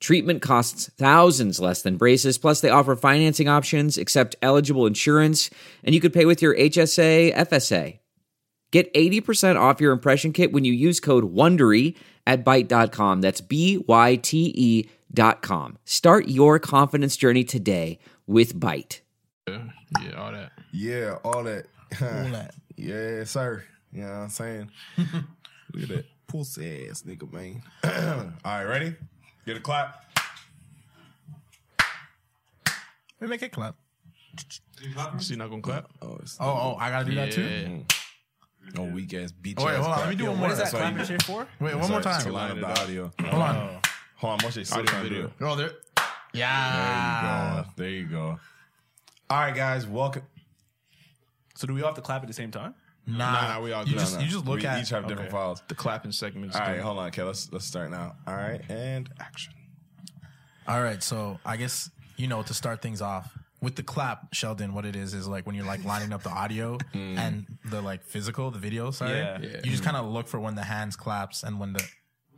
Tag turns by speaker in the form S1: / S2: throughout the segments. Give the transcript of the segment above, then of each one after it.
S1: Treatment costs thousands less than braces, plus, they offer financing options, accept eligible insurance, and you could pay with your HSA, FSA. Get 80% off your impression kit when you use code WONDERY at Byte.com. That's B-Y-T-E E dot com. Start your confidence journey today with Byte.
S2: Yeah, all that.
S3: Yeah, all that.
S2: that.
S3: yeah, sir. You know what I'm saying? Look at that pussy ass nigga, man. all right, ready? Get a clap.
S4: We make it clap.
S2: She not gonna clap.
S3: Oh, it's
S4: Oh, oh, I gotta do that too.
S2: Yeah.
S3: no weak ass bitch.
S4: Oh, wait, hold on. Let me do one more.
S3: That's why you-
S4: for? Wait,
S3: that's
S4: one more
S3: why it's
S4: time.
S3: too loud
S2: Line it
S3: of the
S2: up.
S3: audio.
S4: Hold
S5: Oh,
S4: on.
S3: Hold on, watch this.
S2: Audio
S3: Audio
S2: video.
S3: video.
S4: They're all there.
S3: There you
S4: Yeah.
S3: go. There you go. All right, guys, welcome.
S5: So do we all have to clap at the same time?
S4: Nah,
S2: Nah, nah, we all
S4: You
S2: good.
S4: just,
S2: Nah,
S4: you just look
S3: we
S4: at.
S3: each have different
S5: okay.
S3: files.
S2: The clapping segment.
S3: All right, hold on, okay. Let's let's start now. All right, and action.
S4: All right, so I guess you know to start things off with the clap, Sheldon. What it is is like when you're like lining up the audio and the like physical, the video. Sorry,
S5: Yeah.
S2: Mm. Yeah. Mm.
S4: you just kind of look for when the hands claps and when the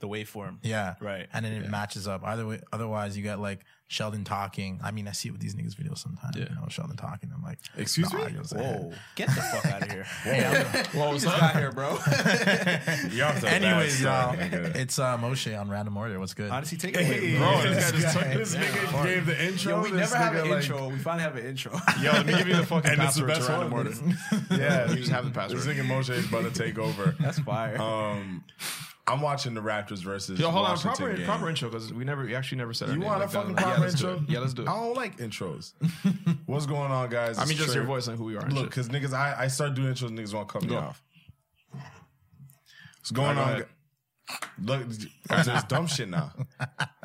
S5: The waveform.
S4: yeah
S5: Right.
S4: and then it matches up. Either way, otherwise you got like Sheldon talking. I mean, I see it with these niggas videos sometimes. You know, Sheldon talking. I'm like,
S3: Excuse
S4: the
S3: me?
S4: audio's ahead.
S5: Whoa. Get the fuck out of here.
S4: Whoa, what's got here, bro?
S3: Y'all so
S4: Anyways, y'all,
S3: bad, son, nigga.
S4: it's uh, Moshe on Random Order. What's good?
S5: Honestly, take it away, bro.
S3: Bro, Oh,
S2: this
S3: this,
S2: guy just took-
S3: guy, this nigga gave the intro.
S5: Yo, we
S3: this
S5: never have
S3: nigga,
S5: an
S3: like-
S5: intro. We finally have an intro.
S2: Yo, let me give you the fucking
S3: And it's the
S2: password
S3: best
S2: to random
S3: one.
S2: order.
S3: Yeah,
S2: You just have the password.
S3: This nigga Moshe is about to take over.
S5: That's fire.
S3: Um, I'm watching the Raptors versus.
S2: Yo, hold on.
S3: Washington
S2: Proper,
S3: game.
S2: proper intro because we never, we actually never said. our
S3: You
S2: name
S3: want
S2: like
S3: a
S2: that.
S3: fucking
S2: yeah,
S3: proper
S2: let's do
S3: intro?
S2: it. Yeah, let's do it.
S3: I don't like intros. What's going on, guys?
S2: I mean,
S3: It's
S2: just your
S3: Trey.
S2: voice and who we are. and
S3: Look,
S2: shit.
S3: because niggas, I, I start doing intros, niggas won't cut me
S2: Go.
S3: off. What's going
S2: All
S3: on?
S2: right, go
S3: gu- Look, there's dumb shit now.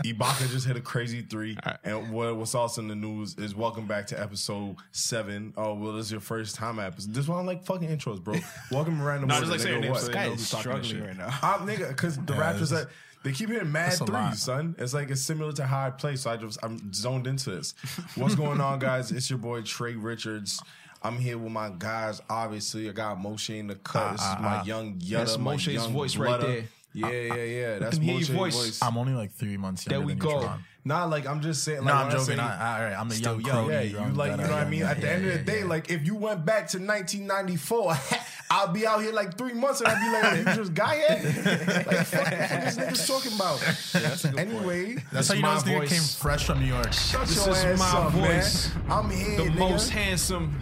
S3: Ibaka just hit a crazy three,
S2: right.
S3: and what, what's also in the news is welcome back to episode seven. Oh, well, this is your first time at episode. This is why I don't like fucking intros, bro. Welcome to random.
S2: No,
S3: Order,
S2: just like say
S3: nigga,
S2: your name
S3: what?
S2: so they
S5: Guy
S2: know
S5: is
S2: who's talking and
S5: struggling right
S2: shit.
S5: now.
S3: I'm nigga, because the Raptors,
S4: this is-
S3: that they keep hitting mad
S4: That's a
S3: threes,
S4: lot.
S3: son. It's like it's similar to how I play, so I just I'm zoned into this. What's going on, guys? It's your boy Trey Richards. I'm here with my guys. Obviously, I got Moshe in the cut. This is my young Yutta,
S2: That's
S3: my
S2: Moshe's
S3: young
S2: voice right
S3: bloodder.
S2: there.
S3: Yeah, yeah, yeah. That's
S2: can hear your
S3: Moshe's
S2: voice.
S3: voice.
S4: I'm only like three months younger
S2: There we
S4: than
S2: go.
S4: you, Tron.
S3: Nah, like I'm just saying. Like,
S4: No, I'm
S3: when I
S4: joking.
S3: say-
S4: I, I, all right, I'm the young
S3: yeah,
S4: crony.
S3: yeah, you like you know what I mean. At the end of the day, like if you went back to 1994, I'll be out here like three months and I'd be like, "Oh, "You just got here." Like, fuck, what this nigga's talking about? anyway,
S4: that's how you know this
S2: my
S4: nigga
S2: voice.
S4: came fresh from New York.
S3: shut
S2: This
S3: your
S2: is
S3: ass
S2: my
S3: up,
S2: voice.
S3: man. I'm here,
S2: The
S3: nigga.
S2: most handsome,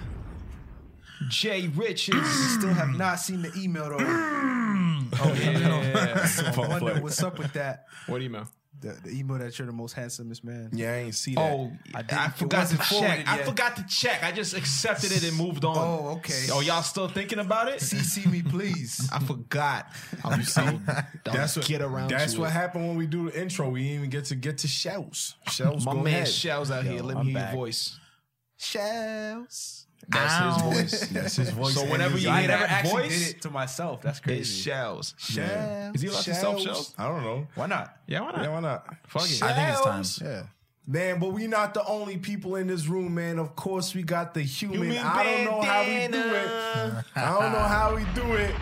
S2: Jay Richards.
S5: Still have not seen the email though. oh
S2: yeah.
S5: So I wonder
S3: flex.
S5: what's up with that.
S2: what email?
S5: The, the email that you're the most handsomest man.
S3: yeah, I ain't see that.
S2: Oh,
S5: I
S2: I,
S5: didn't- it
S2: forgot to
S5: wasn't forwarded
S2: check. I
S5: yet.
S2: forgot to check. I just accepted it and moved on.
S5: Oh, okay.
S2: Oh, y'all still thinking about it?
S5: CC me, please.
S2: I forgot. I'm so
S3: that's what
S2: get around.
S3: That's
S2: to
S3: what
S2: it.
S3: happened when we do the intro. We didn't even get to get to shells. Shells,
S2: My
S3: go
S2: man
S3: ahead.
S2: Shell's out here. Let
S5: I'm
S2: me hear
S5: back.
S2: your voice.
S5: Shells.
S2: That's
S4: Ow.
S2: his voice.
S3: That's his voice.
S2: So
S3: and
S2: whenever
S3: his
S2: you
S3: email.
S5: I
S2: hear
S5: never
S2: that
S5: actually
S2: voice?
S5: did it to myself. That's
S2: It's
S5: crazy.
S2: Shells.
S3: Shells.
S2: Is he allowed to sell shells?
S3: I don't know.
S5: Why not?
S2: Yeah, why not?
S3: Yeah, why not?
S2: Fuck it.
S4: I think it's time.
S3: Yeah. Man, but we not the only people in this room, man. Of course, we got the human.
S2: Human
S3: I don't know how we do
S2: bandana.
S3: it. I don't know how we do it.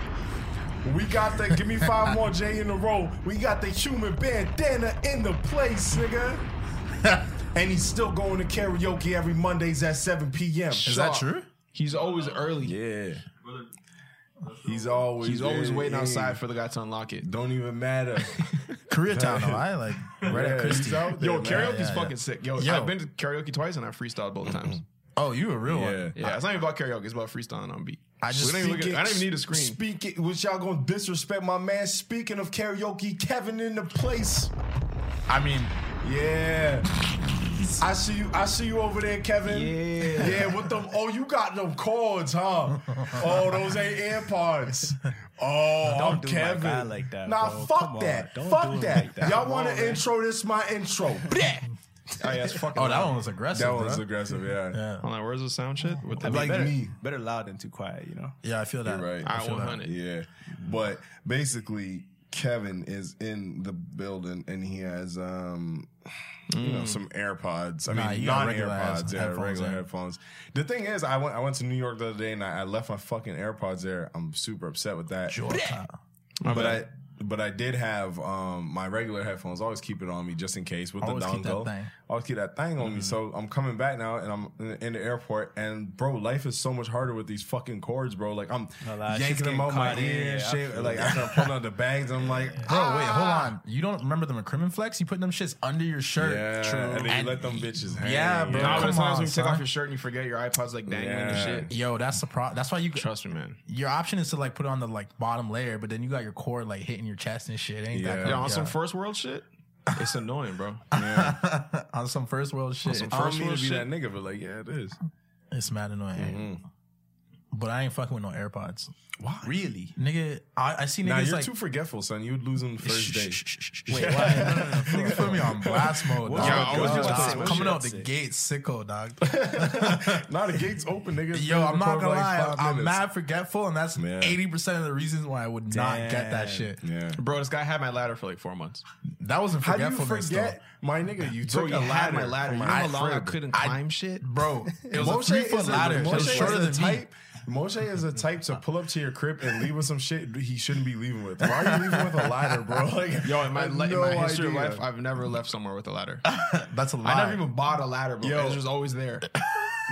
S3: We got the give me five more J in a row. We got the human bandana in the place, nigga. and he's still going to karaoke every Mondays at 7 p.m.
S4: Is that true?
S2: He's always early.
S3: Yeah. He's always
S2: He's always
S3: there.
S2: waiting outside for the guy to unlock it.
S3: Don't even matter.
S4: Koreatown, though. I like right
S3: Yeah,
S4: at
S3: he's
S4: Christie.
S3: out there,
S2: Yo,
S3: man.
S2: karaoke's
S4: yeah, yeah.
S2: fucking sick. Yo,
S4: Yo.
S2: I've been to karaoke twice and I freestyled both times.
S4: Oh, you a real one.
S2: yeah, it's not even about karaoke. It's about freestyling on beat.
S4: I just
S2: we don't even look
S3: Speaking-
S2: at, I don't even need a screen.
S3: Speaking, which y'all gonna disrespect my man. Speaking of karaoke, Kevin in the place.
S4: I mean,
S3: Yeah. I see you. I see you over there, Kevin.
S2: Yeah.
S3: Yeah. With them. Oh, you got them cords, huh? Oh, those ain't AirPods. Oh, I'm
S5: do my
S3: Kevin.
S5: guy like that,
S3: nah,
S5: bro.
S3: fuck
S5: Come on,
S3: that.
S5: don't do
S3: fuck
S5: him
S3: that.
S5: like that.
S3: Y'all
S5: Come
S3: want
S5: on,
S3: to
S5: man.
S3: intro? This my intro. Bleh.
S6: Oh, yeah, it's fucking
S4: Oh, that
S6: loud.
S4: one was aggressive.
S3: That one's
S4: bruh.
S3: aggressive, yeah.
S4: Yeah.
S6: I'm like, where's the sound shit? With the
S3: Like
S6: better,
S3: me.
S2: Better loud than too quiet, you know.
S4: Yeah, I feel that.
S3: You're right.
S4: I
S6: Alright,
S4: feel that.
S6: 100.
S3: Yeah. But basically, Kevin is in the building and he has um you know some AirPods. I
S4: Mm. Nah,
S3: mean
S4: you got
S3: non
S4: regular ass
S3: AirPods, yeah,
S4: headphones,
S3: regular
S4: yeah.
S3: headphones. The thing is, I went I went to New York the other day and I, I left my fucking AirPods there. I'm super upset with that.
S4: Sure.
S3: But I but I did have um, my regular headphones. Always keep it on me just in case with
S4: Always
S3: the
S4: keep that
S3: dongle.
S4: thing.
S3: Always keep that thing on me. So I'm coming back now, and I'm in- in the airport. And bro, life is so much harder with these fucking cords, bro. Like I'm
S2: No lie, shit's
S3: yanking them
S2: getting
S3: out my
S2: caught in,
S3: ear, and
S2: yeah, I
S3: shit.
S2: feel
S3: Like after I'm pulling out the bags, I'm like,
S4: Bro, wait, hold on. You don't remember the McCrimmon flex? You put them shits under your shirt.
S3: yeah, and then you let them bitches hang.
S4: Yeah, bro.
S6: Nah,
S4: Come
S6: but sometimes
S4: on,
S6: when you take
S4: son.
S6: off your shirt and you forget your iPod's like dangling and
S3: Yeah.
S6: shit.
S4: Yo, that's the pro. That's why you.
S6: Trust me, man.
S4: Your option is to like put it on the like bottom layer, but then you got your cord like hitting your chest and shit. Ain't
S3: Yeah.
S4: that?
S6: Yeah,
S4: kinda-
S6: on some
S4: yeah.
S6: first world shit, it's annoying, bro.
S3: Yeah.
S4: on some first world shit.
S6: some
S3: I
S6: First
S3: don't mean to
S6: world
S3: be
S6: shit.
S3: that nigga, but like, yeah, it is.
S4: Um, It's mad annoying.
S3: Mm-hmm.
S4: But I ain't fucking with no AirPods.
S3: Why?
S2: Really?
S4: Nigga, I, I see niggas
S3: Nah, you're
S4: like.
S3: too forgetful, son. You would lose them the
S4: Shh,
S3: first
S4: shh,
S3: day.
S4: shh, shh, shh, shh. Wait, what? No, no, no. Niggas put me on blast mode.
S2: What
S4: dog.
S6: y'all always
S4: Dog,
S6: just
S4: dog.
S6: say? What
S4: coming
S2: y'all
S4: out the
S2: say?
S4: gate sicko, dog.
S3: nah, the gates open, nigga. It's
S4: Yo,
S3: been
S4: I'm not
S3: recorded
S4: gonna
S3: for, like,
S4: lie.
S3: five
S4: I'm
S3: minutes.
S4: mad forgetful, and that's
S3: Yeah.
S4: eighty percent of the reasons why I would not get that shit.
S3: Yeah.
S6: Bro, this guy had my ladder for like four months.
S4: That wasn't
S3: How do you
S4: forgetfulness,
S3: forget, my nigga? You
S6: Bro,
S3: took
S6: you
S3: a ladder.
S6: had my ladder.
S3: from
S6: You know
S3: my
S6: how long I
S3: crib.
S6: couldn't
S4: I-
S6: climb shit?
S4: though, bro. It was a
S3: Moshe
S4: three foot
S3: is a-
S4: ladder. It
S3: Moshe
S4: was shorter
S3: is a
S4: than me.
S3: type. Moshe is a type to pull up to your crib and leave with some shit he shouldn't be leaving with. Why are you leaving with a ladder, bro? Like,
S6: Yo, in my,
S3: I have
S6: li- in my history
S3: idea.
S6: of life, I've never left somewhere with a ladder.
S4: That's a
S6: I
S4: lie.
S6: never even bought a ladder, bro.
S3: Yo.
S6: It was just always there. I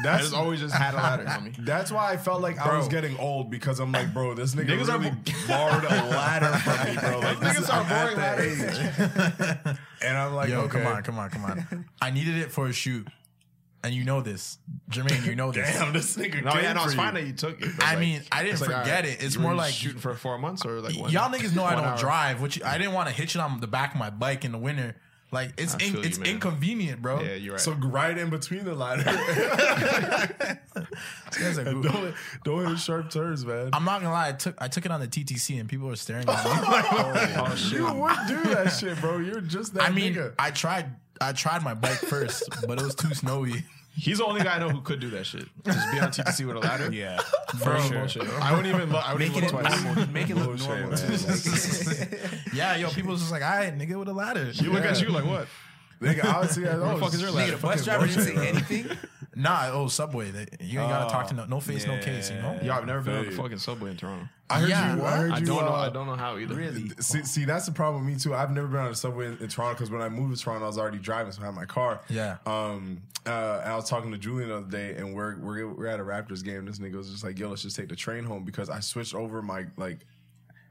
S3: that's
S6: just always just had a ladder on me.
S3: that's why I felt like I was getting old because I'm like, bro, this nigga
S6: Niggas are
S3: really
S6: bo-
S3: borrowed a ladder from me, bro. Like,
S6: Niggas
S3: this-
S6: are
S3: I'm at
S6: borrowing
S3: that age. and I'm like, oh,
S4: Yo,
S3: okay.
S4: come on, come on, come on. I needed it for a shoot, and you know this, Jermaine. You know this.
S3: Damn, this nigga.
S6: No,
S3: came
S6: yeah, no,
S3: for
S6: it's
S3: you.
S6: fine that you took it. but,
S4: I
S6: like,
S4: mean, I didn't
S6: it's like, all
S4: forget
S6: right,
S4: it. It's
S6: you were
S4: more like
S6: shooting for four months or like one-
S4: y'all niggas know I
S6: one
S4: don't
S6: hour?
S4: drive, which I didn't want to hitch it on the back of my bike in the winter. Like it's
S6: feel
S4: in,
S6: you,
S4: it's
S6: man.
S4: inconvenient, bro.
S6: Yeah, you're right.
S3: So right in between the ladder.
S4: This guy's a goof.
S3: don't, don't hit sharp turns, man.
S4: I'm not gonna lie, I took I took it on the TTC and people were staring at me.
S3: Oh, You would do that shit, bro. You're just that
S4: I mean,
S3: nigga.
S4: I tried I tried my bike first, but it was too snowy.
S6: He's the only guy I know who could do that shit. Just be on TTC with a ladder. Yeah, for sure. I wouldn't even. Look, I wouldn't
S2: Making
S6: even
S2: it,
S6: look twice.
S2: normal, make it look
S3: Bullshit,
S2: normal.
S3: man.
S4: Yeah, yo, people was just like, all right, nigga with a ladder.
S6: You look at you like what?
S3: Nigga, I would see that.
S6: Where the fuck is your ladder?
S2: The bus driver didn't say anything.
S4: Nah, oh subway. They, you ain't gotta talk to no no face, no case, you know?
S6: Yo, I've never been on the
S3: Dude.
S6: fucking subway in Toronto.
S3: I heard
S4: Yeah,
S3: you.
S4: what?
S3: I heard you.
S6: I don't know.
S3: uh,
S6: I don't know how either.
S2: Really?
S3: See, see, that's the problem with me too. I've never been on the subway in, in Toronto because when I moved to Toronto, I was already driving, so I had my car.
S4: Yeah.
S3: Um. Uh. And I was talking to Julian the other day, and we're we're we're at a Raptors game. This nigga was just like, "Yo, let's just take the train home," because I switched over my like.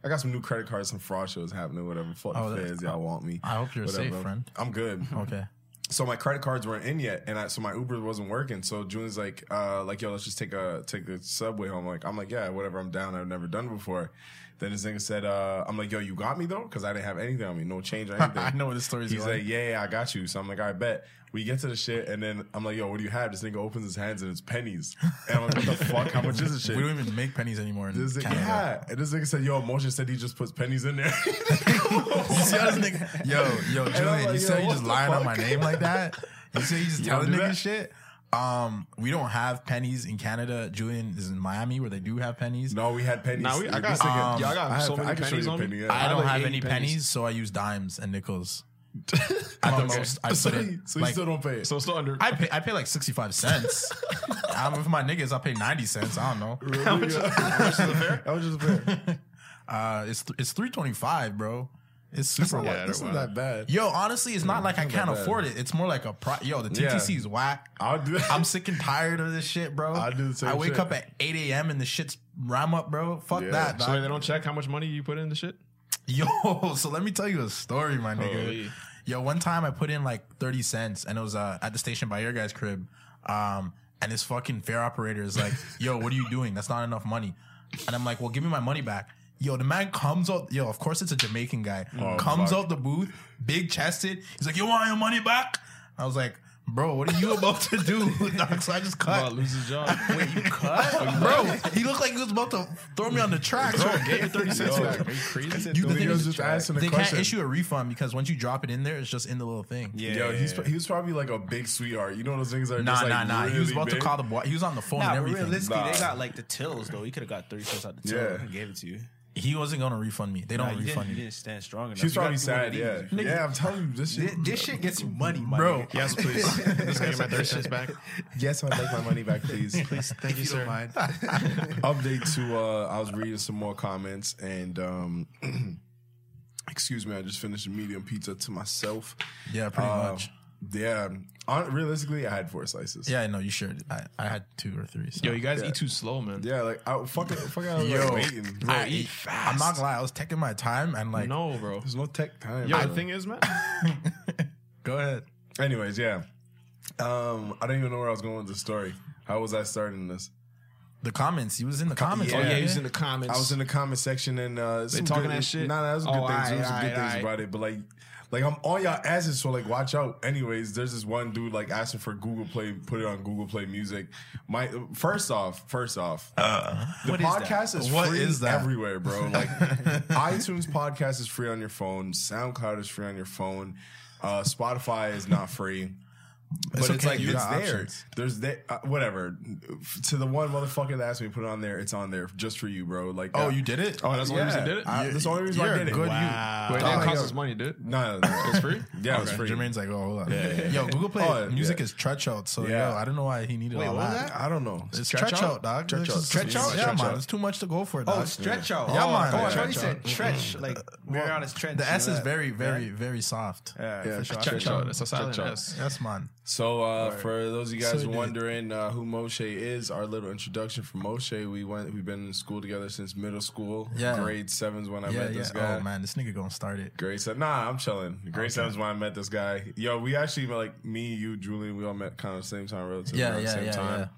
S3: I got some new credit cards, some fraud shows happening, whatever. Fuck
S4: Oh,
S3: the
S4: that's-
S3: feds, y'all want me.
S4: I hope you're
S3: whatever.
S4: safe, friend.
S3: I'm good.
S4: Oh, Okay.
S3: so my credit cards weren't in yet, and I, so my Uber wasn't working. So Julian's like, uh, like yo, let's just take a take the subway home. Like I'm like, yeah, whatever. I'm down. I've never done it before. Then this nigga said, uh, I'm like, yo, you got me though, because I didn't have anything on me, no change or anything.
S4: I know where this story's
S3: He's
S4: going.
S3: like, yeah, yeah, I got you. So I'm like, I bet. We get to the shit, and then I'm like, yo, what do you have? This nigga opens his hands and it's pennies. And I'm like, what the fuck? How much is this shit?
S4: We don't even make pennies anymore in
S3: This-
S4: Canada.
S3: yeah, and this nigga said, "Yo, Moshe said he just puts pennies in there."
S4: You see how this nigga, yo, yo,
S3: And I'm
S4: Julian,
S3: like,
S4: you
S3: yo,
S4: say you
S3: what
S4: just
S3: the
S4: lying on my
S3: fuck?
S4: name like that? You say you just
S3: don't
S4: telling
S3: do
S4: niggas
S3: that?
S4: shit? Um, we don't have pennies in Canada. Julian is in Miami where they do have pennies.
S3: no, we had pennies.
S6: Nah, we, I got.
S3: This nigga-
S6: yeah, I got
S3: I have-
S6: so many
S3: I can show
S6: pennies
S3: you a
S6: on me.
S3: penny, yeah.
S4: I
S6: have,
S4: don't
S6: like,
S4: have
S6: 80
S4: any pennies. so I use dimes and nickels. At the
S6: Okay.
S4: most, I
S3: so
S4: put
S3: he,
S4: in,
S3: so he
S4: like,
S3: still don't pay it.
S6: So it's still under.
S4: I pay, I pay like sixty five cents. I'm with my niggas. I pay ninety cents. I don't know.
S3: How much, is a fair? How much is a fair?
S4: Uh, it's th- it's three twenty five, bro. It's super.
S6: Yeah,
S3: Like, this is
S6: wow.
S3: not bad.
S4: Yo, honestly, it's not like I can't
S3: not bad.
S4: afford it. It's more like a pro- yo. The TTC is whack.
S3: I'll do.
S4: I'm sick and tired of this shit, bro.
S3: I do the same
S4: I wake
S3: shit.
S4: up at 8 a.m. and the shit's ram up, bro. Fuck
S3: Yeah.
S4: that.
S6: so
S4: dog.
S6: they don't check how much money you put in the shit.
S4: Yo, so let me tell you a story, my nigga.
S6: Holy.
S4: Yo, one time I put in like 30 cents and it was uh, at the station by your guy's crib. Um, and this fucking fare operator is like, yo, what are you doing? That's not enough money. And I'm like, well, give me my money back. Yo, the man comes out. Yo, of course it's a Jamaican guy. comes
S3: Oh, fuck.
S4: out the booth, big chested. He's like, you want your money back? I was like, Bro, what are you about to do? Doc? So I just
S6: I'm about
S4: cut.
S6: to lose his job.
S4: Wait, you cut? Bro, he looked like he was about to throw me on the tracks.
S6: Bro, get your 30 cents
S3: Yo.
S6: back. Are you crazy?
S3: You
S4: the
S3: think
S4: thing
S3: he was
S4: is-
S3: just asking a
S4: They
S3: question?
S4: can't issue a refund because once you drop it in there, it's just in the little thing.
S3: Yeah,
S2: Yeah,
S3: Yo, he's
S2: yeah,
S3: he was probably like a big sweetheart. You know those things are
S4: Nah,
S3: just like
S4: nah, nah.
S3: Really
S4: he was about
S3: big?
S4: to call the boy. He was on the phone
S2: Nah,
S4: and
S2: but
S4: everything.
S2: realistically,
S3: Nah.
S2: they got like the tills though. He could have got thirty cents out the till
S3: Yeah.
S2: and gave it to you.
S6: Oh,
S4: He wasn't gonna refund me. They
S2: Nah,
S4: don't
S2: you,
S4: refund
S2: didn't, you
S4: me.
S2: didn't stand strong enough.
S3: She's
S2: You gotta
S3: probably
S2: do one of
S3: sad. Yeah,
S2: these.
S3: yeah. I'm telling you, this
S2: This,
S3: shit.
S2: this shit gets you money, my
S4: Bro,
S2: nigga.
S6: Yes, please. Let's get my 30 cents back.
S3: Yes, I'd like my money back, please.
S6: Please, thank you, sir.
S3: Update to uh, I was reading some more comments and um, excuse me, I just finished a medium pizza to myself.
S4: Yeah, pretty
S3: Uh,
S4: much.
S3: Yeah, Hon- realistically, I had four slices.
S4: Yeah, I know you shared. it. I, I had two or three. So.
S6: Yo, you guys eat too slow, man.
S3: yeah, like I fucking, fucking, I was
S4: Yo.
S3: like waiting.
S4: I eat fast. I'm not gonna lie. I was taking my time and like.
S6: No, bro.
S3: There's no tech time.
S6: Yo,
S3: bro.
S6: the thing is, man,
S4: Go ahead.
S3: Anyways, yeah. Um, I don't even know where I was going with the story. How was I starting this?
S4: The comments. He was in the comments.
S3: yeah.
S4: Oh,
S6: yeah,
S4: yeah,
S6: he's in the comments.
S3: I was in the comment section and uh, some
S6: talking
S3: good-
S6: that shit?
S3: Nah, nah, that was good
S6: Oh,
S3: things. There was
S6: aight,
S3: some good
S6: aight,
S3: things
S6: aight.
S3: about it, but like, like I'm on y'all asses, so like, watch out. Anyways, there's this one dude like asking for Google Play, put it on Google Play Music. My first off, first off, the
S2: is that?
S3: podcast is
S4: Uh, What
S3: free
S4: is that?
S3: everywhere, bro. Like, iTunes podcast is free on your phone. SoundCloud is free on your phone. Uh, Spotify is not free. But it's,
S4: okay,
S3: like
S4: you
S3: it's
S4: got
S3: there.
S4: options.
S3: There's that uh, whatever. To the one motherfucker that asked me to put it on there, it's on there just for you, bro. Like, uh,
S4: Oh,
S3: that-
S4: you did it.
S6: oh, that's the only reason I did it?
S3: I- that's the only reason
S4: You're
S3: I
S4: a
S3: did it.
S4: good
S6: Wait,
S4: you.
S6: that
S3: Oh,
S6: costs
S3: yo.
S6: us money, dude.
S3: No, no, no.
S6: It's free?
S3: Yeah, it was
S4: Okay.
S3: free.
S4: Jermaine's like, oh, hold on. Yo, Google Play
S3: Oh, yeah.
S4: music is stretch out. So,
S3: Yeah.
S4: yo, I don't know why he needed all that.
S3: I don't know.
S4: It's
S6: Stretch
S4: stretch,
S6: out?
S4: out? dog.
S3: Stretch
S4: It's
S3: out.
S4: just Stretch
S3: Stretch
S4: out.
S3: out.
S4: Yeah,
S3: Stretch
S4: man.
S3: out.
S4: It's too much to go for,
S2: Oh,
S4: dog.
S2: stretch out.
S4: Yeah,
S2: oh,
S4: man.
S2: Oh, I
S4: Stretch
S2: thought you
S4: out.
S2: said stretch. Like we're on a stretch.
S4: The
S2: you
S4: S
S2: know
S4: is
S2: that?
S4: very, very, very soft.
S2: Yeah,
S3: Yeah.
S2: for sure.
S6: Stretch out. That's Australian.
S3: Stretch out.
S6: Yes.
S4: Yes, man.
S3: So, uh, for those of you guys
S4: So did-
S3: wondering uh, who Moshe is, our little introduction for Moshe. We went. We've been in school together since middle school.
S4: Yeah.
S3: Grade sevens when I
S4: Yeah,
S3: met
S4: yeah.
S3: this guy.
S4: Oh, man. This nigga gonna start it.
S3: Grade seven. Nah, I'm chilling. Grade seven's when I met this guy. Yo, we actually met like me, you, Julian. We all met kind of the same time, relatively
S4: Yeah,
S3: around the
S4: yeah,
S3: same
S4: yeah,
S3: time.
S4: yeah.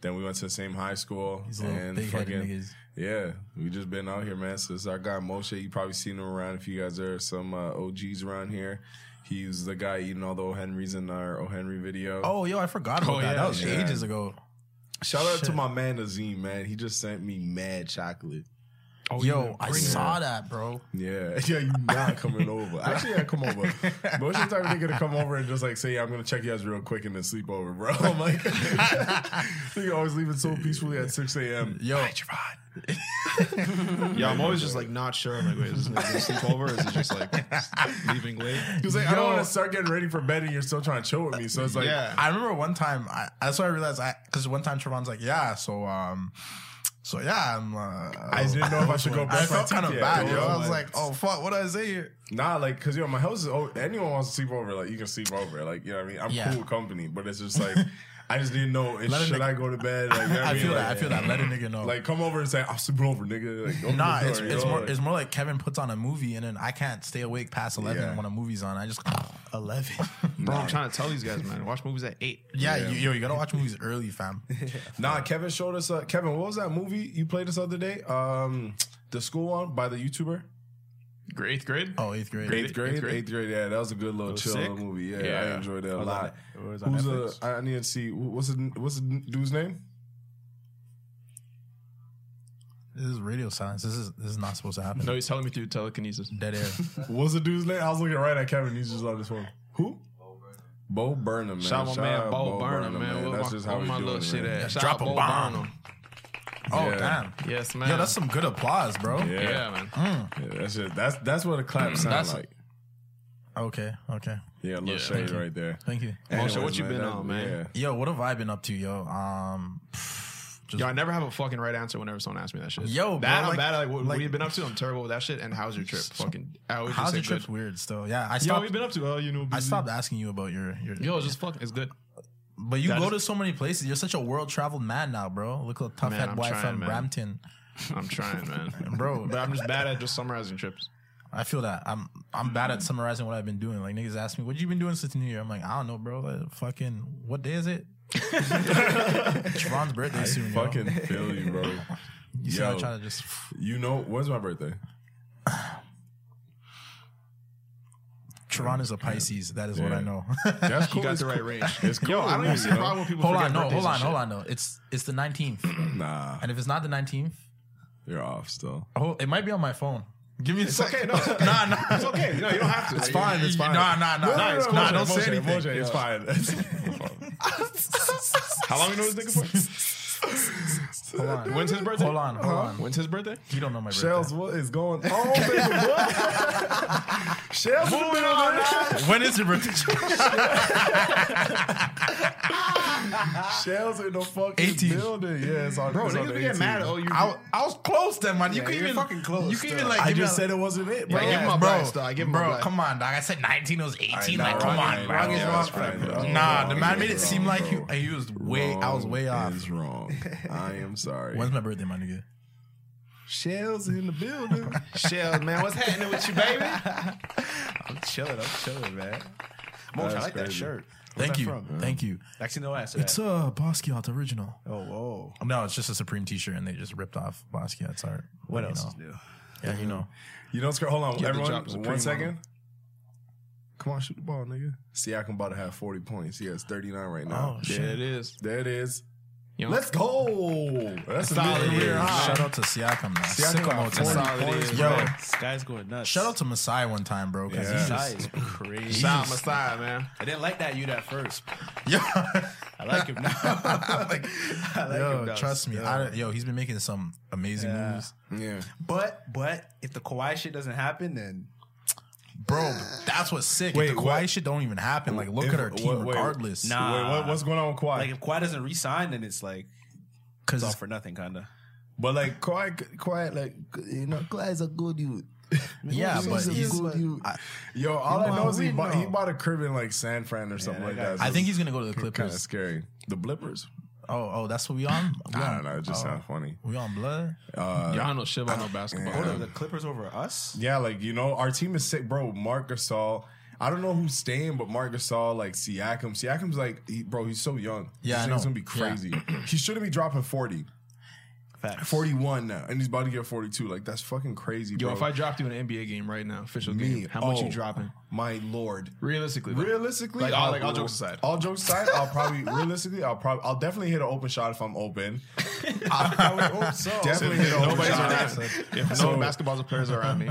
S3: Then we went to the same high school.
S4: These little big headed niggas.
S3: Yeah, we just been out here, man. So it's our guy Moshe. You probably seen him around if you guys are some uh, OGs around here. He's the guy eating all the O Henrys in our O Henry video.
S4: Oh, yo, I forgot about
S6: Oh,
S4: that.
S6: yeah,
S4: that was
S3: yeah.
S4: ages ago.
S3: shout out to my man Azim, man. He just sent me mad chocolate.
S6: Oh,
S4: Yo,
S6: yeah.
S4: I
S6: Bring it.
S4: saw that, bro.
S3: Yeah, yeah, you not coming over. Actually, yeah, come over. Most of the time, they're gonna come over and just like say, yeah, "I'm gonna check you guys real quick and then sleep over, bro." I'm like, you always leaving so peacefully at six a.m.
S4: Yo,
S6: Yeah, I'm always just like not sure. I'm like, wait, is this nigga gonna sleep over? Or is it just like leaving late?
S3: He was like, "I don't
S4: Yo.
S3: want to start getting ready for bed, and you're still trying to chill with me." So it's like,
S6: Yeah.
S4: I remember one time. I, that's why I realized. I because one time Trevon's like, yeah, so um, so yeah, I'm. Uh,
S3: I didn't know if I should go
S4: I
S3: brush my
S4: felt
S3: teeth
S4: kind of
S3: yet.
S4: bad,
S3: Yeah,
S4: yo. I was
S3: like-
S4: like, oh fuck, what did I say here?
S3: Nah, like, cause yo, my house is. Oh, anyone wants to sleep over, like, you can sleep over. Like, you know what I mean? I'm
S4: Yeah.
S3: cool with company, but it's just like, I just didn't know. Is,
S4: Let a
S3: should
S4: nigga-
S3: I go to bed? Like, you know what
S4: I
S3: mean?
S4: feel
S3: like,
S4: that. I feel that. Let a nigga know.
S3: Like, come over and say, I'm sleeping over, nigga. Like, open
S4: Nah,
S3: the door,
S4: it's,
S3: you
S4: it's
S3: know,
S4: more
S3: like-
S4: it's more like Kevin puts on a movie and then I can't stay awake past eleven
S3: Yeah.
S4: when a movie's on. I just eleven.
S6: Bro, I'm trying to tell these guys, man. Watch movies at eight.
S4: yeah, You, yo, you gotta watch movies early, fam.
S3: Nah, Kevin showed us. Uh, Kevin, what was that movie you played this other day? Um, the school one by the YouTuber.
S6: Gr- Eighth grade.
S4: Oh, eighth grade.
S3: Eighth grade, eighth grade,
S6: grade?
S3: Yeah, that was a good little
S6: was
S3: chill
S6: sick?
S3: little movie. Yeah, I
S6: Yeah.
S3: enjoyed that a
S2: was on
S3: lot.
S2: Net- it was on
S3: Who's the?
S2: Netflix.
S3: I I need to see wh- what's the what's the dude's name?
S4: This is radio silence. This is this is not supposed to happen.
S6: No, he's telling me through telekinesis.
S4: Dead air.
S3: What's the dude's name? I was looking right at Kevin. He's just on this one. Who? Bo Burnham, man.
S6: Shout out my man
S3: out
S6: Bo Burnham, man. Where
S3: That's
S6: my-
S3: just how
S6: where
S3: we
S6: my
S3: do
S6: little
S3: it,
S6: shit
S3: man.
S6: at? Shout
S4: Drop
S6: out
S4: a
S6: Bo
S4: bomb.
S6: Burnham.
S4: Oh
S3: Yeah.
S4: damn.
S6: Yes, man.
S4: Yo, that's some good applause, bro.
S3: Yeah,
S6: yeah,
S3: yeah.
S6: man.
S4: Mm,
S3: that's it. That's that's what a clap sounds
S6: That's-
S3: like.
S4: Okay, okay.
S3: Yeah, a little
S6: Yeah.
S3: shade right there.
S4: Thank you.
S6: Moshe,
S3: Anyways,
S6: what you
S3: man,
S6: been
S3: that-
S6: on, man?
S3: yeah.
S4: Yo, what have I been up to, yo? Um, just
S6: Yo, I never have a fucking right answer whenever someone asks me that shit.
S4: Yo, bro,
S6: that I'm
S4: like-
S6: bad at like what,
S4: like-
S6: what you been up to. I'm terrible with that shit. And how's your trip? Fucking. I always
S4: how's
S6: just say
S4: your trip's
S6: Good.
S4: weird still. Yeah, I
S6: Yo,
S4: stopped.
S6: what you been up to? Oh, you know.
S4: I
S6: busy.
S4: stopped asking you about your your.
S6: Yo, it's just fucking. It's good.
S4: but you
S6: that
S4: go
S6: is-
S4: to so many places. You're such a world traveled man now, bro. Look at tough
S6: Man,
S4: head
S6: I'm
S4: boy
S6: trying,
S4: from
S6: man.
S4: Brampton,
S6: I'm trying, man.
S4: bro.
S6: but I'm just bad at just summarizing trips.
S4: I feel that I'm I'm bad at summarizing what I've been doing. Like niggas ask me, "What you been doing since New Year?" I'm like, "I don't know, bro. Like, fucking, what day is it?" it's Ron's birthday soon. yo.
S3: Fucking feel you, bro.
S4: you see, I
S3: yo.
S4: try to just
S3: You know, when's my birthday?
S4: Charon is a Pisces. That is what I know.
S3: That's cool.
S6: You got
S3: It's
S6: the right
S3: cool.
S6: range.
S3: It's cool.
S6: Yo, I don't even see a
S3: you know?
S6: problem with people
S4: hold
S6: forgetting
S4: on, no,
S6: birthdays
S4: hold
S6: and
S4: on,
S6: shit.
S4: hold on, no. It's it's the nineteenth,
S3: Nah,
S4: and if it's not the nineteenth,
S3: you're off still.
S4: oh, it might be on my phone. Give me a
S3: It's
S4: second.
S3: okay. No, it's okay.
S4: Nah, nah.
S3: It's okay. No, you don't have to.
S4: It's
S3: Like,
S4: fine,
S3: you-
S4: it's
S3: you-
S4: fine.
S3: Nah, nah, nah.
S4: No,
S3: nah,
S4: no,
S3: it's
S4: no,
S3: cool.
S4: no, don't say
S3: Emotion,
S4: anything.
S3: emotion, It's fine. How long you know this nigga for?
S4: Hold on.
S6: When's his birthday?
S4: Hold on, hold on.
S6: When's his birthday?
S4: You don't know my birthday.
S3: Shells, what is going on, baby? What? Shells, moving on.
S4: When is your birthday?
S3: Shells in the fucking
S4: 18.
S3: building. Yeah, it's on.
S6: Bro,
S3: it's on
S6: niggas
S3: the
S6: be getting
S3: 18.
S6: mad at OU.
S4: I, I was close then, man. you can
S6: you're
S4: even
S6: fucking close,
S4: You can even
S6: dog.
S4: like.
S3: I
S4: give me
S3: just
S4: a-
S3: said it wasn't it, bro.
S6: I give him my
S4: bro,
S6: blacks, though. I give him my
S4: bro,
S6: blacks.
S4: come on, dog. I said 19, it was 18. like, come on, bro.
S3: Wrong is wrong.
S4: Nah, the man made it seem like you. He was way. I was way off.
S3: Is wrong. I am sorry.
S4: When's my birthday, my nigga?
S3: Shells in the building.
S2: Shell, man, what's happening with you, baby? I'm chilling. I'm chilling, man. Mosh, I like that
S3: crazy.
S2: shirt. Where's
S4: Thank
S2: that
S4: you,
S2: From?
S4: thank you.
S2: Actually, no answer.
S4: It's a Basquiat original.
S2: oh, whoa.
S4: No, it's just a Supreme T-shirt, and they just ripped off Basquiat's art.
S2: What
S4: You
S2: else
S4: know.
S2: is new?
S4: Yeah, you know.
S3: You don't score. Hold on,
S6: the
S3: everyone.
S6: drop is a
S3: One
S6: premium
S3: second.
S6: on.
S3: Come on, shoot the ball, nigga. See, I can about to have 40 points. He has 39 right now.
S4: Oh
S6: Yeah,
S4: shit.
S6: it is.
S3: There it is.
S6: You know?
S3: Let's go. That's a
S4: Solid
S3: mid career
S4: is.
S3: high.
S4: Shout out to Siakam. man.
S3: Siakam got
S4: Sycamore
S3: four
S4: tonight.
S3: solid
S4: Boys,
S3: is,
S4: Yo,
S3: bro.
S2: This guy's going nuts.
S4: shout out to Masai one time, bro. Because
S3: Yeah.
S4: he
S2: Masai
S4: just
S2: is crazy.
S6: Shout out Messiah, man.
S2: I didn't like that you at first.
S4: yeah.
S2: I like him now. I like, I like him
S4: yo,
S2: now.
S4: trust me. I, yo, he's been making some amazing
S2: Yeah.
S4: moves,
S3: Yeah.
S2: But but if the Kawhi shit doesn't happen, then
S4: bro. That's what's sick.
S3: Wait,
S4: Wait, the Kawhi
S3: what-
S4: shit don't even happen. Like, look
S3: If-
S4: at our team,
S3: wait, wait.
S4: regardless.
S2: Nah.
S3: Wait, what, what's going on with Kawhi?
S2: like if Kawhi doesn't resign, then it's like it's all
S4: because
S2: for nothing, kinda.
S3: but like Kawhi, Kawhi, like you know, Kawhi's a good dude.
S4: yeah, but
S3: a
S4: he's.
S3: good dude. Yo, all I know is he bought, he bought a crib in like San Fran or something
S2: that
S3: like
S2: guy-
S3: that.
S4: I think he's gonna go to the
S3: kind of
S4: Clippers.
S3: scary. The blippers.
S4: Oh, oh, that's what we on. We
S3: I
S4: on,
S3: don't know. It just
S4: oh,
S3: sounds funny.
S4: we on blood.
S6: Y'all don't know shit about no basketball.
S2: Go to the Clippers over us?
S3: Yeah, like you know, our team is sick, bro. Mark Gasol. I don't know who's staying, but Mark Gasol, like Siakam. Siakam's like, he, bro, he's so young.
S4: Yeah,
S3: this
S4: I
S3: thing's
S4: know.
S3: gonna be crazy. he shouldn't be dropping forty.
S2: Facts.
S3: 41 now, and he's about to get 42. Like, that's fucking crazy,
S6: Yo,
S3: bro.
S6: if I dropped you in an NBA game right now, official
S3: Me.
S6: game, how much
S3: Oh.
S6: you dropping?
S3: My lord.
S6: Realistically, like-
S3: Realistically,
S6: like, all, like all
S3: I'll-
S6: jokes aside,
S3: All jokes aside, I'll probably realistically, I'll probably, I'll definitely hit an open shot if I'm open. I, I would hope so. Definitely hit an open
S6: nobody's
S3: shot.
S6: around. If no basketball players are around me,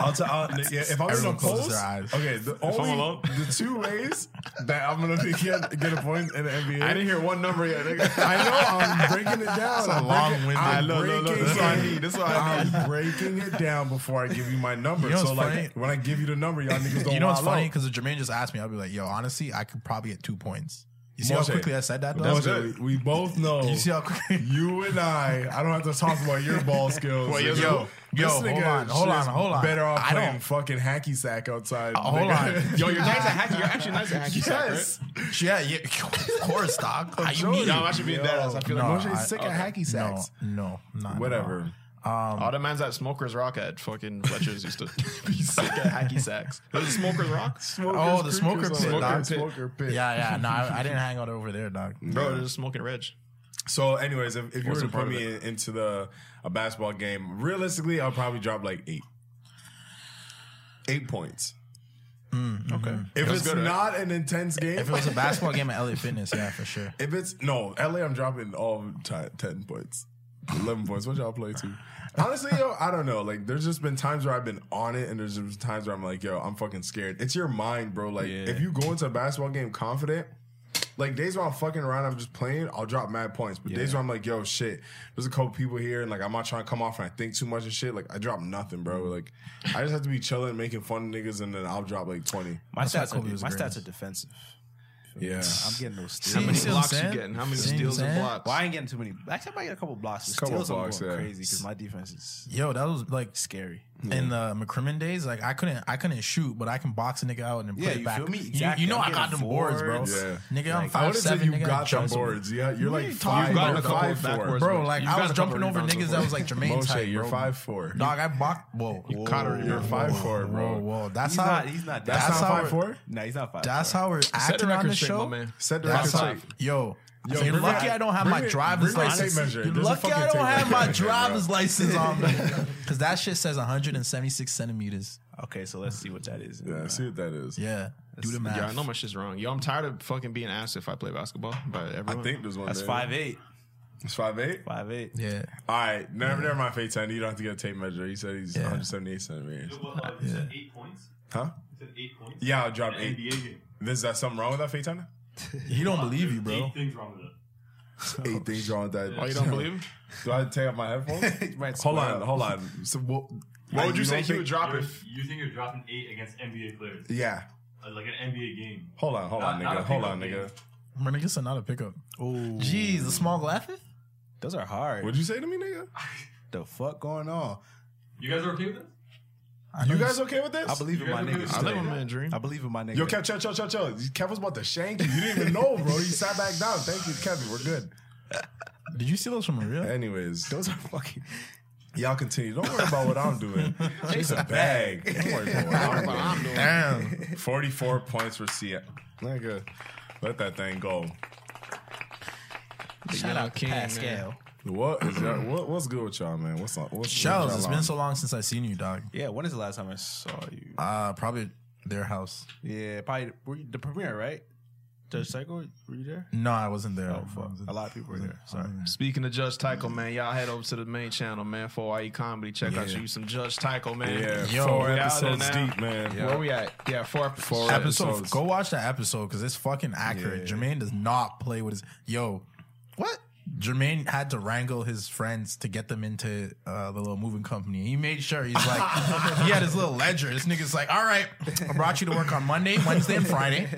S3: I'll tell. I'll, yeah, if I'm
S4: Everyone
S3: gonna
S4: closes
S3: post,
S4: their eyes.
S3: okay, the only
S6: alone?
S3: the two ways that I'm gonna think get, get a point in the NBA.
S6: I didn't hear one number yet. nigga.
S3: I know I'm breaking it down.
S4: a
S3: I'm
S4: long
S3: breaking,
S4: winded-
S3: I'm
S6: Look, look,
S3: breaking
S6: look, this is what I
S3: it-
S6: need, this is what I
S3: I'm breaking it down before I give you my number.
S4: You know
S3: so
S4: what's
S3: like
S4: funny?
S3: when I give you the number, y'all niggas don't.
S4: You know what's
S3: wild
S4: funny?
S3: out.
S4: Because Jermaine just asked me, I'll be like, "Yo, honestly, I could probably get two points." You see
S3: Moshe.
S4: how quickly I said that? Though?
S3: Moshe, We, we both know.
S4: You see
S3: You,
S4: how quickly?
S3: and I. I don't have to talk about your ball skills.
S6: Well,
S3: Like,
S6: yo,
S3: yo,
S4: yo,
S3: this
S4: hold
S3: nigga
S4: on, hold on,
S3: shit's
S4: hold on.
S3: Better off
S4: I
S3: playing
S4: don't-
S3: fucking hacky sack outside.
S4: Uh, hold
S3: nigga.
S4: on.
S6: Yo, you're nice at hacky. You're actually nice at hacky. sack,
S3: yes.
S4: yeah, yeah, of course, dog. How you
S6: right?
S4: mean?
S6: Yo, I'm actually being dead ass. I feel
S4: No,
S6: like
S3: Moshe's
S4: I-
S3: sick of hacky
S4: No,
S3: sacks.
S4: no, not
S3: Whatever.
S6: all the mans at Smokers Rock at fucking Fletcher's used to be sick at hacky sacks. Was it Smokers Rock?
S4: Oh, the smoker pit,
S6: Smoker
S4: dog.
S6: pit.
S3: Smoker pit.
S4: Yeah, yeah. No, I, I didn't hang out over there, dog.
S6: Bro, they're just smoking Reg.
S3: So, anyways, if, if you were to
S6: Wasn't
S3: put
S6: part of
S3: me in, into the a basketball game, realistically, I'll probably drop like eight, eight points. Hmm,
S6: Okay.
S3: If
S6: That's
S3: it's
S6: good, right?
S3: not an intense game,
S4: If it was a basketball game at LA Fitness, yeah, for sure.
S3: if it's no LA, I'm dropping all ti- ten points, eleven points. What y'all play to? Honestly, yo, I don't know. Like, there's just been times where I've been on it, and there's just times where I'm like, yo, I'm fucking scared. It's your mind, bro. Like, if you go into a basketball game confident. Like days where I'm fucking around, I'm just playing. I'll drop mad points, but days where I'm like, yo, shit, there's a couple people here, and like I'm not trying to come off and I think too much and shit. Like I drop nothing, bro. Like I just have to be chilling, making fun of niggas, and then I'll drop like twenty.
S2: My
S4: That's why
S2: stats, are,
S4: Kobe was
S2: my
S4: great.
S2: stats are defensive.
S3: Yeah,
S2: I'm getting those
S4: See,
S6: How
S2: steals.
S6: many
S4: see what I'm
S6: blocks you
S4: saying?
S6: getting? How many
S4: See what I'm
S6: steals and
S4: saying?
S6: blocks?
S2: Well, I ain't getting too many. Actually, I might get a couple blocks. The
S3: Couple
S2: steals are
S3: blocks,
S2: going
S3: yeah.
S2: crazy because my defense is
S4: Yo, that was like
S2: scary.
S4: in the McCrimmon days. Like I couldn't, I couldn't shoot, but I can box a nigga out and then put
S2: Yeah,
S4: it
S2: you
S4: back.
S2: feel me?
S4: You-
S2: Exactly.
S4: You, know
S2: I'm
S4: I got them
S2: getting
S4: boards, bro.
S2: boards.
S3: Yeah.
S4: Nigga, I'm
S3: I
S4: five
S3: wouldn't say
S4: seven.
S3: you
S4: nigga, I
S3: got
S4: jump
S3: them
S4: some-
S3: boards. Yeah, you're like
S6: talking
S3: five,
S6: about?
S3: you're
S6: You've gotten a
S3: five
S6: couple
S3: four.
S6: backwards.
S4: Bro, like
S6: You
S4: I
S6: got
S4: was
S6: a couple
S4: jumping over
S6: rebounds
S4: niggas
S6: before.
S4: that was like Jermaine
S3: Moshe,
S4: type.
S3: you're
S4: bro.
S3: five four.
S4: Dog, I box. Whoa,
S6: Caught her,
S3: You're
S6: bro.
S3: five four, bro.
S4: whoa, whoa. That's
S2: He's
S4: how.
S2: not. He's not.
S3: That's,
S4: That's
S3: not
S4: how
S3: five
S4: it-
S3: four.
S2: No, he's not five.
S4: That's how we're
S6: Set the
S4: acting on
S6: record
S4: the
S6: straight, my
S4: show.
S6: man.
S3: Set the record
S4: That's how.
S3: straight.
S4: Yo,
S3: Yo,
S4: you're
S3: bring
S4: lucky
S3: it-
S4: I don't have
S3: bring
S4: my
S3: it-
S4: driver's
S3: bring my tape
S4: license.
S3: measure.
S4: You're
S3: There's a
S4: lucky
S3: fucking
S4: I don't
S3: tape
S4: have my
S3: measure, bro.
S4: driver's license on me because that shit says 176 centimeters.
S2: Okay, so let's see what that is.
S3: Yeah, I see what that is.
S4: Yeah. Do the math.
S6: Yeah, I know my shit's wrong. Yo, I'm tired of fucking being asked if I play basketball by everyone.
S3: I think there's one.
S2: That's
S3: there.
S2: five eight.
S3: It's five eight.
S2: Five eight.
S4: Yeah.
S3: All right, never, never mind. Fate ten. You don't have to get a tape measure. He said he's 178 centimeters.
S7: uh, You said eight points.
S3: Huh?
S7: You said eight points.
S3: Yeah, I dropped
S7: In an
S3: eight.
S7: NBA game.
S3: There's that something wrong with that Fate ten?
S4: He don't believe you, bro.
S7: Eight things wrong with it.
S3: Eight things wrong with that.
S6: Oh, you don't believe? him?
S3: Do I have to take off my headphones? hold on, hold on. So what?
S6: What would you, say
S3: don't
S6: he would
S3: think-
S6: drop
S7: You're-
S6: if?
S7: You think you're dropping eight against NBA players,
S3: Yeah.
S7: Uh, like an NBA game?
S3: Hold on, hold on,
S7: Not- not
S3: nigga.
S7: a
S3: Hold on,
S7: pickup
S3: nigga.
S4: My nigga said not a pickup. Oh. Jeez, the small glasses?
S2: Those are hard.
S3: What'd you say to me, nigga?
S2: the fuck going on?
S7: You guys are okay with this?
S4: I know
S3: You guys okay with this?
S2: I believe in my niggas.
S6: I live
S2: today.
S6: with my dream.
S2: I believe in my niggas.
S3: Yo, Kev, chill, chill, chill, chill. Kevin's about to shank you. You didn't even know, bro. He sat back down. Thank you, Kevin. We're good.
S4: Did you see those from real?
S3: Anyways,
S2: Those are fucking.
S3: y'all continue. Don't worry about what I'm doing. Chase a bag. Don't worry about what I'm doing.
S6: I'm doing.
S3: Damn. 44 points for Seattle. Nigga, let that thing go.
S6: Shout out King,
S2: Pascal.
S3: What is that? What, what's good with y'all, man? What's up? What's
S4: Shells,
S3: what's
S4: it's
S3: y'all
S4: been
S3: on?
S4: so long since I seen you, dog.
S2: Yeah, when is the last time I saw you?
S4: Uh probably their house.
S2: Yeah, probably were you, the premiere, right? Judge Psycho, were you there?
S4: No, I wasn't there.
S2: Oh, fuck. A lot of people were there. Sorry.
S6: Speaking of Judge Tycho, man, y'all head over to the main channel, man, for IE comedy. Check out
S4: Yeah.
S6: you some Judge Tycho, man.
S3: Yeah,
S4: Yo,
S3: four
S6: we out
S3: episodes
S6: there now.
S3: deep, man.
S6: Where we at? Yeah, four, four
S4: episode.
S3: episodes.
S4: Go watch that episode because it's fucking accurate. Jermaine does not play with his yo. What? Jermaine had to wrangle his friends to get them into uh, the little moving company. He made sure he's like he had his little ledger. This nigga's like, all right, I brought you to work on Monday, Wednesday, and Friday.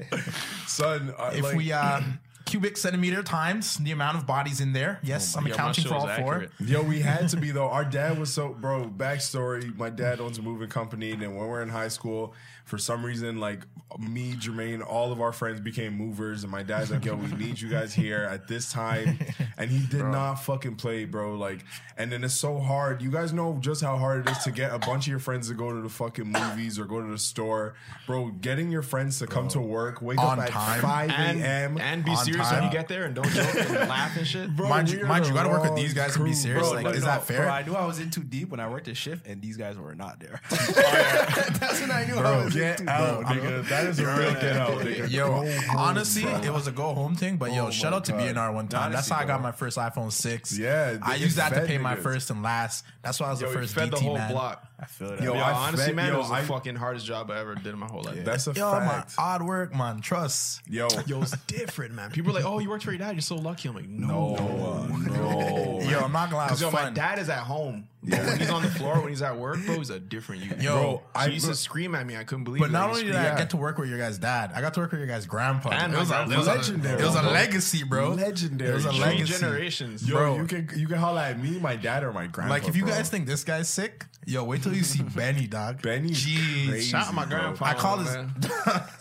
S3: Son, uh,
S4: If
S3: like,
S4: we uh, cubic centimeter times the amount of bodies in there, yes, I'm
S6: Yeah, Oh my
S4: accounting for
S6: show's
S4: all
S6: accurate.
S4: four.
S3: Yo, we had to be though. Our dad was so bro. Backstory: My dad owns a moving company, and then when we we're in high school, for some reason, like me, Jermaine, all of our friends became movers, and my dad's like, "Yo, we need you guys here at this time," and he did not fucking play, bro. Like, and then it's so hard. You guys know just how hard it is to get a bunch of your friends to go to the fucking movies or go to the store, bro. Getting your friends to come to work, wake
S4: On
S3: up at
S4: time.
S3: five
S6: and,
S3: a.m.
S6: and be
S4: on
S6: serious
S4: time.
S6: when you get there and don't joke and laugh and shit.
S3: Bro,
S4: Mind you,
S3: we're
S4: mind you,
S3: the
S4: gotta work with
S3: wrong
S4: these guys and be
S3: crew,
S4: serious.
S3: bro.
S4: like,
S2: No,
S4: is
S2: no,
S4: that
S2: no.
S4: fair?
S2: Bro, I knew I was in too deep when I worked a shift, and these guys were not there. That's when I knew I was in
S3: Get
S2: too
S3: out, nigga. That is a real get out, nigga.
S4: Yo, honestly, it was a go home thing, but yo, shout out to
S3: Oh God.
S4: BNR one time. That's
S3: Honestly,
S4: how I got
S3: bro.
S4: my first iPhone six.
S3: Yeah,
S4: I
S3: they
S4: used that to
S3: fed
S4: pay my
S3: niggas.
S4: first and last. That's why I was
S6: Yo,
S4: the
S6: we
S4: first DT
S6: fed the whole
S4: man.
S6: block.
S2: I feel that.
S3: Yo,
S6: Yo,
S3: I
S6: honestly,
S3: fed-
S6: man,
S3: yo,
S6: it was the
S3: I-
S6: fucking hardest job I ever did in my whole life.
S3: That's a
S4: Yo, my
S3: fact.
S4: odd work, man. Trust.
S3: Yo,
S6: Yo, it's different, man. People are like, "Oh, you worked for your dad. You're so lucky." I'm like, "No,
S3: no.
S4: Yo, I'm not gonna lie, it was
S6: Because yo, my
S4: fun.
S6: dad is at home. But when he's on the floor, when he's at work, bro, he's a different you.
S4: Yo,
S6: bro,
S4: I-
S6: he used to scream at me. I couldn't believe.
S4: but
S6: it.
S4: not
S6: Like,
S4: only did
S6: scream-
S4: I
S6: yeah.
S4: get to work with your guys' dad, I got to work with your guys' grandpa.
S6: And
S4: it was,
S6: my
S4: a,
S6: dad-
S4: it was
S3: legendary,
S4: A, it was a
S3: bro.
S4: legendary, bro.
S3: Legendary.
S4: It was a
S3: Three
S6: Three
S4: legacy.
S6: generations,
S3: Yo,
S4: Bro.
S3: you can you can holler at me, my dad, or my grandpa.
S4: Like if you
S3: bro.
S4: guys think this guy's sick, yo, wait till you see Benny, dog.
S3: Benny's crazy,
S4: jeez,
S6: Shout out my
S3: bro.
S6: grandpa.
S4: I called his
S6: man.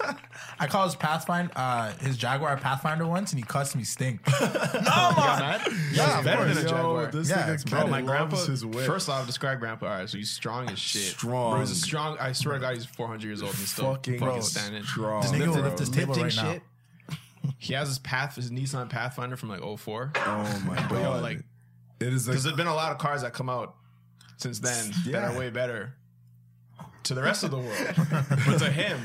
S4: I called his Pathfinder uh his Jaguar Pathfinder once and he cussed me stink. no man. Yeah,
S6: He's better
S4: of
S6: than a
S4: course.
S6: jaguar.
S3: This
S4: Yeah,
S3: nigga,
S4: bro,
S6: Bro, my grandpa.
S3: His whip.
S6: First off, describe grandpa. All right, so he's strong as shit.
S3: Strong.
S6: Bro, he's a strong. I swear to God, he's 400 years old and he's still
S3: Fucking
S6: fucking,
S3: bro,
S6: standing.
S3: strong,
S4: This nigga will lift his table
S6: Lifting
S4: right now.
S6: shit. He has his path, his Nissan Pathfinder from like 04.
S3: oh my god,
S6: But yo, like,
S3: it is
S6: because
S3: like
S6: there's been a lot of cars that come out since then that
S3: Yeah.
S6: are way better to the rest of the world. but to him,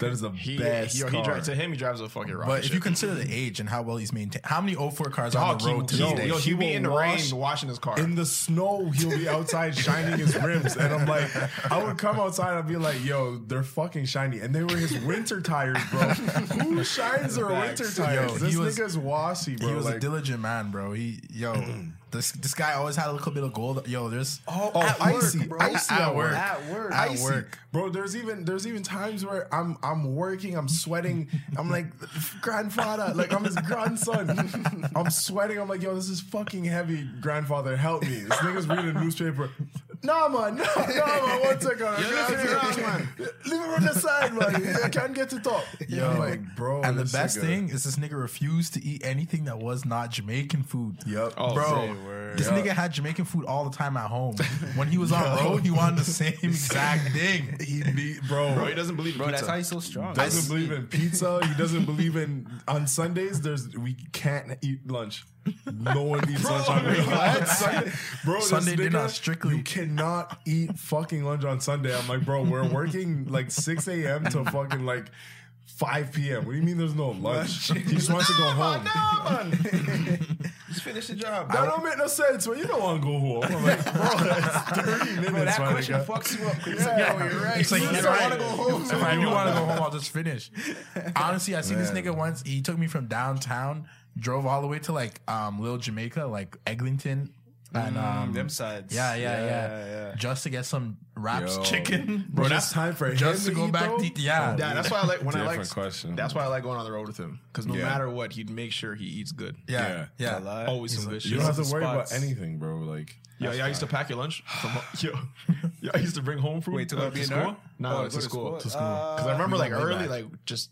S3: that is the
S6: he,
S3: best
S6: yo, he
S3: car.
S6: drives to him. He drives a fucking rocket.
S4: But if
S6: ship.
S4: you consider the age and how well he's maintained, how many 04 cars on
S6: Dog,
S4: the road to
S6: he, yo,
S4: this day?
S6: yo, he
S3: He
S6: be
S3: will
S6: in the
S3: wash
S6: rain washing his car.
S3: in the snow, he'll be outside shining his rims. And I'm like, I would come outside and I'd be like, yo, they're fucking shiny. And they were his winter tires, bro. Who shines their winter tires?
S4: Yo, he
S3: this
S4: was-
S3: nigga's washy, bro.
S4: He was a
S3: like,
S4: diligent man, bro. He yo, this this guy always had a little bit of gold. Yo, there's
S3: Oh, icy, icy
S4: at,
S3: at
S4: work.
S3: work.
S4: At work.
S3: I see. bro. There's even there's even times where I'm I'm working, I'm sweating, I'm like grandfather, like I'm his grandson. I'm sweating. I'm like, yo, this is fucking heavy. Grandfather, help me. This nigga's reading a newspaper. Nah, man, nah, nah, man. One second, I'm
S6: listen
S3: here.
S6: around, man.
S3: Leave him on the side, man. I can't get to top. Yo, I'm like, bro.
S2: Oh,
S4: And the
S3: this
S4: best
S3: nigga-
S4: thing is this nigga refused to eat anything that was not Jamaican food.
S3: Yup.
S6: Oh,
S4: Bro,
S6: say word.
S4: this
S3: Yeah.
S4: nigga had Jamaican food all the time at home. When he was on road, he wanted the same exact thing.
S3: He be, bro.
S6: bro, he doesn't believe. in
S2: Bro, that's
S6: pizza.
S2: how he's so strong.
S3: doesn't believe in pizza. He doesn't believe in on Sundays. There's we can't eat lunch. No one eats lunch on
S4: what?
S3: Sunday. Bro,
S4: Sunday
S3: this
S4: dinner
S3: nigga,
S4: strictly-
S3: You cannot eat fucking lunch on Sunday. I'm like, bro, we're working like 6 a.m. to fucking like 5 p.m. What do you mean there's no lunch? he just wants to go home.
S2: Just finish the job.
S3: That don't make no sense. Well, you don't want to go home. I'm like, bro, that's 30 minutes.
S2: Bro, that
S3: my
S2: question
S3: nigga.
S2: fucks you up. Yeah, you're right.
S4: It's like,
S2: you
S4: you're
S2: don't
S4: right.
S2: want to go home.
S4: If I do want to go home, I'll just finish. Honestly, I seen this
S3: Man.
S4: nigga once. He took me from downtown, drove all the way to like um, Little Jamaica, like Eglinton, and um,
S2: Mm, them sides.
S4: Yeah, yeah, yeah,
S2: yeah.
S4: Just to get some wraps
S3: Yo.
S4: chicken,
S3: Bro, that's time for
S4: just
S3: him
S4: to go
S3: eat,
S4: back.
S3: though?
S4: To, yeah,
S2: That- that's why I like when I
S3: Different
S2: like
S3: question.
S2: That's why I like going on the road with him because no
S3: Yeah.
S2: matter what, he'd make sure he eats good.
S4: yeah,
S2: Yeah,
S4: yeah.
S2: always some good shit.
S3: You don't have to worry
S2: Spots.
S3: about anything, bro. Like,
S6: Yo, y'all used to pack your lunch from home. Yo, y'all used to bring home food.
S2: Wait, to go
S6: uh,
S2: to school?
S6: No,
S2: Oh,
S6: it's
S2: go
S6: to school.
S2: To
S6: Because
S4: Uh,
S2: school. Because
S6: I remember
S2: we
S6: like
S2: went way
S6: early,
S2: back.
S6: like just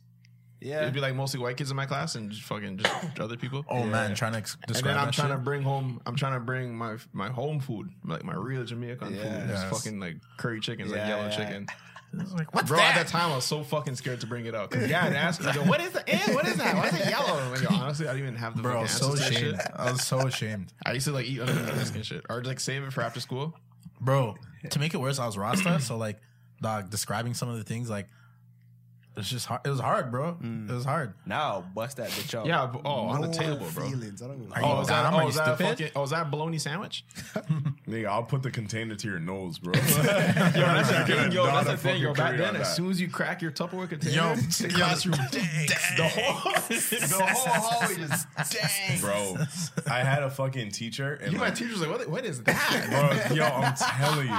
S2: yeah.
S6: it'd be like mostly white kids in my class and just fucking just other people.
S4: Oh man, trying to ex-
S6: And
S4: describe
S6: then I'm
S4: that
S6: trying
S4: shit.
S6: to bring home. I'm trying to bring my my home food, like my real Jamaican food. It's
S2: Yes.
S6: fucking like curry chicken,
S2: Yeah,
S6: like yellow
S2: yeah.
S6: chicken.
S4: like, what's
S6: Bro,
S4: that?
S6: at that time I was so fucking scared to bring it up. Cause yeah, they asked me, yo, "What is the eh, What is that? Why is it yellow?" And I go, honestly, I didn't even have the
S4: Bro, I
S6: fucking
S4: was so
S6: answers to that
S4: ashamed.
S6: shit.
S4: I was so ashamed,
S6: I used to like eat under the desk and shit, or like save it for after school.
S4: bro. To make it worse, I was Rasta, so like, dog, describing some of the things like. It's just hard. It was hard, bro. It was hard.
S2: Now bust that bitch up.
S6: Yeah, but- oh, on the table, bro. Oh, is that,
S4: Dom, are
S6: oh,
S4: you
S6: is that
S4: stupid?
S6: fucking, oh, is that bologna sandwich?
S3: nigga, I'll put the container to your nose, bro.
S6: Yo, that's the thing, yo,
S3: Dom,
S6: that's the
S3: I'm
S6: thing, yo.
S3: fucking
S6: Back
S3: clear
S6: then,
S3: on
S6: as
S3: that.
S6: soon as you crack your Tupperware container,
S4: Yo,
S6: the
S4: yo,
S6: classroom, the whole,
S2: The whole hallway just dang.
S3: bro. I had a fucking teacher, and
S6: you, my
S3: like,
S6: teacher's like, what, what is that?
S3: bro, yo, I'm telling you,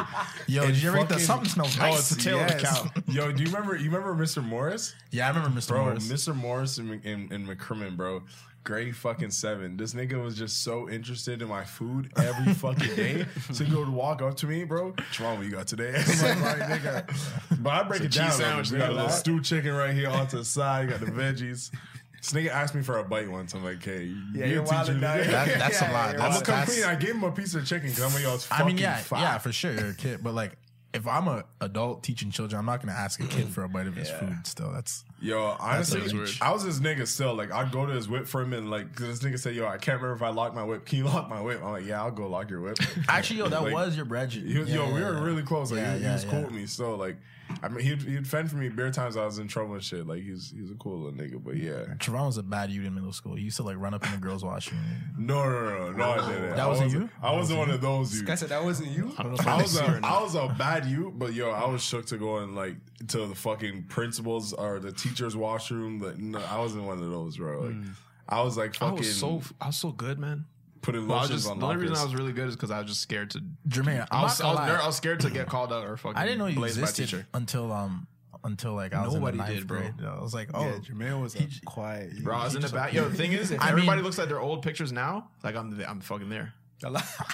S4: Yo,
S3: And
S4: did you ever eat the
S3: fucking-
S4: something smells
S6: Oh,
S4: nice?
S6: it's the tail of the cow.
S3: yo, do you remember? You remember Mr. Morris,
S4: Yeah, I remember Mr.
S3: bro?
S4: Morris.
S3: Mr. Morris and, and, and McCrimmon, bro. Grade fucking seven. This nigga was just so interested in my food every fucking day. So he would walk up to me, bro. Javon, what you got today? I'm like, "All right, nigga. But I break it
S6: cheese
S3: down.
S6: sandwich,
S3: Sandwich, we got a
S6: nigga.
S3: little stew chicken right here on to the side. You got the veggies. This nigga asked me for a bite once. I'm like, hey, yeah,
S2: you're wildin' out.
S4: That- that's a lot.
S3: I'm
S4: That's,
S3: gonna come
S4: that's,
S3: clean. I gave him a piece of chicken because I'm like, yo, it's
S4: I
S3: fucking
S4: mean, yeah,
S3: fire.
S4: yeah, for sure. You're a kid, but like, if I'm a adult teaching children, I'm not gonna ask a kid for a bite of his food. Still, that's
S3: Yo, honestly,
S4: sounds weird.
S3: I was this nigga still. Like, I'd go to his whip for him and, like, 'cause this nigga said, yo, I can't remember if I locked my whip. Can you lock my whip? I'm like, yeah, I'll go lock your whip.
S4: actually, yo, that
S3: Like,
S4: was your bread.
S3: He was, yo, we were really close. Like,
S4: Yeah,
S3: he, was- he
S4: yeah,
S3: was cool
S4: yeah.
S3: with me. So, like, I mean, he'd, he'd fend for me bare times I was in trouble and shit. Like, he's he's a cool little nigga, but yeah.
S4: Trevon was a bad dude in middle school. He used to like run up in the girls' washroom.
S3: No, no, no, no, no, I didn't.
S4: That
S3: I
S4: wasn't
S3: wasn't
S4: you?
S3: I wasn't one of those dudes.
S2: I said that wasn't you.
S3: I was a, I was a bad you, but yo, I was shook to going like to the fucking principal's or the teacher's washroom. Like, no, I wasn't one of those, bro. Like, I was like
S6: Hmm. I
S3: fucking
S6: was so, I was so good, man.
S3: putting
S6: Well, I was
S3: lotions
S6: just,
S3: on
S6: the only reason
S3: lockers.
S6: I was really good is because I was just scared to.
S4: Jermaine, I'm
S6: I was,
S4: not
S6: I
S4: gonna
S6: was, ner-
S4: lie.
S6: I was scared to get called out or fucking.
S4: I didn't know you
S6: blazed by
S4: existed
S6: teacher.
S4: until um until like I was in
S6: Nobody
S4: the ninth
S6: did, bro.
S4: grade. I was like, oh,
S2: Jermaine was a quiet.
S6: Bro, I was in the back. Yo, the thing is, if
S4: I mean-
S6: everybody looks at their old pictures now, like I'm, th- I'm fucking there.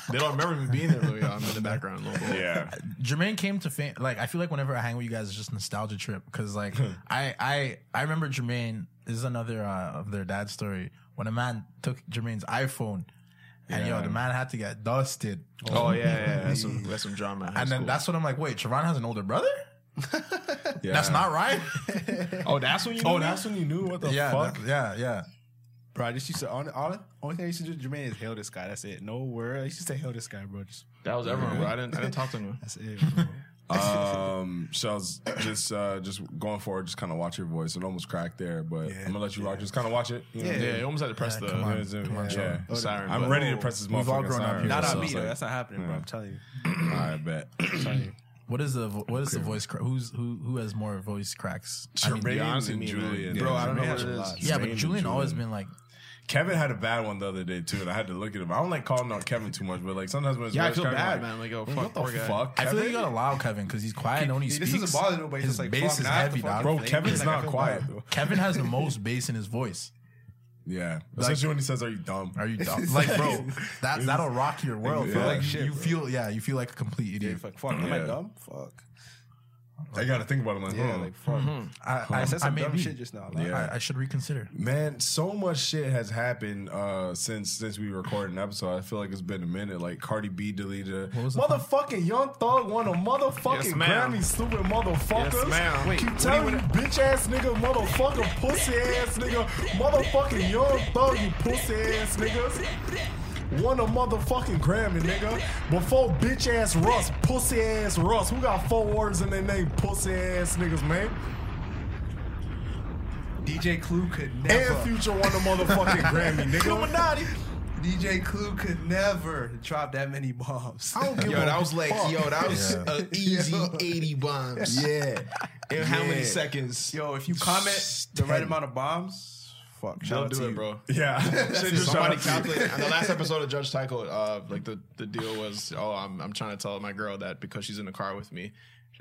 S6: They don't remember me being there, but yo, I'm in the background. A little bit.
S3: yeah,
S4: Jermaine came to fame. Like I feel like whenever I hang with you guys, it's just nostalgia trip. Because like I I I remember Jermaine. This is another uh, of their dad's story. When a man took Jermaine's iPhone, and yo, the man had to get dusted.
S6: Oh yeah, yeah, yeah. That's some, that's some drama.
S4: and then that's when I'm like, wait, Trevon has an older brother. That's not right.
S6: oh, that's when you.
S3: Oh, that's when you knew what the
S4: yeah,
S3: fuck.
S4: that- yeah, yeah.
S2: Bro, I just used to on all only thing I used to do Jermaine is hail this guy. That's it. No word. I used to say hail this guy, bro. Just
S6: That was everyone. Bro. I didn't. I didn't talk to anyone.
S2: that's it. Bro.
S3: um, so I was just uh, just going forward, just kind of watch your voice. It almost cracked there, but I'm gonna let you rock. Just kind of watch it. You know?
S6: Yeah, you almost had to press the.
S4: come on.
S3: Yeah,
S4: Sean.
S3: yeah.
S6: Siren,
S3: I'm
S6: but-
S3: ready to press this
S4: We've all
S3: motherfucking
S4: grown up
S3: siren.
S4: here,
S2: Not
S4: so
S2: on me
S4: it's
S2: though.
S4: like-
S2: That's not happening, bro. I'm telling you.
S3: I bet.
S4: What is the vo- what is the voice? Cra- who's who? Who has more voice cracks? I mean,
S3: Jermaine
S6: honestly,
S3: and
S6: me, man.
S3: Julian,
S6: Bro, I don't know
S3: Jermaine
S6: what
S3: has
S6: it
S3: a
S6: is.
S3: lot.
S4: yeah,
S3: Jermaine
S4: but
S3: and
S4: Julian always been like,
S3: Kevin had a bad one the other day too, and I had to look at him. I don't like calling out Kevin too much, but like sometimes when it's
S6: Yeah, I
S3: Maris
S6: feel
S3: Kevin,
S6: bad,
S3: like,
S6: man. Like, yo,
S3: What
S6: fuck,
S3: the
S6: poor guy.
S3: fuck?
S4: I feel like
S3: Kevin?
S4: you gotta allow Kevin because he's quiet and only
S2: This
S4: speaks.
S2: doesn't bother nobody.
S4: His
S2: It's like
S4: bass
S2: fuck,
S4: is
S2: now I have to
S4: heavy,
S2: fucking
S4: dog.
S3: bro,
S2: think.
S3: Kevin's
S2: Like, I
S3: not
S2: feel
S3: quiet.
S2: bad.
S3: though.
S4: Kevin has the most bass in his voice.
S3: Yeah, especially when he says, "Are you dumb?"
S4: Are you dumb? Like, bro, that that'll rock your world. bro.
S3: Yeah.
S4: Like,
S2: Shit,
S4: you
S2: bro.
S4: feel, yeah, you feel like a complete idiot.
S2: Like, fuck, am I
S3: Yeah.
S2: dumb? Fuck.
S3: I gotta think about it. I'm like,
S2: Yeah,
S3: huh.
S2: like fuck.
S4: I,
S2: I
S4: Mm-hmm. I,
S2: said
S4: I
S2: some
S4: may
S2: dumb
S4: be.
S2: shit just now. Like,
S3: Yeah.
S4: I, I should reconsider.
S3: Man, so much shit has happened uh, since since we recorded an episode. I feel like it's been a minute. Like Cardi B deleted. a-
S4: was the-
S8: Motherfucking Young Thug won a motherfucking
S6: Yes, ma'am.
S8: Grammy, stupid motherfuckers.
S6: Yes, ma'am. Wait,
S8: Keep
S6: what
S8: telling
S6: do
S8: you,
S6: you
S8: bitch ass nigga, motherfucking pussy ass nigga, motherfucking Young Thug, you pussy ass niggas. Won a motherfucking Grammy, nigga. Before bitch ass Russ, pussy ass Russ. Who got four words in their name, pussy ass niggas, man?
S2: DJ Clue could never.
S8: And Future won a motherfucking Grammy, nigga. Illuminati.
S2: DJ Clue could never drop that many bombs.
S8: I don't give
S2: Yo,
S8: a
S2: that was like,
S8: fuck.
S2: yo, that was an easy 80 bombs.
S8: Yeah.
S2: In how many
S8: Yeah.
S2: seconds? Yo, if you comment the right amount of bombs, fuck, shout
S6: Don't
S2: out to
S6: do it,
S2: you.
S6: bro.
S3: yeah,
S6: Shit, Somebody calculated. On the last episode of Judge Tycho, uh, like the, the deal was, oh, I'm, I'm trying to tell my girl that because she's in the car with me,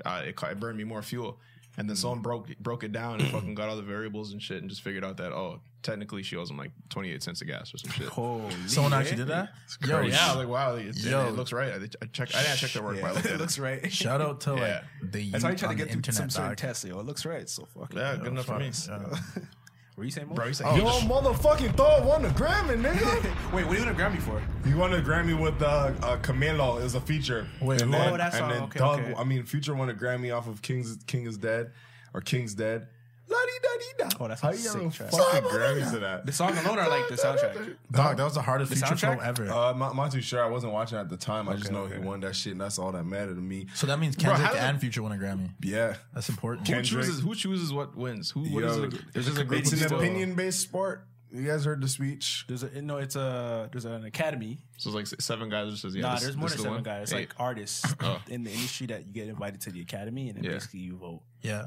S6: uh, it, ca- it burned me more fuel. And then someone broke broke it down and fucking got all the variables and shit and just figured out that, oh, technically she owes him like 28 cents of gas or some shit.
S2: eh?
S4: Someone actually did that.
S6: Yo, yeah, I
S4: yeah.
S6: was like, wow, it,
S4: Yo.
S6: it looks right. I, I checked, I didn't check their work, but I looked at
S2: It
S6: it.
S2: looks right.
S4: Shout out to like
S6: Yeah.
S4: the youth
S2: That's how you try to
S4: on
S2: get
S4: the
S2: through
S4: internet.
S2: some certain
S4: dog.
S2: tests. Yo, it looks right. So fuck.
S6: yeah, good enough for me.
S4: Yeah.
S2: Were you saying more?
S6: Bro, you said
S8: Yo, motherfucking Thug won the Grammy, nigga.
S2: Wait, what are you gonna grab me for?
S3: he won a Grammy with uh, uh, Camilo as a feature.
S4: Wait,
S3: and
S4: what?
S3: then,
S2: Oh, that's
S3: and
S2: all.
S3: then
S2: Okay,
S3: Doug.
S2: okay.
S3: I mean, Future won a Grammy off of King's King is Dead or King's Dead. La di da di da.
S2: Oh, that's
S3: How
S2: a
S3: you got
S2: sick
S3: a
S2: track.
S3: fucking Grammy to that?
S2: The song alone, I like the soundtrack.
S4: Dog, that was the hardest
S2: The
S4: feature
S2: soundtrack?
S4: film ever.
S3: Uh, I'm, not, I'm not too sure. I wasn't watching at the time. I just
S2: Okay,
S3: know
S2: okay.
S3: he won that shit, and that's all that mattered to me.
S4: so that means
S6: how
S4: Kendrick
S6: does it-
S4: and Future won a Grammy.
S3: Yeah,
S4: That's important.
S6: who chooses, who chooses what wins? Who what is
S3: Yo,
S6: it? It's just a group
S3: it's
S6: of
S3: an
S6: people.
S3: opinion-based sport. You guys heard the speech.
S2: There's a no, it's a there's an academy.
S6: So it's like seven guys. Just says, yeah,
S2: nah,
S6: this-
S2: there's more than
S6: this the
S2: seven
S6: one.
S2: guys.
S6: Eight.
S2: Like artists
S6: Oh.
S2: in the industry that you get invited to the academy, and then
S6: Yeah.
S2: basically you vote.
S4: Yeah.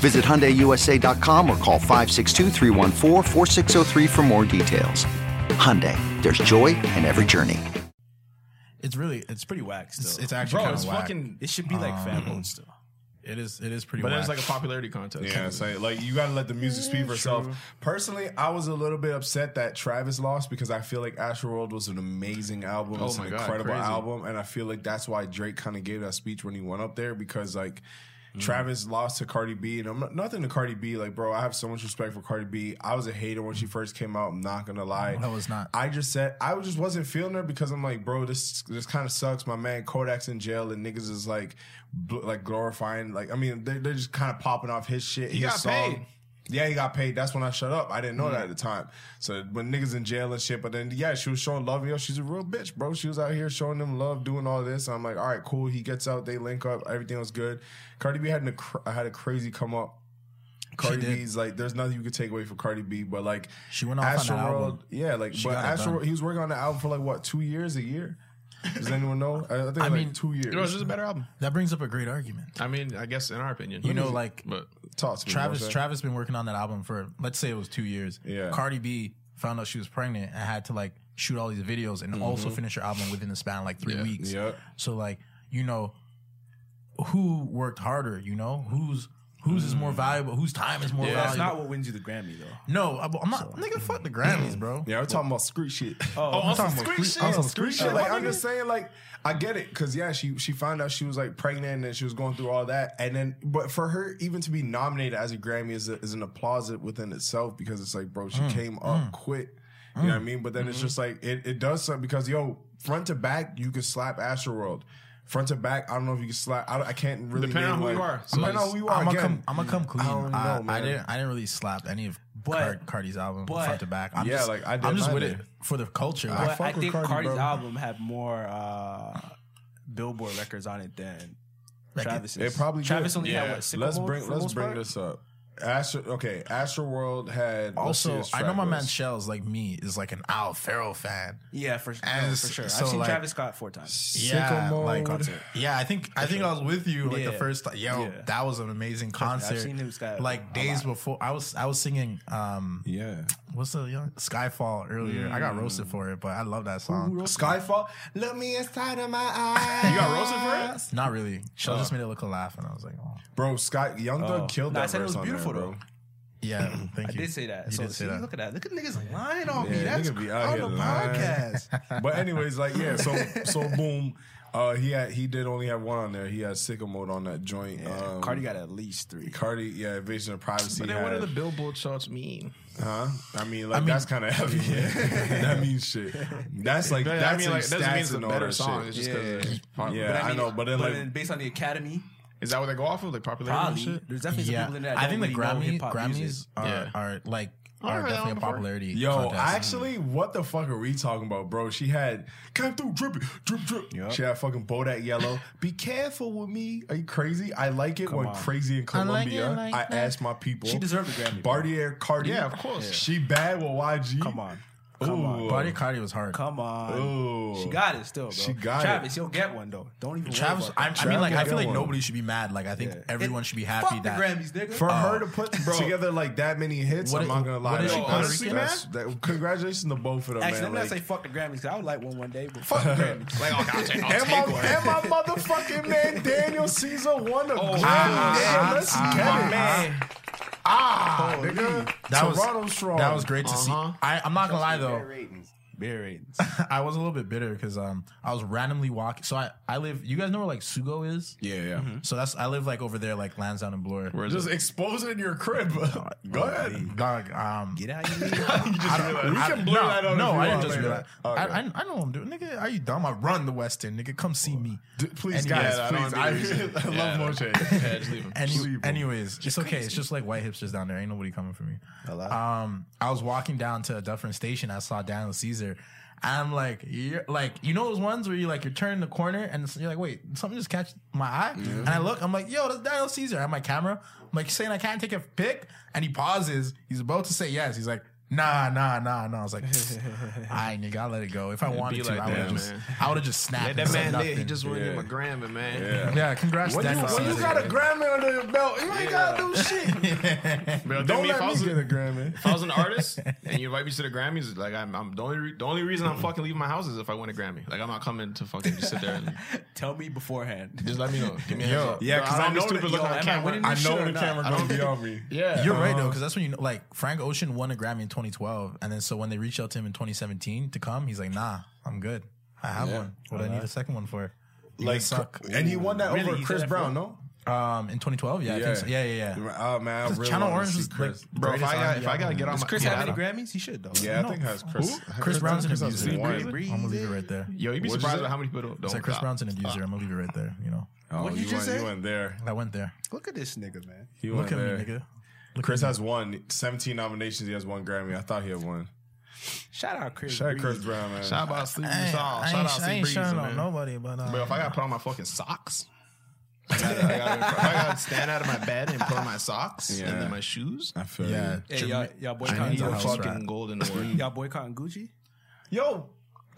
S9: Visit HyundaiUSA.com or call 562-314-4603 for more details. Hyundai, there's joy in every journey.
S4: It's really, it's pretty whack. Still. It's, it's actually
S6: Bro,
S4: kind
S6: it's
S4: of whack.
S6: fucking.
S2: It should be like fan votes still.
S4: It is. It is pretty.
S6: But
S4: whack.
S6: it's like a popularity contest.
S3: Yeah, so like you gotta let the music speak for itself. Personally, I was a little bit upset that Travis lost because I feel like Astroworld was an amazing album.
S6: Oh
S3: it's
S6: my
S3: an
S6: God,
S3: incredible
S6: crazy.
S3: album, and I feel like that's why Drake kind of gave that speech when he went up there because like.
S4: Mm.
S3: Travis lost to Cardi B, and I'm not, nothing to Cardi B. Like, bro, I have so much respect for Cardi B. I was a hater when she first came out. I'm not gonna lie.
S4: I was not.
S3: I just said I was- just wasn't feeling her because I'm like, bro, this this kind of sucks. My man Kodak's in jail, and niggas is like, bl- like glorifying. Like, I mean, they, they're just kind of popping off his shit. his
S6: got
S3: song.
S6: paid.
S3: Yeah, he got paid. That's when I shut up. I didn't know
S4: Mm.
S3: that at the time. So when niggas in jail and shit, but then yeah, she was showing love. Yo, she's a real bitch, bro. She was out here showing them love, doing all this. I'm like, all right, cool. He gets out. They link up. Everything was good. Cardi B had a cr- had a crazy come up. Cardi
S4: did.
S3: B's like, there's nothing you could take away from Cardi B, but like
S4: She went off on that album.
S3: yeah, like
S4: She
S3: but
S4: got it
S3: Astro,
S4: done.
S3: he was working on the album for like what two years, a year. Does anyone know? I, I think like
S4: mean,
S3: two years.
S6: It was just a better album.
S4: that brings up a great argument.
S6: I mean, I guess in our opinion,
S4: You know, like
S6: but
S3: Talk to me,
S4: Travis.
S3: you know what I'm
S4: Travis been working on that album for let's say it was two years.
S3: Yeah.
S4: Cardi B found out she was pregnant and had to like shoot all these videos and also finish her album within the span of like three
S6: Mm-hmm. Yeah.
S4: weeks.
S3: saying? Yep.
S4: So like you know, who worked harder? You know who's whose is more valuable? Whose time is more
S6: Yeah.
S4: valuable?
S2: That's not what wins you the Grammy though.
S4: no, I'm I'm not. Nigga, fuck the Grammys, bro.
S3: Yeah, we're talking about screech shit.
S2: Oh,
S4: I'm talking about free- I'm talking
S3: Screech shit. Like I'm just saying, like I get it, cause yeah, she she found out she was like pregnant and then she was going through all that, and then but for her even to be nominated as a Grammy is, a, is an applause within itself because it's like, bro, she came up quick. You know what I mean? But then it's just like it, it does something because yo, front to back, you can slap Astroworld. front to back. I don't know if you can slide. I, don't- I can't really.
S6: Depending
S3: name,
S6: on who you
S3: like-
S6: are.
S3: Depending on who you are.
S4: I'm gonna
S3: again.
S4: come. I'm gonna come clean.
S3: I don't know,
S4: I, I
S3: man.
S4: didn't. I didn't really slap any of
S2: But-
S4: Card, Cardi's album
S2: but-
S4: front to back. I'm
S3: Yeah,
S4: just,
S3: like, I did
S4: I'm just
S3: mine
S4: with
S3: then.
S4: it for the culture.
S3: I
S4: Like,
S2: But I,
S3: fuck with
S2: think
S3: Cardi,
S2: Cardi's
S3: bro.
S2: album had more uh, Billboard records on it than
S4: Like,
S2: Travis's.
S3: It probably
S2: Travis
S3: did.
S2: only had what? Six
S3: let's
S2: or more
S3: bring
S2: for the
S3: let's
S2: most
S3: bring
S2: part?
S3: this up. Astro, okay, Astro World had let's see
S4: Also,
S3: his
S4: I know
S3: track
S4: my man
S3: list.
S4: Shells, like me, is like an Al Farrell fan.
S2: Yeah, for, no,
S4: As-
S2: for sure.
S4: so,
S2: I've seen
S4: like-
S2: Travis Scott four times.
S4: Yeah,
S3: Sicko
S4: like
S3: Mode.
S4: yeah. I think I think I was with you like the
S2: Yeah.
S4: first. ti- Yo,
S2: Yeah.
S4: that was an amazing concert.
S2: seen him sky-
S4: like
S2: a
S4: days
S2: lot.
S4: before. I was I was singing. um
S3: Yeah,
S4: What's the young Skyfall earlier? I got roasted
S2: Mm.
S4: for it, but I love that song.
S3: Skyfall. Look me inside of my eyes.
S6: You got roasted for it?
S4: Not really. Shell just made it look a laugh, and I was like, oh.
S3: bro. Sky Young Thug
S2: Oh.
S3: killed
S2: Nah,
S3: that.
S2: I said it
S3: verse
S2: was
S3: on there,
S2: beautiful,
S3: bro.
S2: though.
S4: yeah, thank
S2: I
S4: you.
S2: did say that.
S4: You
S2: so
S4: did say
S2: see,
S4: that.
S2: look at that. Look at niggas lying on me.
S3: Yeah,
S2: That's
S3: nigga be out
S2: on
S3: here
S2: the
S3: lying.
S2: podcast.
S3: But anyways, like yeah, so so boom. Uh, he had he did only have one on there. He had Sicko Mode on that joint. Um,
S2: Cardi got at least three.
S3: Cardi, yeah, Invasion of Privacy.
S6: Then what do
S3: had-
S6: the Billboard charts mean?
S3: Huh? I mean, like that's kind of heavy. that means shit. That's like
S6: But
S3: that's
S6: I mean, like, it
S3: like
S6: doesn't mean
S3: that's
S6: it's
S3: in
S6: a
S3: better
S6: better song.
S3: Shit.
S6: It's just because
S3: Yeah, I, know, but then
S2: But
S3: like
S2: then based on the Academy,
S6: is that what they go off of? Like popularity and
S2: probably
S6: shit.
S2: there's definitely
S4: Oh, yeah,
S2: some people in there. That
S4: I think the
S2: don't really know
S4: Grammy
S2: hip-hop music.
S4: Grammys are,
S1: Yeah.
S4: are like
S6: I
S4: are
S6: heard that
S4: definitely a
S6: one before.
S4: popularity.
S3: Yo,
S4: contest.
S3: actually, what the fuck are we talking about, bro? She had came through dripping, drip, drip. She had fucking Bodak Yellow. Be careful with me. Are you crazy? I like it when crazy in Colombia. I, asked my people.
S2: She deserved a Grammy, bro.
S3: Bartier Cardi.
S6: Yeah, of course. Yeah.
S3: She bad with YG.
S2: Come on,
S3: Ooh.
S4: Body Cardi was hard.
S2: come on.
S3: Ooh.
S2: She got it still, bro.
S3: She got it.
S2: Travis, you'll get one though. Don't even.
S4: Travis,
S2: worry
S4: I,
S2: about that.
S4: I mean, like, I
S3: Travis
S4: feel like
S3: got one.
S4: nobody should be mad. Like, I think everyone should be happy
S2: Fuck
S4: that
S2: the Grammys, nigga.
S3: For
S4: Oh.
S3: her to put together like that many hits,
S4: What
S3: I'm
S4: is-
S3: not gonna lie.
S4: what is
S3: like,
S4: she,
S3: that's-
S4: Puerto Rican,
S3: that's- that- congratulations to both of them, man.
S2: Actually, let me not
S3: like-
S2: say fuck the Grammys because I would like one one day, but fuck the Grammys. like, I'll, take, I'll
S3: and, my, and my motherfucking man Daniel Caesar won a Grammy.
S2: ah,
S3: man. Let's
S4: ah,
S3: get
S4: ah,
S3: it.
S2: man.
S3: Ah, nigga.
S4: that was
S3: Toronto's strong.
S4: that was great to see. I, I'm not gonna lie though.
S2: Beer ratings.
S4: I was a little bit bitter because um I was randomly walking. So I I live. You guys know where like Sugo is. Mm-hmm.
S3: Yeah, yeah.
S4: So that's I live like over there, like Lansdowne and Bloor.
S3: We're just expose it in your crib. Go ahead.
S4: Dog, um,
S2: Get out of here.
S3: we can blur
S4: no,
S3: that out.
S4: No,
S3: if you
S4: I
S3: want
S4: didn't just
S3: later.
S4: realize.
S3: Okay.
S4: I, I, I know what I'm doing, nigga. Are you dumb? I run the West End, nigga. Come see me.
S3: D- please,
S4: Anyway,
S3: guys,
S4: yeah, I
S3: please.
S4: don't
S3: I, I love Moshe.
S6: Yeah, just leave him.
S4: Any, anyways, it's okay. It's just like white hipsters down there. Ain't nobody coming for me. Um, I was walking down to a different station. I saw Daniel Caesar. I'm like, you're like, you know those ones where you like you're turning the corner and it's- you're like, wait, something just catch my eye. And I look, I'm like, yo, that's Daniel Caesar. I have my camera. I'm like saying I can't take a pic. And he pauses. He's about to say yes. He's like, nah, nah, nah, nah. I was like, I nigga, I let it go. If I wanted to,
S6: like
S4: I would have
S6: that,
S4: just,
S6: man.
S4: I would have just snapped.
S6: Let
S4: and
S6: that
S4: said
S6: man live. He
S4: nothing.
S6: just won
S3: Yeah.
S6: him a Grammy, man.
S4: yeah, congrats,
S3: When you,
S4: Daniel
S3: when you
S4: Caesar.
S3: got a Grammy under your belt, you ain't gotta do shit.
S6: Bro,
S3: Don't
S6: me if
S3: let
S6: I
S3: me
S6: was
S3: get a Grammy.
S6: If I was an artist and you invite me to the Grammys, like I'm, I'm the only re- the only reason I'm fucking leaving my house is if I win a Grammy. Like I'm not coming to fucking just sit there and
S2: Tell me beforehand.
S6: just let me know. Give me a heads up.
S3: yeah,
S6: Bro,
S3: 'cause I
S6: don't be
S3: know
S6: stupid
S3: that-
S6: looking
S3: yo,
S6: on
S3: am
S2: I
S6: camera.
S2: winning
S3: I
S2: this
S3: know
S2: shit or
S3: the
S2: not?
S3: camera
S2: I
S3: gonna be on me.
S6: Yeah,
S4: You're right though,
S3: Um,
S4: because that's when you know, like Frank Ocean won a Grammy in 2012, and then so when they reached out to him in 2017 to come, he's like, "Nah, I'm good. I have one. What do I need a second one for?" You
S3: Like,
S4: guys suck.
S3: and he won that over
S2: He said
S3: Chris
S2: that
S3: Brown, no?
S4: Um, in 2012, yeah, yeah, I think so. yeah, yeah. yeah.
S3: Oh man, I really
S4: Channel
S3: wanna
S4: Orange
S3: see
S4: was like,
S3: Chris.
S6: bro. If I got if I gotta get on
S2: Does
S6: my
S2: Chris
S6: yeah,
S2: have
S6: I
S2: any
S6: don't-
S2: Grammys? He should though.
S3: yeah, I think has Chris.
S4: Chris Brown's an
S3: Chris has
S4: abuser.
S3: one.
S4: I'm gonna leave it right there.
S6: Yo, you'd be
S3: What'd you
S6: surprised
S3: say?
S6: at how many people don't.
S4: It's like Chris
S6: stop.
S4: Brown's an abuser. I'm gonna leave it right there. You know,
S3: Oh,
S2: What'd you just
S3: went,
S2: say?
S3: You went there.
S4: I went there.
S2: Look at this nigga, man.
S3: He
S4: Look
S3: went
S4: at
S3: there.
S4: me, nigga. Look
S3: Chris
S4: at
S3: has one, 17 nominations. He has one Grammy. I thought he had one.
S2: Shout out Chris.
S3: Shout out
S2: Breeze.
S3: Chris Brown, man.
S6: Shout out Sleepy
S4: me.
S6: Saul. Shout out Sleepy Breeze, man.
S4: nobody, but uh,
S6: Bro, if I gotta put on my fucking socks, I gotta, I gotta, if I gotta stand out of my bed and put on my socks
S3: Yeah.
S6: and then my shoes.
S3: I feel
S4: yeah,
S3: yeah.
S2: Hey, y'all, y'all
S4: I
S6: I
S4: need
S6: need
S2: boycotting
S4: a
S6: a
S4: house
S6: fucking
S4: rat.
S6: golden award.
S2: y'all boycotting Gucci.
S3: Yo.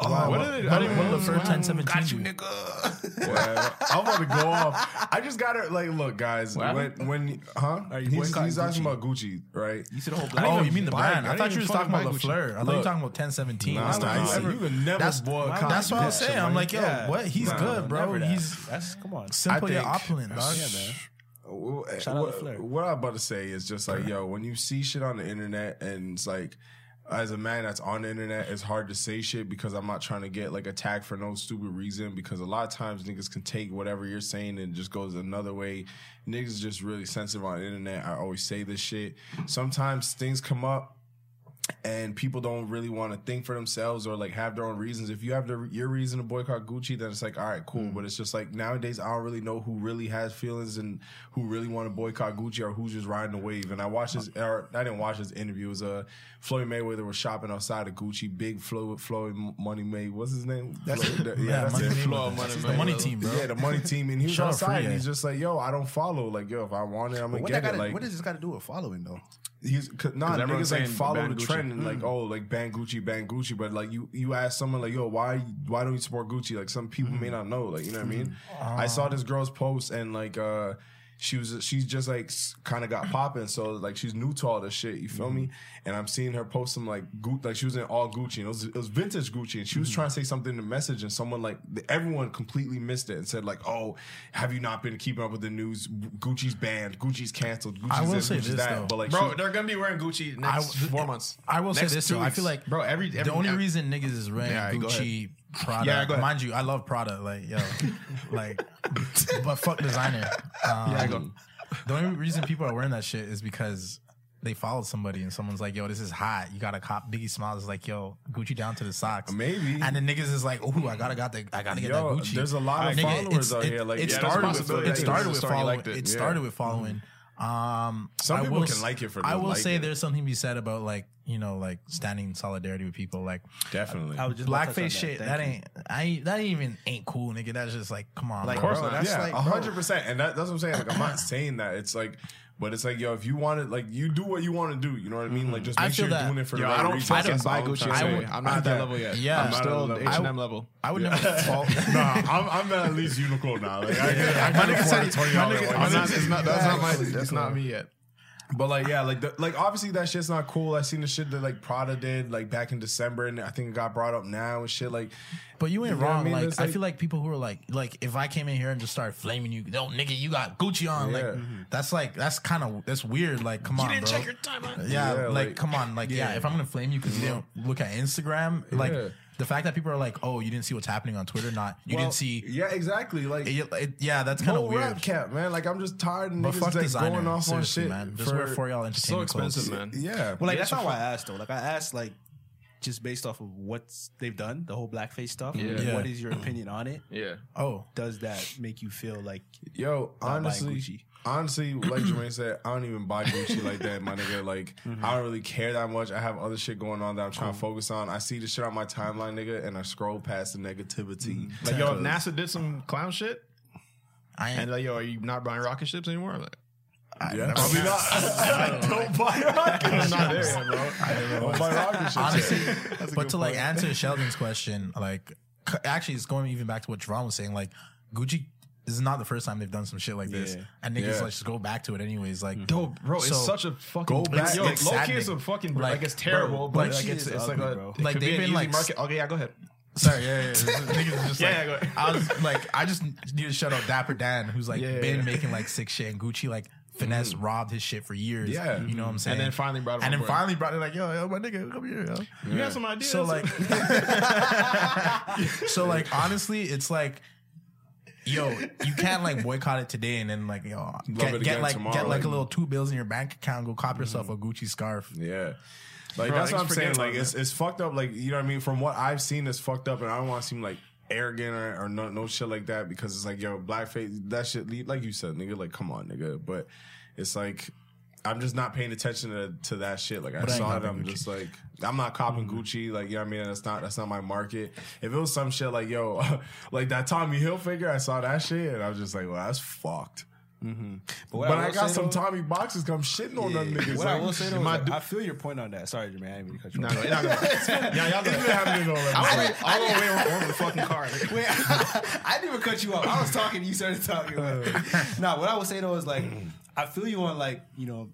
S4: Wow,
S3: what
S4: what-
S3: did it,
S4: what
S3: I
S4: did-
S3: didn't
S4: what
S3: want
S4: did
S3: to
S4: the first time 17
S2: Got you,
S4: do?
S2: nigga.
S3: I'm about to go off. I just got to like look, guys. When when huh?
S2: you
S3: He's,
S2: boycotting
S3: he's asking
S2: Gucci?
S3: about Gucci, right?
S2: You said a whole black.
S4: Oh, you mean the
S3: buy it.
S4: brand?
S3: I
S4: I thought
S3: didn't
S4: you were
S3: even
S4: talking
S3: fucking
S4: about
S3: buy Gucci.
S4: Lafleur. I thought you were
S3: Look.
S4: talking about 1017.
S3: Nah,
S4: That's
S3: nah,
S4: what
S3: you
S4: I'm saying.
S3: ever- you can never
S4: that's,
S3: boycott
S4: That's what I'm
S3: that shit,
S4: saying. I'm like,
S3: like,
S4: yo,
S2: yeah.
S4: what? He's
S3: Nah,
S4: good, bro.
S2: Never that.
S4: He's
S2: that's come on.
S4: simple yet
S3: think-
S4: opulent, dog.
S3: Yeah,
S4: man.
S3: Well, eh,
S2: Shout out
S3: what,
S2: to Flair.
S3: what I'm about to say is just like, yo, when you see shit on the internet and it's like, as a man that's on the internet, it's hard to say shit because I'm not trying to get like attacked for no stupid reason. Because a lot of times niggas can take whatever you're saying and just goes another way. Niggas just really sensitive on the internet. I always say this shit. Sometimes things come up and people don't really want to think for themselves or like have their own reasons. If you have the, your reason to boycott Gucci, then it's like, all right,
S4: Mm.
S3: cool. But it's just like nowadays, I don't really know who really has feelings and who really want to boycott Gucci or who's just riding the wave. And I watched this, or I didn't watch this interview. It was uh, Floyd Mayweather was shopping outside of Gucci. Big Floyd, Floyd Money May, what's his name?
S4: That's-
S3: Floyd-
S4: yeah, Money
S3: it.
S4: Mayweather. Floyd Money That's the money Mayweather. team, bro.
S3: Yeah, the money team. And he was
S4: Shout out
S3: outside.
S4: Free,
S3: And he's
S4: yeah.
S3: just like, yo, I don't follow. Like, yo, if I want it, I'm gonna
S10: What,
S3: get
S10: that gotta,
S3: it. Like,
S10: what does this got to do with following though?
S3: He's cause, nah,
S10: 'Cause
S3: niggas
S10: everyone's
S3: like
S10: saying
S3: follow
S10: ban
S3: the
S10: Gucci.
S3: trend and like oh like ban Gucci, ban Gucci, but like you you ask someone like yo why why don't you support Gucci? Like some people may not know, like you know what I mean.
S10: Mm.
S3: I saw this girl's post and like uh she was she's just like kind of got popping, so like she's new to all this shit. You feel me? And I'm seeing her post some like Gucci, like she was in all Gucci, and it was it was vintage Gucci, and she was trying to say something in the message, and someone like th- everyone completely missed it and said like oh have you not been keeping up with the news? Gucci's banned, Gucci's canceled, Gucci's
S4: I will
S3: this,
S4: say
S3: Gucci's
S4: this,
S3: that,
S4: though.
S3: but like
S6: bro,
S3: she-
S6: Oh, they're gonna be wearing Gucci
S4: I
S6: next
S4: w-
S6: four months.
S4: I will say
S6: Next
S4: this
S6: two
S4: though. I
S6: weeks.
S4: feel like
S6: bro, every, every
S4: the only
S6: every-
S4: reason niggas is wearing
S6: Yeah, go
S4: Gucci
S6: ahead.
S4: Prada.
S6: Yeah, go ahead.
S4: mind you, I love Prada. Like yo, like but fuck designer. Um,
S6: Yeah, go.
S4: The only reason people are wearing that shit is because they followed somebody and someone's like, "Yo, this is hot. You got to cop." Biggie smiles is like, "Yo, Gucci down to the socks."
S3: Maybe.
S4: And the niggas is like, "Ooh, I gotta got the, I gotta get
S3: Yo,
S4: that Gucci."
S3: there's a lot of
S4: Nigga,
S3: followers
S4: it's-
S3: out
S4: it-
S3: here, like,
S4: it
S3: yeah, there's a
S4: started with
S3: possibility
S4: it
S3: that
S4: started
S3: you
S4: with
S3: started
S4: following.
S3: liked it,
S4: It
S3: yeah.
S4: started with following. Um,
S3: Mm-hmm. Some
S4: I
S3: people
S4: will
S3: can
S4: s-
S3: like it for
S4: I
S3: the
S4: will
S3: like
S4: say
S3: it.
S4: there's something to be said about like you know like standing in solidarity with people like
S3: Definitely.
S10: I was just about to touch on
S4: blackface
S10: that.
S4: shit.
S10: Thank
S4: That
S10: you.
S4: ain't I ain't- that even ain't cool, nigga. That's just like come on,
S10: Like,
S4: bro.
S10: bro,
S3: that's
S10: that's
S3: yeah,
S10: like, bro.
S3: hundred percent. And that, that's what I'm saying. Like, I'm not saying that. It's like, but it's like, yo, if you want it, like, you do what you want to do. You know what I mean? Like, just
S4: I
S3: make sure
S4: feel
S3: you're
S4: that.
S3: doing it for
S6: Yo,
S3: the right
S6: I don't
S3: reasons.
S6: fucking
S3: That's
S6: buy
S3: all I'm
S6: Gucci.
S3: trying to
S6: I
S3: say.
S6: would-
S3: I'm not at that level yet.
S4: Yeah.
S3: I'm
S4: I'm
S3: still
S6: still
S3: at
S6: H
S3: that
S6: and
S3: level.
S6: M level.
S4: I would never fault.
S3: Nah, I'm, I'm at least unicorn now. Like, I, I
S4: My
S3: can
S4: nigga
S3: afford
S4: said-
S3: a twenty
S4: my
S3: dollar.
S4: nigga-
S6: I'm not, it's not, that's not my.
S3: Exactly.
S6: That's not me yet.
S3: But like, yeah, like, the, like obviously that shit's not cool. I seen the shit that like Prada did like back in December, and I think it got brought up now and shit. Like,
S4: But you ain't
S3: You know what I
S4: wrong.
S3: mean?
S4: Like,
S3: It's
S4: I
S3: like-
S4: feel like people who are like, like if I came in here and just started flaming you, no nigga, you got Gucci on. Like
S3: Yeah. Mhm.
S4: that's like that's kind of that's weird. Like come on,
S6: didn't
S4: bro.
S6: check your timeline.
S4: Yeah,
S3: Yeah,
S4: like,
S3: like-
S4: come on, like yeah. If I'm gonna flame you because you don't look at Instagram, like
S3: Yeah.
S4: the fact that people are like, oh, you didn't see what's happening on Twitter, not you
S3: well,
S4: didn't see.
S3: Yeah, exactly. Like,
S4: It, it- yeah, that's kind of
S3: whole
S4: weird.
S3: rap cap, man. Like, I'm just tired of
S4: But
S3: niggas
S4: fuck
S3: like,
S4: designer,
S3: going off on
S4: seriously,
S3: shit.
S4: man. Just wear for y'all entertainment
S6: So expensive,
S4: clothes.
S6: man.
S3: Yeah,
S10: Well, like that's not why I asked though. Like I asked like just based off of what they've done, the whole blackface stuff.
S4: Yeah.
S10: What is your opinion on it?
S6: Yeah.
S4: Oh,
S10: Does that make you feel like
S3: Yo,
S10: buying
S3: honestly,
S10: Gucci.
S3: honestly, like Jermaine said, I don't even buy Gucci like that, my nigga. Like, I don't really care that much. I have other shit going on that I'm trying to focus on. I see the shit on my timeline, nigga, and I scroll past the negativity.
S6: Like yo, if NASA did some clown shit,
S4: I ain't.
S6: and like yo, are you not buying rocket ships anymore? Like,
S3: yeah, probably not. I don't buy rocket
S6: I'm not there yet, bro.
S3: I don't buy rocket shit.
S4: honestly, but to like answer Sheldon's question, like c- actually, it's going even back to what Jerome was saying. Like Gucci is not the first time they've done some shit like this,
S10: Yeah.
S4: and niggas
S3: Yeah.
S4: like just go back to it anyways. Like,
S6: Yo, Mm-hmm. bro, it's
S4: So,
S6: such a
S3: go
S6: fucking.
S3: back.
S6: Yo,
S3: It's
S6: low key
S4: saddening.
S6: is a fucking.
S4: Like,
S6: Like, it's terrible,
S4: bro,
S6: but like
S10: Gucci
S6: it's,
S10: is
S6: it's like
S10: ugly,
S6: a.
S10: bro.
S6: it
S4: Like,
S6: could
S4: they've
S6: be an
S4: been,
S6: easy
S4: like,
S6: market. Okay, yeah, go ahead.
S4: sorry, yeah, yeah, yeah. niggas is just
S6: Yeah,
S4: like,
S6: yeah, go ahead.
S4: I was like, I just need to shout out Dapper Dan, who's like
S6: Yeah, yeah,
S4: been
S6: yeah. Mm-hmm.
S4: making like sick shit, and Gucci like finesse robbed his shit for years.
S3: Yeah.
S4: you know what I'm saying.
S6: then finally brought him
S4: and then
S6: on board.
S4: finally brought it like, yo, yo, my nigga, come here, yo.
S6: You got some ideas?
S4: So like, so like, honestly, it's like, yo, you can't like boycott it today and then like, yo,
S3: it
S4: get,
S3: again
S4: get like
S3: tomorrow, Mm-hmm.
S4: get like
S3: like-
S4: a little two bills in your bank account, go cop yourself a Gucci scarf.
S3: Yeah. Like
S6: Bro,
S3: that's what
S6: I
S3: I'm
S6: just
S3: saying.
S6: forget
S3: Like
S6: about
S3: it's it's fucked up. Like you know what I mean. From what I've seen, it's fucked up, and I don't want to seem like arrogant or, or no no shit like that because it's like yo blackface that shit. le- Like you said, nigga. Like come on, nigga. But it's like. I'm just not paying attention to, to that shit. Like I
S4: I ain't
S3: saw it,
S4: copping
S3: I'm just like, I'm not copping
S10: Mm-hmm.
S3: Gucci. Like you know what I mean. That's not that's not my market. If it was some shit like yo, like that Tommy Hilfiger, I saw that shit and I was just like, well, that's fucked.
S10: Mm-hmm. what
S3: But
S10: I
S3: I,
S10: will
S3: got
S10: say,
S3: some
S10: though-
S3: Tommy boxes come shitting on them niggas.
S10: What
S3: like,
S10: I will say though, is,
S3: my
S10: like,
S3: du-
S10: I feel your point on that. Sorry, Jermaine, I didn't mean to cut you.
S6: no,
S10: off.
S6: no, you're not gonna. Yeah, y'all
S3: It's been happening all over.
S6: I was all the way over, over the fucking car.
S10: Wait, I didn't even cut you off. I was talking, you started talking. nah, what I would say though is like, I feel you on like, you know,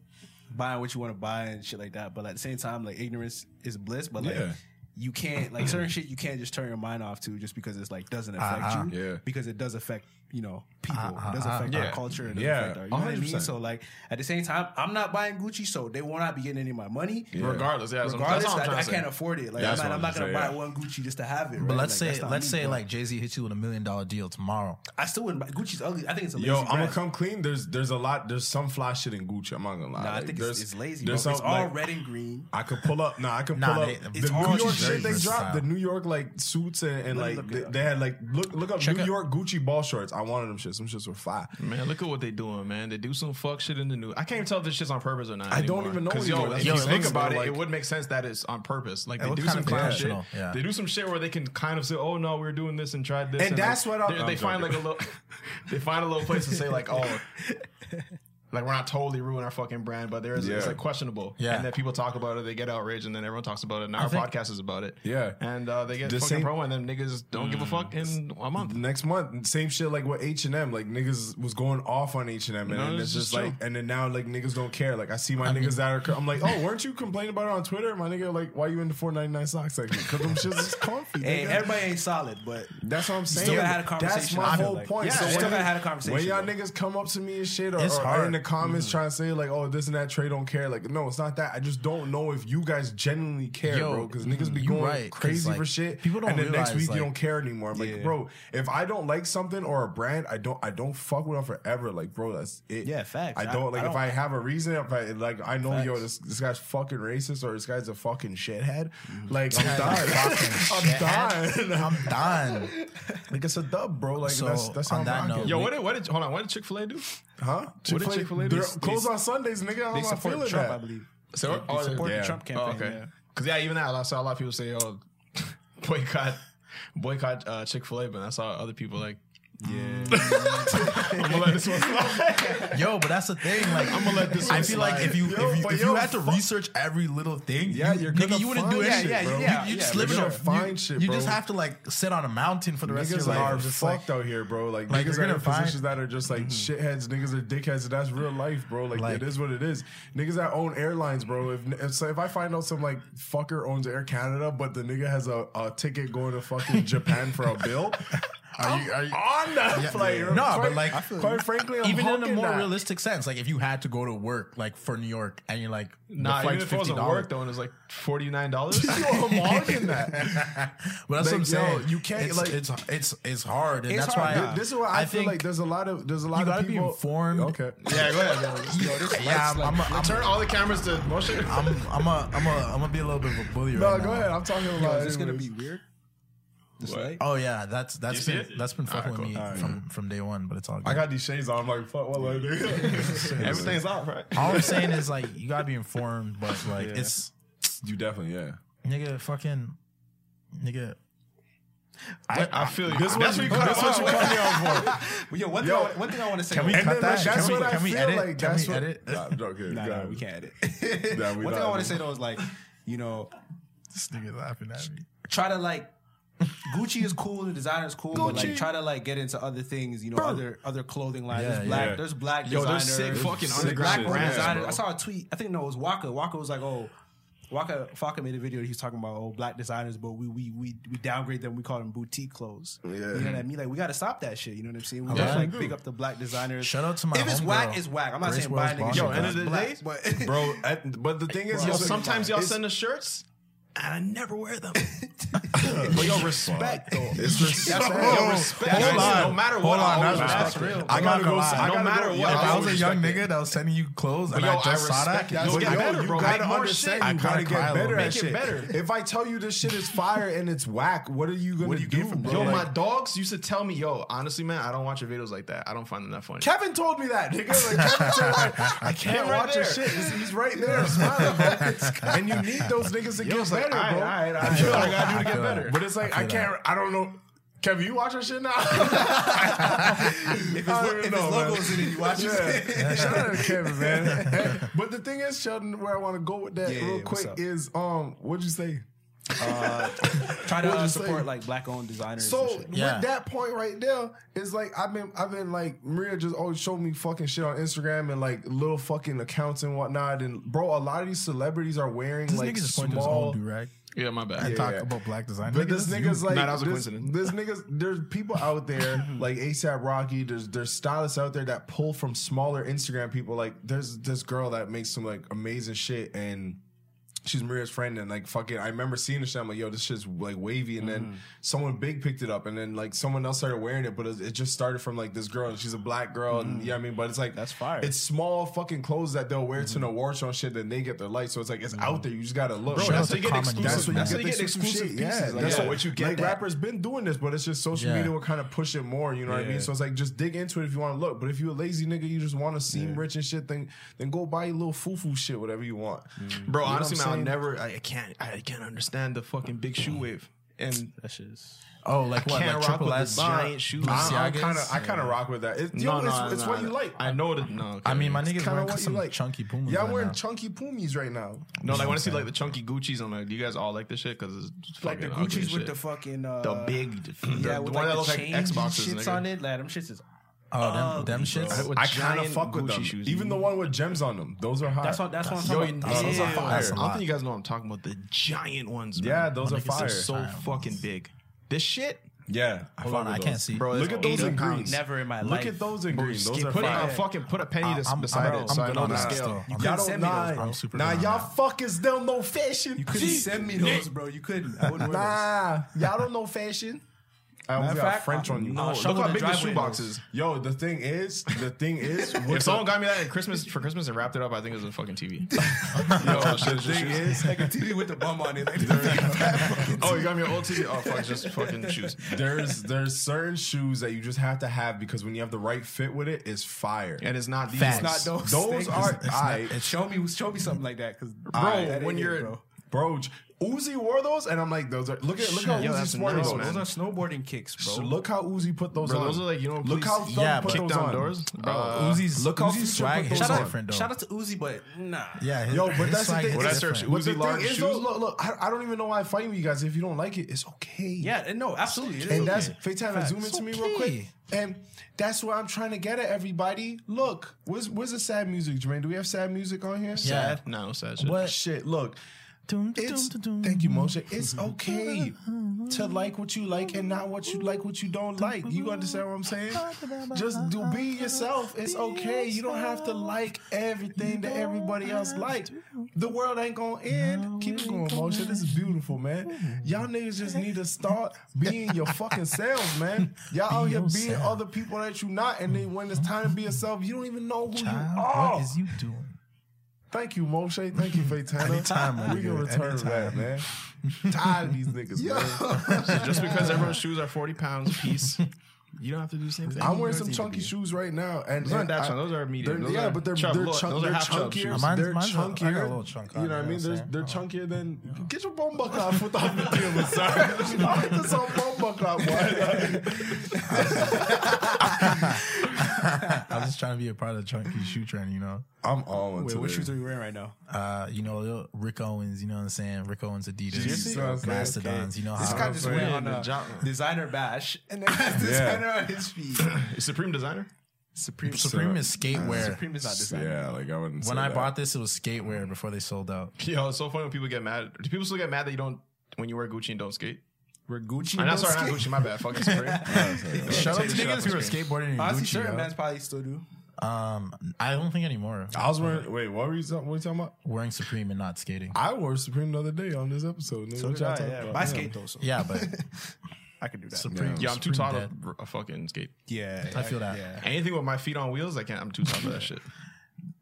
S10: buying what you want to buy and shit like that. But at the same time, like ignorance is bliss. But like,
S3: Yeah.
S10: you can't like certain shit you can't just turn your mind off to just because it's like doesn't affect
S4: Uh-uh.
S10: you.
S4: Yeah.
S10: Because it does affect, you know, people.
S4: Uh-uh.
S10: It does affect
S4: Yeah.
S10: our culture. It does
S4: Yeah.
S10: affect our you know what I mean?
S4: 100%.
S10: So like at the same time, I'm not buying Gucci, so they will not be getting any of my money.
S4: Yeah. Regardless, yeah, that's what I'm-
S10: regardless,
S4: that's what
S10: I-
S4: I'm trying
S10: I,
S4: to say.
S10: can't afford it. Like
S4: That's
S10: I'm not,
S4: what I'm
S10: I'm not gonna
S4: trying to
S10: buy
S4: say, yeah.
S10: one Gucci just to have it.
S4: But
S10: right?
S4: let's
S10: Like, that's
S4: say
S10: not
S4: let's
S10: me,
S4: say
S10: bro.
S4: like Jay Z hits you with a million dollar deal tomorrow.
S10: I still wouldn't buy Gucci's ugly. I think it's a lazy
S3: Yo, I'm gonna
S10: brand.
S3: come clean. There's there's a lot. There's some fly shit in Gucci. I'm not gonna lie.
S10: Nah, I
S3: Like,
S10: think
S3: there's-
S10: it's, it's lazy. Bro.
S3: there's
S10: It's all
S3: some, like,
S10: red and green.
S3: I could pull up. Nah, I could pull
S10: Nah,
S3: up.
S10: they-
S3: the
S10: it's
S3: New
S10: all
S3: York
S10: just very
S3: shit they
S10: versatile.
S3: dropped. The New York like suits and, and
S10: Let me
S3: like
S10: look
S3: they,
S10: it up.
S3: they had like look look up
S6: Check
S3: New
S6: it-
S3: York Gucci ball shorts. I wanted them shits. Them shits were fly.
S6: Man, look at what they doing, man. They do some fuck shit in the news. I can't even tell if this shit's on purpose or not.
S3: I don't
S6: anymore.
S3: even know
S6: 'Cause, Yo,
S3: anymore.
S6: if
S3: That's
S6: you
S3: what I'm
S6: think
S3: saying.
S6: about it,
S3: Like-
S6: it would make sense that it's on purpose. Like
S3: It
S6: they
S3: was
S6: do
S3: kind
S6: some
S3: of
S6: clown shit.
S3: intentional, yeah.
S6: They do some shit where they can kind of say, "Oh no, we were doing this and tried this,"
S3: And that's
S6: like,
S3: what I-
S6: they-
S3: I'm
S6: they find like a
S3: joking.
S6: little. They find a little place to say like, "Oh." Like we're not totally ruining our fucking brand, but there is it's
S3: Yeah.
S6: like questionable,
S3: Yeah.
S6: And then people talk about it, they get outraged, and then everyone talks about it. And
S3: I
S6: our
S3: think-
S6: podcast is about it,
S3: Yeah.
S6: And uh, they get
S3: The
S6: fucking
S3: same-
S6: pro, and then niggas don't
S3: Mm.
S6: give a fuck in a month.
S3: Next month, same shit like with H and M. Like niggas was going off on H and M,
S6: No,
S3: and
S6: it's
S3: it's
S6: just
S3: just like,
S6: true.
S3: and then now like niggas don't care. Like I see my niggas that are, cur- I'm like, oh, weren't you complaining about it on Twitter, my nigga? Like, why you in the 4.99 sock section? Because them shits is comfy.
S10: Hey,
S3: nigga.
S10: everybody ain't solid, but
S3: That's what I'm saying.
S10: You still gotta have a conversation.
S3: That's
S10: I
S3: my
S10: feel
S3: whole
S10: like.
S3: point.
S10: Yeah, you
S3: when
S10: still gotta
S3: you-
S10: have a conversation,
S3: When y'all
S10: bro.
S3: niggas come up to me and shit, or,
S4: It's
S3: or- or
S4: hard.
S3: in the
S10: Mm-hmm.
S3: comments trying to say like, "Oh, this and that, Trey don't care." Like, no, it's not that. I just don't know if you guys genuinely care,
S4: Yo,
S3: bro. Because
S10: mm,
S3: niggas be
S4: you
S3: going
S4: right, 'cause,
S3: crazy
S4: like,
S3: for shit.
S4: people don't
S3: And then next
S4: realize,
S3: week
S4: like-
S3: you don't care anymore. I'm
S4: Yeah.
S3: like, bro, if I don't like something or a brand, I don't, I don't fuck with them forever. Like, bro, that's it.
S10: Yeah, facts.
S3: I
S10: I-
S3: don't like
S10: I
S3: if
S10: don't-
S3: I have a reason. If I like, I know, yo,
S10: Facts.
S3: this this guy's fucking racist or this guy's a fucking shithead. Like, I'm dying.
S4: Fucking
S3: I'm
S4: shithead.
S3: dying.
S4: I'm done.
S3: Like it's a dub, bro. Like
S4: So,
S3: that's that's how
S4: on
S3: I'm
S4: that
S3: rocking.
S4: note,
S6: Yo, what did what did hold on? What did Chick Fil A do?
S3: Huh?
S6: What
S3: Chick-fil-A-
S6: did Chick-fil-A do?
S3: they're closed on Sundays, nigga. How am I feeling
S6: Trump,
S3: that?
S6: I believe. So
S3: They- they support the Yeah. Trump
S6: Oh,
S3: campaign,
S6: okay.
S3: yeah.
S6: Because yeah. even that, I saw a lot of people say, "Oh, boycott, boycott uh, Chick Fil A," but I saw other people like, "Yeah, I'm gonna let this one slide."
S4: Yo, but that's the thing. Like,
S6: I'm gonna let this
S4: I
S6: one
S4: feel
S6: slide.
S4: like if you
S6: Yo,
S4: if you,
S6: but
S4: if
S6: yo,
S4: you had to research every little thing,
S3: Yeah,
S4: you,
S3: you're
S4: nigga,
S3: gonna
S4: you wouldn't do
S3: find
S4: anything.
S3: shit,
S4: bro.
S3: bro.
S4: you, you
S3: Yeah,
S4: just
S3: you're
S4: live in
S3: gonna
S4: a
S3: find
S4: you,
S3: shit,
S4: You
S3: bro.
S4: just have to like sit on a mountain for the rest of
S3: Niggas
S4: your life.
S3: are
S4: It's just like-
S3: fucked out here, bro. Like,
S4: Like,
S3: niggas
S4: you're
S3: are in
S4: gonna find-
S3: positions that are just like shitheads. Niggas are dickheads, and that's real life, bro. Like,
S4: Like-
S3: it is what it is. Niggas that own airlines, bro. If if, so if I find out some like fucker owns Air Canada, but the nigga has a, a ticket going to fucking Japan for a bill,
S4: Are you, are you
S3: on that flight?
S4: No, but
S3: Quite-
S4: like
S3: quite frankly, I'm
S4: even in a
S3: honking
S4: more
S3: that.
S4: realistic sense, like if you had to go to work, like for New York, and you're like, the
S6: Nah, even
S4: flight's
S6: if it wasn't
S4: $50.
S6: work though, and it was like forty nine dollars.
S3: Yo, I'm honking that.
S4: But that's what
S3: Like,
S4: I'm
S3: yo,
S4: saying.
S3: you can't,
S4: It's-
S3: like-
S4: it's it's it's hard, and
S3: It's
S4: that's
S3: hard.
S4: why
S3: Th- this is why I, feel
S4: think
S3: like there's a lot of there's a lot
S4: you gotta
S3: of people
S4: be informed.
S3: Okay.
S6: yeah, go ahead.
S4: yeah, I'm, I'm, a- I'm,
S6: turn all the cameras to motion.
S4: I'm, I'm, a, I'm, a, I'm gonna be a little bit of a bully.
S3: No,
S4: right
S3: go
S4: now.
S3: ahead. I'm talking about.
S10: Yo, is this gonna
S3: anyways.
S10: be weird? This light?
S4: Oh yeah, that's that's
S6: see
S4: been
S6: it?
S4: that's been fucking with me
S3: Alright.
S4: from from day one, but it's all good.
S3: I got these shades on. I'm like, fuck, what like
S6: Everything's off, right?
S4: all I'm saying is like you gotta be informed, but like
S3: Yeah.
S4: it's
S3: You definitely, yeah.
S4: nigga fucking nigga. I,
S6: I feel you.
S3: This is what you
S6: cut
S3: this what
S6: us off
S3: you
S6: with.
S3: cut me off for.
S10: Well, yo, one thing,
S3: Yo,
S10: I, wa- one thing I want to say.
S4: can we
S10: And then,
S4: cut that?
S10: like,
S4: Can
S3: that's
S4: we-
S3: what I
S4: can we
S3: feel
S4: edit?
S3: like.
S4: Can
S3: that's
S4: we
S3: what-
S4: edit?
S3: Nah, okay,
S10: Nah,
S3: go
S10: nah,
S3: ahead.
S10: we can't edit.
S3: Nah, we
S10: one thing I
S3: not
S10: want
S3: doing
S10: to say though is like, you know,
S4: this nigga laughing at me.
S10: try to like Gucci is cool, the designer is cool, but like try to like get into other things, you know, other other clothing lines.
S4: Yeah,
S10: there's black,
S3: yeah.
S10: there's black
S6: Yo, there's
S10: designers.
S6: sick fucking
S10: There's
S6: underground
S10: black
S6: brands,
S10: designers.
S6: bro.
S10: I saw a tweet. I think no, it was Waka. Waka was like, oh. Waka, Waka made a video. He was talking about oh black designers, but we we we, we downgrade them. We call them boutique clothes. Yeah. You know what I mean? Like we got to stop that shit. You know what I'm saying? We
S4: Yeah.
S10: gotta like
S4: Yeah.
S10: big up the black designers.
S4: Shout out to my
S10: If it's
S4: homegirl,
S10: whack, it's whack. I'm not
S4: Grace
S10: saying buy
S4: Wells
S10: niggas.
S6: Yo,
S4: Washington.
S6: end of the day,
S10: but
S3: bro. At, but the thing is,
S6: yo,
S3: it's like-
S6: sometimes y'all
S3: it's-
S6: send us shirts, and I never wear them. but yo, respect though.
S3: It's respect.
S6: That's
S3: Yo,
S6: real respect.
S4: hold
S6: Guys,
S4: on.
S6: No matter
S4: Hold
S6: what,
S4: on,
S6: I always
S4: that's
S6: respect
S4: respect.
S6: it.
S4: I'm
S3: I
S4: not
S3: gotta go.
S4: gonna lie.
S3: I
S6: No
S3: gotta
S6: matter
S3: go,
S6: what,
S4: If
S6: I
S4: I
S6: always
S4: was a young
S6: respect
S4: nigga that was sending you clothes
S6: But
S4: and
S6: yo,
S4: I
S6: I
S4: just saw
S6: respect
S4: that,
S6: that.
S3: Yo,
S6: Yo,
S3: yo,
S6: get better,
S3: you
S6: bro.
S3: gotta
S6: Make more
S3: understand.
S6: shit.
S4: I
S3: You
S4: kinda
S3: gotta
S4: cry
S3: get
S4: a little
S3: better
S4: bit.
S3: at
S4: Make it
S3: shit.
S6: better.
S3: If I tell you this shit is fire and it's whack, what are you gonna
S4: What do you get
S3: do,
S4: from
S3: bro?
S4: it?
S6: Yo,
S3: Like,
S6: my dogs used to tell me, yo, honestly, man, I don't watch your videos like that. I don't find them that funny.
S3: Kevin told me that, nigga. Like, Kevin told me, I can't
S6: Him right
S3: watch your
S6: there.
S3: shit. He's, he's right there smiling, bro. And you need those niggas to
S6: Yo,
S3: get
S6: it's like,
S3: better,
S6: all
S3: bro.
S6: right, all right, all
S3: That's
S6: right.
S3: what I gotta do to
S4: I
S3: get
S4: feel
S3: better.
S4: that.
S3: But it's like,
S4: I
S3: I,
S4: feel
S3: can't, I don't know. Kevin, you watch our shit now? I
S10: if
S3: don't
S10: his, if
S3: know,
S10: his
S3: man.
S10: logo's in it, you watch it.
S3: Yeah. Shout out to Kevin, man. Hey, but the thing is, Sheldon, where I want to go with that
S10: Yeah, yeah,
S3: real
S10: what's
S3: quick
S10: up?
S3: is, um, what'd you say?
S10: Uh, try to
S3: What
S10: uh,
S3: you
S10: support
S3: saying?
S10: like black owned designers.
S3: So
S10: and shit.
S3: with that point right there, it's like I've been I've been like Maria just always showed me fucking shit on Instagram and like little fucking accounts and whatnot. And bro, a lot of these celebrities are wearing
S4: This
S3: like
S4: nigga just pointed to his
S3: small.
S4: own do rag.
S6: Yeah, my bad.
S4: And
S3: Yeah,
S4: talk
S3: yeah.
S4: about black design.
S3: But
S4: Nigga,
S3: this
S4: that's
S3: nigga's
S4: you.
S3: like
S4: Nah, that was a
S3: this,
S4: coincidence.
S3: This nigga's there's people out there like ASAP Rocky. There's there's stylists out there that pull from smaller Instagram people. Like there's this girl that makes some like amazing shit and. She's Maria's friend, and like fucking, I remember seeing the shit. I'm like, yo, this shit's like wavy, and then someone big picked it up, and then like someone else started wearing it, but it, it just started from like this girl, and she's a black girl, and yeah, I mean, but it's like that's fire. It's small fucking clothes that they'll wear to an award show and shit, then they get their light, so it's like it's out there. You just gotta look.
S6: Bro, that's how you get exclusive-
S3: That's what
S6: that's
S3: you
S6: how
S3: get the exclusive
S6: pieces.
S3: Yeah,
S6: Like,
S3: that's
S6: yeah.
S3: what you get. Like
S6: that.
S3: rappers been doing this, but it's just social
S6: Yeah.
S3: media will kind of push it more. You know what I
S6: Yeah.
S3: mean? So it's like just dig into it if you want to look. But if you a lazy nigga, you just want to seem rich and shit, then then go buy your little fufu shit, whatever you want.
S6: Bro,
S3: You know
S6: honestly,
S3: what
S6: man,
S3: I'm
S6: I'll
S3: saying?
S6: never. I can't. I can't understand the fucking big shoe wave. And
S10: that shit's.
S4: Oh, like
S6: I
S4: what?
S6: can't
S4: Like
S6: rock
S4: triple
S6: with
S4: S
S6: the giant shoes.
S3: I kind of I kind of rock with that. It, yo, it's, it's what you like.
S6: I know that. No, okay.
S4: I mean, my
S6: It's
S4: nigga's
S6: kinda
S4: wearing
S6: what you
S4: some
S6: like.
S4: chunky Pumas.
S3: Yeah, I'm
S4: right
S3: wearing
S4: now.
S3: chunky poomies right now.
S6: No, like, I want to see like the chunky Gucci's on like. Do you guys all like this shit? Because it's
S10: Like the
S6: fucking ugly
S10: Gucci's
S6: shit.
S10: with the fucking uh,
S6: the big, the,
S10: yeah,
S6: the
S10: with like
S6: one that
S10: the
S6: looks like
S10: chains and
S6: Xboxes.
S10: shits
S6: nigga.
S10: on it. Like, them shits is.
S4: Oh, them, them
S10: ugly,
S4: shits.
S10: bro.
S6: with
S3: I kind of
S6: giant
S3: fuck with
S6: Gucci
S3: them.
S6: shoes,
S3: Even
S6: nigga.
S3: the one with gems on them, those are hot.
S10: That's what- that's what I'm
S3: Yo,
S10: talking about.
S3: yo, those are
S10: Ew.
S3: fire.
S4: That's a
S6: I
S4: lot.
S6: don't think you guys know what I'm talking about. The giant ones. Man.
S3: Yeah, those are
S6: Like, it's
S3: fire.
S6: so fucking big. This shit,
S3: Yeah, I fuck
S4: Hold on,
S3: with
S4: I
S3: those.
S4: can't see.
S6: bro.
S3: Look
S6: it's
S3: at those
S6: 80
S3: in
S6: pounds.
S3: green.
S10: Never in my
S3: Look
S10: life.
S3: at those in
S6: Bro,
S3: green. Those
S6: skip-
S3: are
S6: put it
S3: fire.
S6: on fucking put a penny this beside
S4: bro,
S6: it. So
S4: I'm
S6: I know
S4: good on
S6: the
S4: that
S6: scale.
S4: still. I'm
S3: Y'all
S4: good on
S3: don't
S4: that.
S3: nah.
S4: I'm super
S3: Nah,
S4: good on
S3: y'all
S4: that.
S3: fuckers don't know fashion.
S10: You couldn't send me those, bro. You couldn't. I wouldn't wear those.
S3: Nah, y'all don't know fashion. I almost
S10: Matter of
S3: got
S10: fact,
S3: French on you. Oh,
S10: I'll
S3: Look
S10: shovel
S3: how
S10: the
S3: big the
S10: driveway in
S3: shoebox
S10: those.
S3: is. Yo, the thing is, the thing is,
S6: If
S3: what's
S6: someone got me that at Christmas for Christmas and wrapped it up, I think it was a fucking TV.
S3: Yo, the thing is,
S10: Like a TV with the bum on it. Like,
S6: oh, you got me an old TV. Oh fuck, it's just fucking shoes.
S3: there's there's certain shoes that you just have to have because when you have the right fit with it, it's fire.
S6: And it's not these.
S10: Facts. Not those.
S3: Those
S10: It's-
S3: are
S4: it's not-
S3: I,
S10: show me, show me something like that, because bro,
S3: Aight.
S10: that
S6: when
S10: ain't it,
S6: you're-
S10: bro.
S3: bro. Uzi wore those, and I'm like, those are look at look how
S6: Yo,
S3: Uzi
S6: that's
S3: swore
S6: nice,
S3: those.
S6: man.
S10: those are snowboarding kicks, bro.
S3: So look how Uzi put those
S6: Bro,
S3: on.
S6: those are like, you know,
S3: look how
S6: please-
S3: Thumb
S4: Yeah,
S3: put
S4: kick
S3: those
S6: down
S3: on.
S6: doors.
S3: Bro,
S6: Uh,
S4: Uzi's
S3: look how
S4: Uzi's
S3: Future
S4: swag
S3: put
S4: is
S3: those on.
S4: different though.
S10: Shout out to Uzi, but nah.
S4: Yeah, his,
S3: Yo, but
S4: his
S3: that's the
S4: swag
S3: thing.
S4: is
S3: Well,
S6: that's
S4: different.
S6: their
S3: But the
S6: Uzi large
S3: thing is,
S6: shoes?
S3: though, look, look, I, I don't even know why I fight with you guys. If you don't like it, it's okay.
S10: Yeah, no, absolutely. it is
S3: And that's
S10: okay.
S3: Faytana,
S10: Facts.
S3: zoom into me real quick.
S4: okay.
S3: And that's what I'm trying to get at, everybody. Look, where's where's the sad music, Jermaine? Do we have sad music on here?
S4: Yeah.
S6: No, sad shit.
S4: What?
S3: Shit, look.
S4: Doom, doom,
S3: It's
S4: doom, doom.
S3: thank you, Moshe. It's okay to like what you like and not what you like what you don't like. You understand what I'm saying? Just do be yourself. It's okay. You don't have to like everything that everybody else likes. The world ain't gonna end. Keep it going, Moshe. This is beautiful, man. Y'all niggas just need to start being your fucking selves, man. Y'all out here being
S4: yourself.
S3: other people that you not, and then when it's time to be yourself, you don't even know who you
S4: Child,
S3: are.
S4: what is you doing?
S3: Thank you, Moshe. Thank you, Faitana.
S4: Anytime, my
S3: We can
S4: nigga.
S3: return that,
S4: Anytime.
S3: man. Tired of these niggas, man.
S6: Just because everyone's shoes are 40 pounds a piece, you don't have to do the same thing.
S3: I'm wearing
S6: You
S3: some
S6: don't
S3: chunky
S6: need to
S3: shoes right now, and
S6: Those aren't
S3: and
S6: that
S3: I-
S6: chunk. Those are medium.
S3: they're-
S6: Those
S3: yeah,
S6: are
S3: but they're
S6: chub.
S3: they're
S6: Look,
S3: chunk-
S6: those are
S3: they're
S6: half chub
S3: chunkier.
S6: shoes.
S4: Mine's-
S3: they're
S4: mine's a- I got a
S3: chunkier.
S4: little chunk
S3: you
S4: on,
S3: know what I
S4: you
S3: mean?
S4: know
S3: They're
S4: what I'm
S3: they're chunkier than. Get your bum buck off with the deal, sorry. I just on bum buck off, boy.
S4: I was just trying to be a part of the chunky shoe trend, you know.
S3: I'm all into
S10: Wait, what
S3: this.
S10: shoes are you wearing right now?
S4: Uh, you know, little Rick Owens, you know what I'm saying? Rick Owens
S3: Seriously?
S4: Adidas, Mastodons, you know
S10: This guy
S4: how
S10: just went on
S6: the
S10: a
S6: job.
S10: Uh, designer bash, and then has designer on his feet.
S6: Supreme designer?
S10: Supreme,
S4: Supreme is skatewear.
S10: Supreme is not designer.
S3: Yeah, like I wouldn't.
S4: When
S3: say
S4: I
S3: that.
S4: bought this, it was skatewear before they sold out.
S6: Yo, it's so funny when people get mad. Do people still get mad that you don't, when you wear Gucci and don't skate?
S10: We're Gucci. don't
S6: I'm not sorry, not
S10: skate.
S6: Gucci. My bad. Fucking Supreme.
S10: Oh,
S4: Shout out
S6: Take
S4: to
S6: the shit off
S4: niggas
S6: the
S4: who are
S6: screen.
S4: skateboarding in
S10: Honestly,
S4: Gucci.
S10: certain
S4: yo.
S10: bands probably still do.
S4: Um, I don't think anymore.
S3: I was wearing. Wait, what were you? What were you talking about?
S4: Wearing Supreme and not skating.
S3: I wore Supreme the other day on this episode. nigga.
S10: So
S3: What
S10: try,
S3: y'all talking
S10: yeah.
S3: about?
S10: But I skate though, so
S4: Yeah, but
S10: I can do that.
S4: Supreme.
S6: Yeah, I'm too
S4: Supreme
S6: tall to
S4: dead.
S6: r- uh, fucking skate.
S10: yeah,
S4: I feel that.
S10: Yeah.
S6: Anything with my feet on wheels, I can't. I'm too tall for that shit.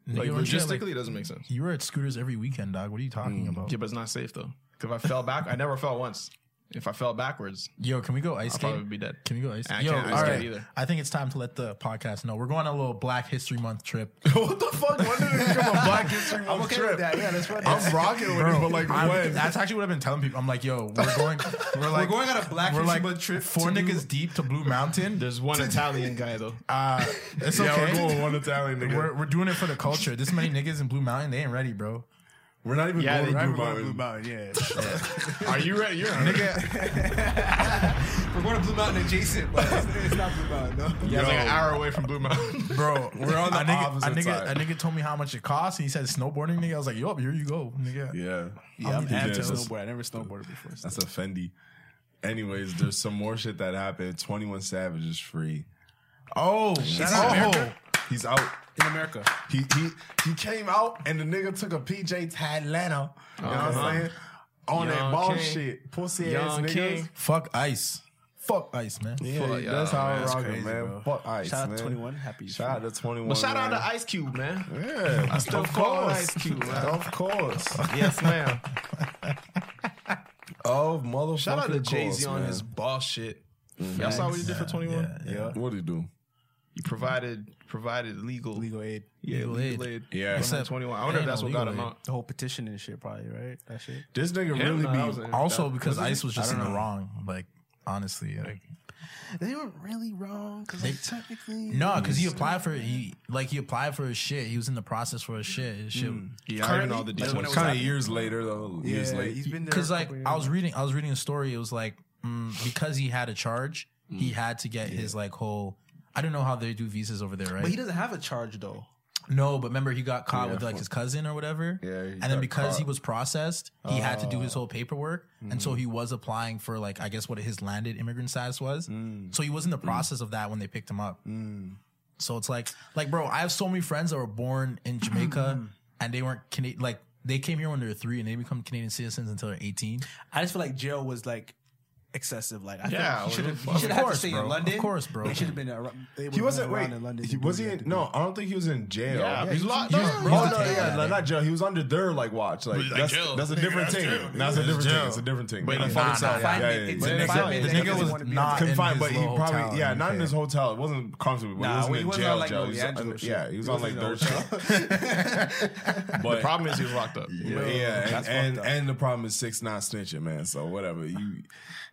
S4: Nigga,
S6: Like
S4: you were just like-
S6: logistically, it doesn't make sense.
S4: you were at scooters every weekend, dog. What are you talking about?
S6: Yeah, but it's not safe though. 'Cause if I fell back, I never fell once. If I fell backwards,
S4: Yo, can we go ice
S6: I'll
S4: skating?
S6: probably be dead.
S4: Can we go ice?
S6: I
S4: Yo,
S6: can't ice
S4: all
S6: skate
S4: right.
S6: either.
S4: I think it's time to let the podcast know. We're going on a little Black History Month trip.
S3: what the fuck? When did it become a Black History Month
S10: I'm okay
S3: trip?
S10: with that. Yeah, that's what
S3: I'm rocking with it, but like
S4: I'm-
S3: when?
S4: That's actually what I've been telling people. I'm like, yo, we're going, we're like,
S10: going on a Black
S4: we're
S10: History
S4: like
S10: Month trip
S4: Four
S10: to do-
S4: niggas deep to Blue Mountain.
S6: there's one Italian guy though.
S4: Uh, it's
S3: yeah,
S4: okay.
S3: we're going one Italian nigga.
S4: We're, we're doing it for the culture. This many niggas in Blue Mountain, they ain't ready, bro.
S3: We're not even
S10: Yeah,
S3: going
S10: they
S3: to
S10: do
S3: Blue
S10: go to
S3: Mountain.
S10: Blue
S3: Mountain,
S10: yeah.
S3: Are you ready? You're a nigga.
S10: We're going to Blue Mountain adjacent, but it's, it's not Blue Mountain. No.
S6: Yeah, it's like an hour away from Blue Mountain.
S4: Bro,
S3: We're on the
S4: a nigga, a
S3: opposite
S4: nigga,
S3: side.
S4: a nigga told me how much it costs, and he said snowboarding. Nigga, I was like, "Yup, here you go, nigga."
S3: Yeah.
S4: Yeah, I'm
S10: mad
S3: Yeah,
S10: to
S3: that's-
S10: snowboard. I never snowboarded before. so.
S3: That's a Fendi. Anyways, there's some more shit that happened. 21 Savage is free.
S4: Oh,
S3: he's
S4: shout out
S3: out.
S4: America.
S3: He's out.
S10: In America.
S3: He he he came out and the nigga took a PJ to Atlanta. You know what I'm saying? On that
S6: Young
S3: ball
S6: King.
S3: shit. Pussy ass
S6: Young
S3: niggas.
S6: King.
S4: Fuck ice. Fuck ice, man.
S3: Yeah,
S6: Fuck,
S3: that's
S6: yeah,
S3: how
S6: man,
S3: I
S6: that's
S3: rock it,
S6: crazy,
S3: man.
S10: bro.
S3: Fuck ice,
S10: Shout out
S3: man.
S10: 21. Happy
S3: Shout out to 21.
S2: Well, shout out
S3: man.
S2: to Ice Cube, man.
S3: Yeah,
S2: I still
S3: of
S2: call him
S3: course.
S2: Ice Cube, man.
S3: Of course.
S2: yes, ma'am.
S3: Of motherfucking
S2: Shout out to
S3: course,
S2: Jay Z on
S3: man.
S2: his boss shit.
S6: Mm-hmm.
S2: Y'all saw what he did for Twenty One.
S3: Yeah. What do you do?
S2: He provided provided legal
S10: Legal aid.
S2: yeah
S4: Legal
S2: legal,
S4: aid.
S2: aid.
S3: Yeah.
S4: Except-
S2: Twenty One. I wonder if
S4: Ain't
S2: that's
S4: no
S2: what got
S4: legal
S2: him
S4: aid.
S2: out.
S10: The whole petition and shit, probably, right? That shit.
S3: This nigga
S2: Him?
S3: really
S2: No, that was
S3: be.
S2: it.
S4: Also,
S2: That-
S4: because
S2: was it?
S4: ice was
S2: I
S4: just in
S2: don't
S4: the
S2: know.
S4: wrong. Like, honestly, like,
S10: They were really wrong because
S4: They-
S10: like, technically.
S4: no, because he applied for he like he applied for his shit. He was in the process for his shit. His shit.
S2: Yeah, I even Mm. know all the
S3: That's
S2: details.
S3: kind of years later though. Years
S10: Yeah,
S3: late.
S10: he's been there.
S4: Because
S10: a
S4: like
S10: couple
S4: I
S10: years.
S4: was reading, I was reading a story. It was like mm, because he had a charge,
S10: Mm.
S4: he had to get his like whole. I don't know how they do visas over there, right?
S10: But he doesn't have a charge, though.
S4: No, but remember he got caught
S3: Yeah,
S4: with like
S3: for-
S4: his cousin or whatever.
S3: Yeah, he
S4: and then
S3: got
S4: because he
S3: caught.
S4: was processed, he had to do
S10: Oh.
S4: his whole paperwork, and
S10: Mm.
S4: so he was applying for like I guess what his landed immigrant status was.
S10: Mm.
S4: So he was in the process of that when they picked him up. So it's like, like bro, I have so many friends that were born in Jamaica
S10: Mm.
S4: and they weren't Canadian. Like they came here when they were three, and they become Canadian citizens until they're eighteen.
S10: I just feel like jail was like excessive. Like, I
S2: Yeah,
S10: yeah,
S2: well,
S10: he should have.
S2: of
S10: He should have had to
S4: course,
S10: stay
S4: bro.
S10: in
S4: Of
S10: London.
S4: course, bro.
S10: They should have been. Around, they
S3: He
S10: were
S3: wasn't
S10: around
S3: wait.
S10: in London.
S3: He was he in, no. I don't think he was in jail.
S2: Yeah, he's locked
S4: he's-
S2: up.
S4: he's
S2: bro.
S3: Oh
S4: not
S3: no,
S4: jail,
S3: yeah,
S4: nigga.
S3: not jail. He was under their like watch. Like,
S2: Like
S3: that's,
S2: jail.
S3: that's a
S2: Nigga,
S3: different
S2: that's
S3: thing.
S2: jail.
S3: That's a
S2: That's
S3: different
S2: jail.
S3: thing. It's a different thing.
S2: But
S3: Yeah.
S2: in the fucking cell.
S10: Confinement, it's But
S4: The nigga,
S10: confinement,
S4: the
S10: they
S4: nigga
S10: just
S4: was
S10: wanna be
S4: not in
S3: confined,
S4: his
S3: but he
S4: little
S3: probably
S4: hotel
S3: yeah, not in
S4: okay.
S3: his hotel. It wasn't comfortable.
S10: Nah,
S3: he
S10: he
S3: wasn't in
S10: wasn't
S3: jail.
S10: on, like,
S3: jail.
S10: no
S3: He was-
S10: Leandro shit.
S3: yeah, he was on like
S10: wasn't
S3: third
S10: on-
S3: shop.
S2: The problem is he's locked up.
S3: Yeah, yeah, and and, and the problem is six nine snitching, man. So whatever you,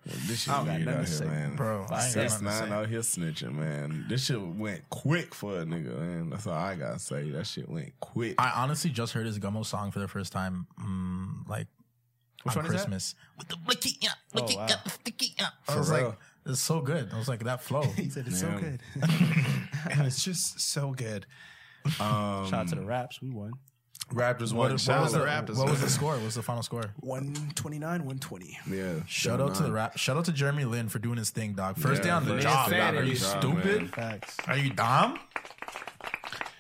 S3: this shit
S10: I don't got
S3: weird
S10: nothing
S3: out
S10: to
S3: here,
S10: say,
S3: man.
S4: bro. I ain't got
S3: six
S4: nothing to
S3: nine
S4: say.
S3: out here snitching, man. This shit went quick for a nigga, man. That's all I gotta say. That shit went quick.
S4: I honestly just heard his Gummo song for the first time, mm, like
S10: Which
S4: on
S10: one is that? Oh,
S4: Christmas. With the blicky, yeah, blicky,
S10: wow.
S4: yeah, blicky, yeah. I
S3: For
S4: was
S3: real.
S4: like, it's so good. I was like, that flow.
S10: He said it's so
S3: Yeah.
S10: good.
S2: and it's just so good.
S3: Um,
S10: Shout out
S2: Hmm.
S10: to the Raps. We won.
S3: Raptors
S4: What,
S3: won.
S4: what
S3: Shout
S4: was
S3: out
S4: the,
S3: to
S2: Raptors,
S4: what was
S2: man.
S4: the score? What was the final score?
S10: 129, 120.
S3: Yeah.
S4: Shout out to the rap. Shout out to Jeremy Lin for doing his thing, dog. First day on the
S3: first
S4: job.
S3: day on
S4: Are
S3: the
S4: you
S3: job,
S4: stupid?
S3: man.
S10: Facts.
S4: Are you dumb?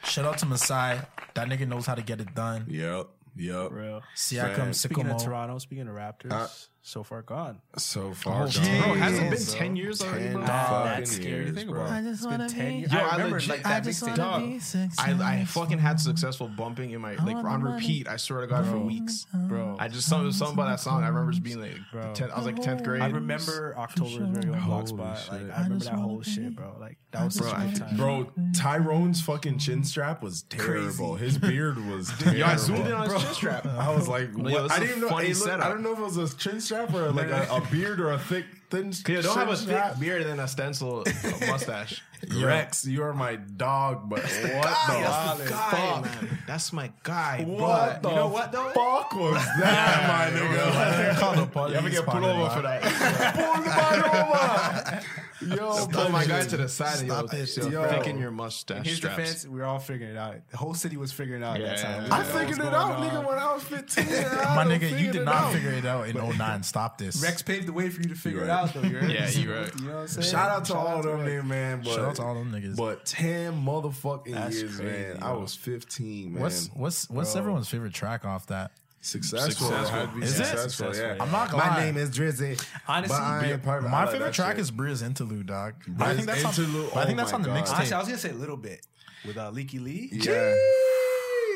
S4: Shout out to Masai. That nigga knows how to get it done.
S3: Yep. Yep.
S10: Real.
S4: Siakam,
S10: Speaking of
S4: Sycamore.
S10: Toronto, speaking of Raptors,
S3: Uh,
S10: so far gone.
S3: So far,
S2: Bro,
S3: gone.
S2: has it been ten years already, bro?
S10: that's
S3: fucking
S10: scary to
S3: years,
S10: think
S3: bro.
S10: about.
S4: just
S10: It's been 10 years.
S2: Yo,
S10: I
S2: I
S10: remember
S2: legit-
S10: like that
S4: I just
S10: mixtape.
S4: wanna
S10: Dog.
S4: be six
S2: I, I
S4: nine,
S2: fucking had successful bumping in my like
S4: want
S2: on
S4: the money.
S2: repeat. I swear to God, for weeks, bro. I just something something about that song. I remember just being like,
S10: Bro.
S2: tenth, I was like tenth grade.
S10: I remember October's very own block spot. Like I remember that
S4: wanna
S10: whole
S4: be-
S10: shit, bro. Like that was
S2: Bro,
S10: such a
S2: I-
S10: good time.
S3: Bro, Tyrone's fucking chin strap was terrible. His beard was terrible.
S2: Yo, I zoomed in on his chin strap.
S3: I was like,
S2: Yo,
S3: what?
S2: this
S3: I
S2: is
S3: didn't know.
S2: funny
S3: it looked- I
S2: setup.
S3: don't know if it was a chin strap or like a, a beard or a thick, thin.
S2: Yeah, don't have a thick
S3: strap.
S2: beard and then a stencil a mustache.
S3: Rex, you are my dog, but what Ah, the
S2: That's the
S3: fuck?
S2: guy, man. That's my guy.
S3: What
S2: but
S3: the
S2: you know what though?
S3: fuck was that, my nigga?
S4: Call the
S2: You ever
S4: police,
S2: get pulled
S4: partner,
S2: over
S4: dog.
S2: for that?
S3: Pulled my over. Yo,
S2: Pull my
S3: bitches.
S2: guy to the side and
S4: Stop
S2: yo,
S4: it.
S2: yo,
S3: Yo.
S2: thinking your mustache
S10: His
S2: straps.
S10: defense, we were all figuring it out. The whole city was figuring it out at that
S2: Yeah.
S10: time. We didn't know
S3: I
S10: what
S3: figured
S10: was
S3: it
S10: going
S3: out,
S10: on.
S3: nigga, when I was 15.
S4: My nigga, you did not figure it out in 09. Stop this.
S10: Rex paved the way for you to figure
S3: You
S10: it
S3: right.
S10: out, though. You're
S2: Yeah, you right.
S10: You know what I'm saying?
S3: Shout out to all
S10: to
S3: them
S10: Rex.
S3: niggas, man. But,
S4: Shout out to all them niggas.
S3: But 10 motherfucking
S4: That's
S3: years,
S4: crazy,
S3: man.
S4: bro.
S3: I was 15, man.
S4: What's what's what's everyone's favorite track off that?
S3: successful? Had to be
S4: Is it?
S3: successful, yeah.
S4: I'm not gonna lie.
S3: is Drizzy.
S10: Honestly,
S3: but I ain't perfect. I
S4: My
S3: like
S4: favorite
S3: that
S4: track
S3: shit.
S4: is Breer's Interlude, dog. But I
S3: Breer's
S4: think that's
S3: Interlude,
S4: on. but I think
S3: oh
S4: that's
S3: my
S4: on the
S3: God.
S10: Honestly, I
S4: mixtape.
S10: was gonna say a little bit with uh, Leaky Lee.
S3: Yeah.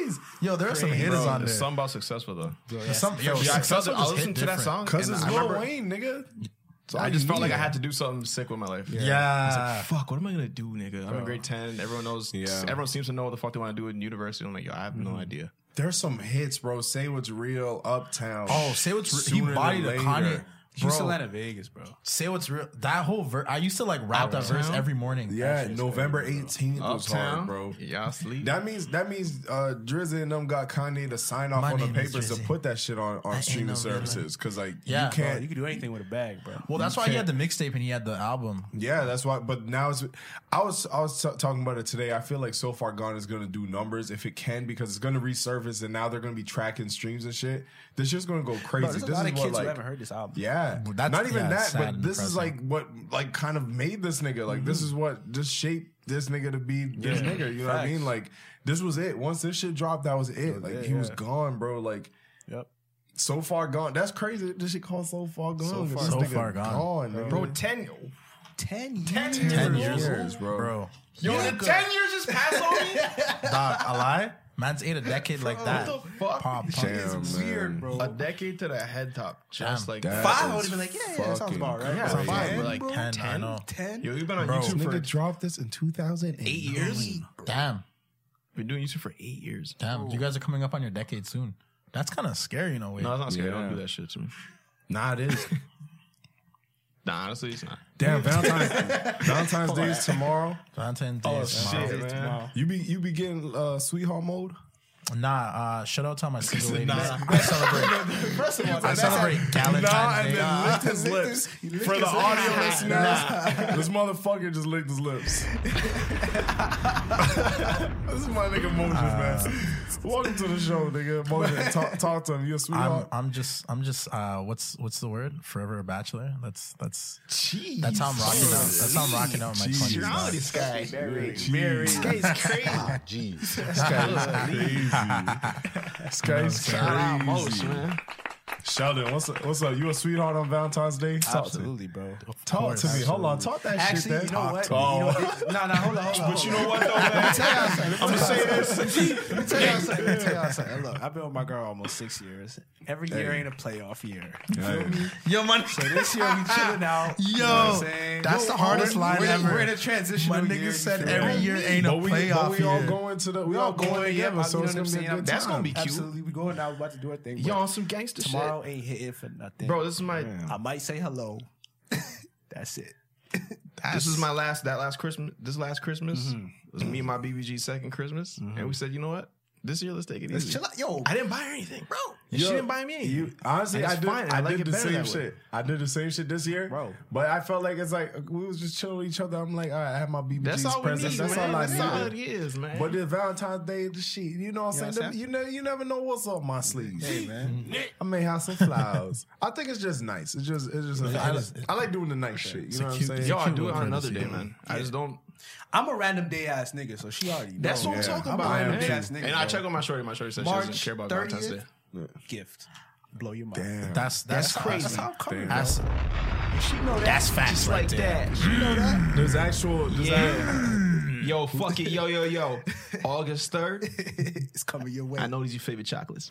S4: Jeez. Yo, there are some hitters
S2: Bro,
S4: on there.
S2: there's something about successful though.
S4: Some- yo,
S2: Yeah, I,
S4: Successful
S2: I
S4: just hit
S2: listened to that
S4: different.
S2: song.
S3: Because
S2: and
S3: it's
S2: I
S3: Lil
S2: remember-
S3: Wayne, nigga.
S2: I just felt like I had to do something sick with my life. I was
S4: Yeah.
S2: like, fuck, what am I gonna do, nigga? I'm in grade 10. Everyone knows,
S3: Yeah.
S2: everyone seems to know what the fuck they want to do in university. I'm like, yo, I have no idea.
S3: There's some hits, bro. Say what's real, Uptown.
S4: Oh, say what's re- he
S3: Sooner than
S4: bodied a
S3: later.
S4: Kanye.
S10: You still out of Vegas, bro.
S4: Say what's real. That whole verse, I used to like rap that verse every morning.
S3: Yeah, November 18th was
S4: Uptown?
S3: hard, bro.
S6: Y'all sleep.
S3: That means that means uh, Drizzy and them got Kanye to sign off
S4: My
S3: on the
S4: name is
S3: papers to
S4: Drizzy.
S3: put that shit on,
S4: I
S3: on
S4: ain't
S3: streaming
S4: no
S3: services because like
S4: Yeah.
S3: you can't
S10: Bro, you can do anything with a bag, bro.
S4: Well, that's
S3: You
S4: why he had
S3: can't-
S4: the mixtape and he had the album.
S3: Yeah, that's why. But now it's. I was I was t- talking about it today. I feel like so far gone is going to do numbers if it can because it's going to resurface and now they're going to be tracking streams and shit. This shit's going to go crazy.
S10: Bro, there's a
S3: this
S10: lot
S3: is
S10: of
S3: what
S10: kids
S3: like
S10: who haven't heard this album.
S3: yeah,
S4: that's-
S3: not even
S4: yeah,
S3: that.
S4: sad
S3: But
S4: and
S3: this is like
S4: depressing.
S3: what like kind of made this nigga like this is what just shaped this nigga to be this
S10: Yeah.
S3: nigga. You know what I mean? Like this was it. Once this shit dropped, that was it. Like he was gone, bro. Like
S10: Yep.
S3: so far gone. That's crazy. This shit called so far gone.
S4: So
S3: This
S4: Far- So
S3: nigga
S4: Far Gone.
S3: nigga.
S6: Bro, 10,
S10: 10 years.
S6: 10 years.
S4: 10
S3: years,
S4: years,
S3: bro.
S4: bro.
S6: Yo, did 10 years just pass on me?
S4: Dog, a lie? Man's ate a decade like that.
S6: What the fuck?
S4: Pop, pop.
S3: Damn,
S6: It's
S3: man.
S6: weird, bro. A decade to the head top. Just
S4: Damn.
S6: like
S3: That
S10: Five,
S3: is
S10: I would have been like, yeah, yeah, that sounds
S3: fucking
S10: about right.
S3: crazy.
S6: Yeah, five,
S10: Ten,
S6: like
S10: bro?
S4: 10, I know.
S10: 10?
S6: Yo, you've been on
S4: Bro.
S6: YouTube for
S3: dropped this in 2008.
S6: eight years.
S4: Damn,
S6: Been doing YouTube for eight years.
S4: damn. You guys are coming up on your decade soon. That's kind of scary in a way.
S6: No, it's not scary.
S3: Yeah.
S6: Don't do that shit to me.
S3: Nah, it is.
S6: Nah, honestly, it's not.
S3: Damn, Valentine's Valentine's Day is tomorrow.
S4: Valentine's
S6: Oh,
S4: Day is tomorrow.
S3: Shit, man. You be you be getting uh, sweetheart mode.
S4: Nah, uh, shout out to all my single ladies.
S3: Nah.
S4: I celebrate.
S10: First of all,
S4: I
S10: that's
S4: celebrate
S3: Nah,
S4: Valentine's
S3: and
S4: Day.
S3: then licked his lips. For the audio listeners, this motherfucker just licked his lips. this is my nigga Moses, man. Welcome to the show, nigga. Moses, talk, talk to him. You a
S4: I'm,
S3: sweetheart?
S4: I'm just, I'm just. Uh, what's, what's the word? Forever a bachelor. That's, that's. That's how I'm rocking out. That's how I'm rocking out in my twenties.
S6: this guy.
S3: Married.
S10: Ah,
S3: This guy's crazy. Sheldon, what's up, what's up? You a sweetheart on Valentine's Day? Talk to me.
S10: Absolutely, bro.
S3: Talk to me. Hold on. Talk that shit.
S10: Actually,
S3: man.
S10: you know what?
S3: Talk
S10: You
S3: to me.
S10: know what? Nah, nah, hold on, hold on. But you know what, though,
S3: I'm gonna say this.
S10: Let me tell y'all something. Let me tell y'all something. Look, I've been with my girl almost six years. Every year ain't a playoff year.
S4: Yo, money.
S10: So this year we chilling out. you know
S4: Yo,
S10: what I'm saying?
S4: that's the hardest
S10: we're-
S4: line
S10: we're,
S4: ever.
S10: We're in a transitional
S4: My nigga
S10: year. you
S4: said
S10: feel
S4: every
S10: me?
S4: year ain't a
S3: But we, but
S4: playoff
S3: we all
S4: year.
S3: going to the. We,
S10: We
S3: all going, together,
S10: yeah,
S3: so
S10: you know what I'm
S3: it's gonna be a
S10: saying?
S3: good
S6: That's
S3: time.
S6: gonna be cute.
S10: Absolutely, we going out. We're about to do our thing.
S6: Yo,
S10: but
S6: on some gangster
S10: tomorrow
S6: shit.
S10: ain't hitting for nothing,
S6: Bro, this is my
S10: I might say hello. that's it.
S6: this is my last that last Christmas this last Christmas
S10: Mm-hmm.
S6: was me and my BBG second Christmas. And we said, you know what? This year let's take it easy.
S10: Chill out, yo.
S6: I didn't buy her anything, bro. And she
S3: Yo,
S6: didn't buy me anything.
S3: You, honestly,
S6: And
S3: I
S6: it's
S3: did.
S6: fine.
S3: I,
S6: I like
S3: did
S6: it
S3: the
S6: better
S3: same
S6: that way.
S3: shit. I did the same shit this year,
S10: Bro.
S3: But I felt like it's like we was just chilling with each other. I'm like, all right, I have my BBG's
S6: that's all we
S3: presents.
S6: need,
S3: That's
S6: man.
S3: all I
S6: that's all
S3: needed.
S6: it is, man.
S3: But the Valentine's Day, the shit, you know what
S10: You know
S3: I'm
S10: what
S3: saying?
S10: I'm saying?
S3: You know, you never know what's up my sleeve.
S10: Hey, man.
S3: I may have some flowers. I think it's just nice. It's just, it's just. I,
S4: it is.
S3: I like doing the nice shit. You know what I'm
S4: cute-
S3: saying?
S6: Yo, I do it
S4: word
S6: on
S4: for
S6: another
S4: this
S6: day,
S4: year.
S6: man. I just don't.
S10: I'm a random day ass nigga, so she already.
S6: That's
S10: know.
S6: what I'm
S3: yeah.
S6: talking
S3: I'm
S6: about,
S3: a
S6: man.
S3: random
S10: ass nigga,
S6: and I
S10: bro.
S6: check on my shorty. My shorty said
S10: March
S6: she doesn't care about Valentine's
S10: 30th,
S6: Day.
S10: gift. Blow your mind.
S3: Damn.
S4: That's that's, crazy.
S10: That's how I'm coming. bro.
S4: That's,
S10: She know that.
S4: that's facts right there.
S3: There's actual. There's
S6: Yeah. yo, fuck it. Yo, yo, yo. August 3rd,
S10: It's coming your way.
S6: I know these your favorite chocolates.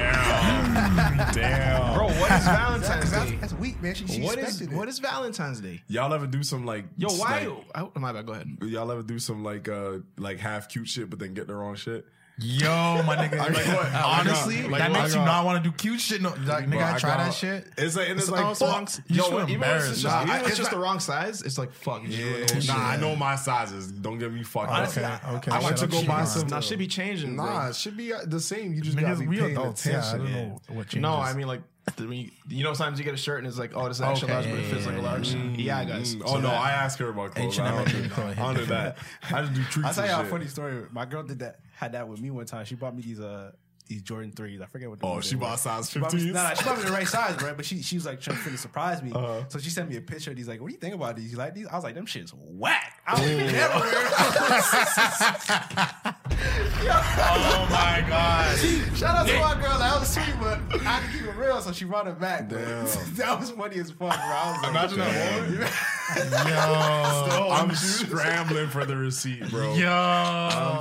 S3: Damn. Damn.
S6: Bro, what is Valentine's
S10: That's,
S6: Day?
S10: that's weak, man. She, she
S6: What is
S10: expected it.
S6: what is Valentine's Day?
S3: Y'all ever do some like?
S6: Yo, why?
S3: like-
S6: I, my bad. Go ahead.
S3: Y'all ever do some like uh like half cute shit, but then get the wrong shit?
S4: Yo, my nigga.
S3: Like what?
S4: Honestly,
S3: Like
S4: that
S3: what?
S4: makes you not want to do cute shit. No, like, nigga,
S3: Bro,
S4: I try
S3: got-
S4: that shit.
S3: It's like and it's,
S4: It's
S3: like
S4: all
S3: fuck.
S4: songs. You
S3: Yo,
S4: feel
S3: what- even if it's
S4: embarrassed.
S3: just,
S6: Nah,
S3: even if
S6: I, it's
S3: not-
S6: just the wrong size. It's like fuck. you just ruined the whole
S3: Nah, I
S6: shit.
S3: know my sizes. Don't get me fucked
S4: Honestly,
S3: up.
S4: I- okay,
S3: I want
S4: shut
S3: to
S4: up,
S3: go
S4: shut
S3: buy
S4: up.
S3: some.
S6: Nah, should be changing. bro.
S3: Nah, it should be uh, the same. You just
S4: Niggas,
S3: gotta be
S4: we
S3: paying
S4: adults. Yeah, I
S3: attention.
S4: don't know what changes.
S6: No, I mean like the, when you, you know sometimes you get a shirt and it's like oh this is extra
S4: Okay,
S6: large but
S4: yeah,
S6: it feels like a
S4: yeah,
S6: large. Yeah, guys.
S3: Mm, oh no, I ask her about clothes.
S4: H&M
S3: I don't
S4: and
S3: do-
S4: Co.
S3: I don't do that. I just do treats.
S10: I'll tell
S3: and
S10: y'all a
S3: shit.
S10: funny story. My girl did that, had that with me one time. She bought me these uh these Jordan threes. I forget what. the
S3: Oh,
S10: ones
S3: she
S10: they were.
S3: bought size
S10: She bought me-
S3: fifteen.
S10: Nah, nah, she bought me the right size, bro. But she she was like trying to surprise me. So she sent me a picture. of these like, "What do you think about these? You like these?" I was like, "Them shit's whack." I don't even never
S3: Oh my god.
S10: Shout out to my girl. That was sweet, but I had to keep it real, so she brought it back. bro.
S3: Damn.
S10: that was funny as fuck, bro. I was like,
S3: Imagine that woman. Yo, I'm scrambling for the receipt, bro.
S4: Yo,
S3: I'm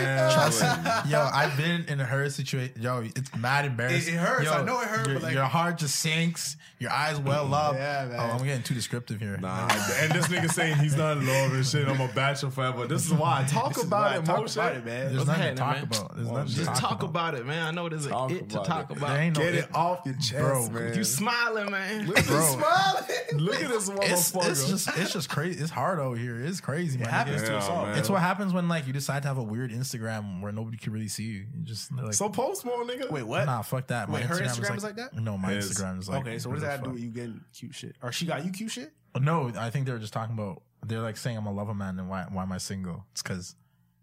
S4: Trust
S3: scrambling.
S4: me. Yo, I've been in her situation. Yo, it's mad embarrassing.
S2: It- it hurts.
S4: Yo,
S2: I know it hurt,
S4: Your,
S2: but like-
S4: your heart just sinks. Your eyes well up.
S2: Yeah, man.
S4: Oh, I'm getting too descriptive here.
S3: Nah, and this nigga saying he's not in love and shit. I'm a bachelor forever. This is why I talk
S11: This is
S3: about
S11: why I
S3: it,
S11: talk
S3: Moshe.
S11: about it, man.
S4: There's
S11: What's
S4: nothing to
S11: happening,
S4: talk
S11: man?
S4: about. There's nothing to
S11: Just
S4: talk,
S11: talk
S4: about.
S6: about it, man. I know there's a
S3: Talk
S6: it to
S3: about
S6: talk
S3: it.
S6: about.
S4: There ain't no
S3: Get
S4: it.
S3: it off your chest,
S4: Bro,
S3: man.
S6: You smiling, man.
S3: Look at
S4: Bro.
S3: this smiling. Look at this
S4: It's,
S3: motherfucker.
S4: it's just it's just crazy. It's hard over here. It's crazy, man. It
S2: happens
S3: to us all.
S4: It's what happens when like you decide to have a weird Instagram where nobody can really see you. You just like
S3: so post more, nigga.
S2: Wait, what?
S4: Nah, fuck that.
S2: Wait, her Instagram is like that?
S4: No, my
S3: His.
S4: Instagram is like.
S2: okay, so what
S4: who
S2: does
S4: the
S2: that do
S4: fuck?
S2: with you getting cute shit? Or she got you cute shit?
S4: No, I think they were just talking about. They're like saying I'm a lover man, and why why am I single? It's because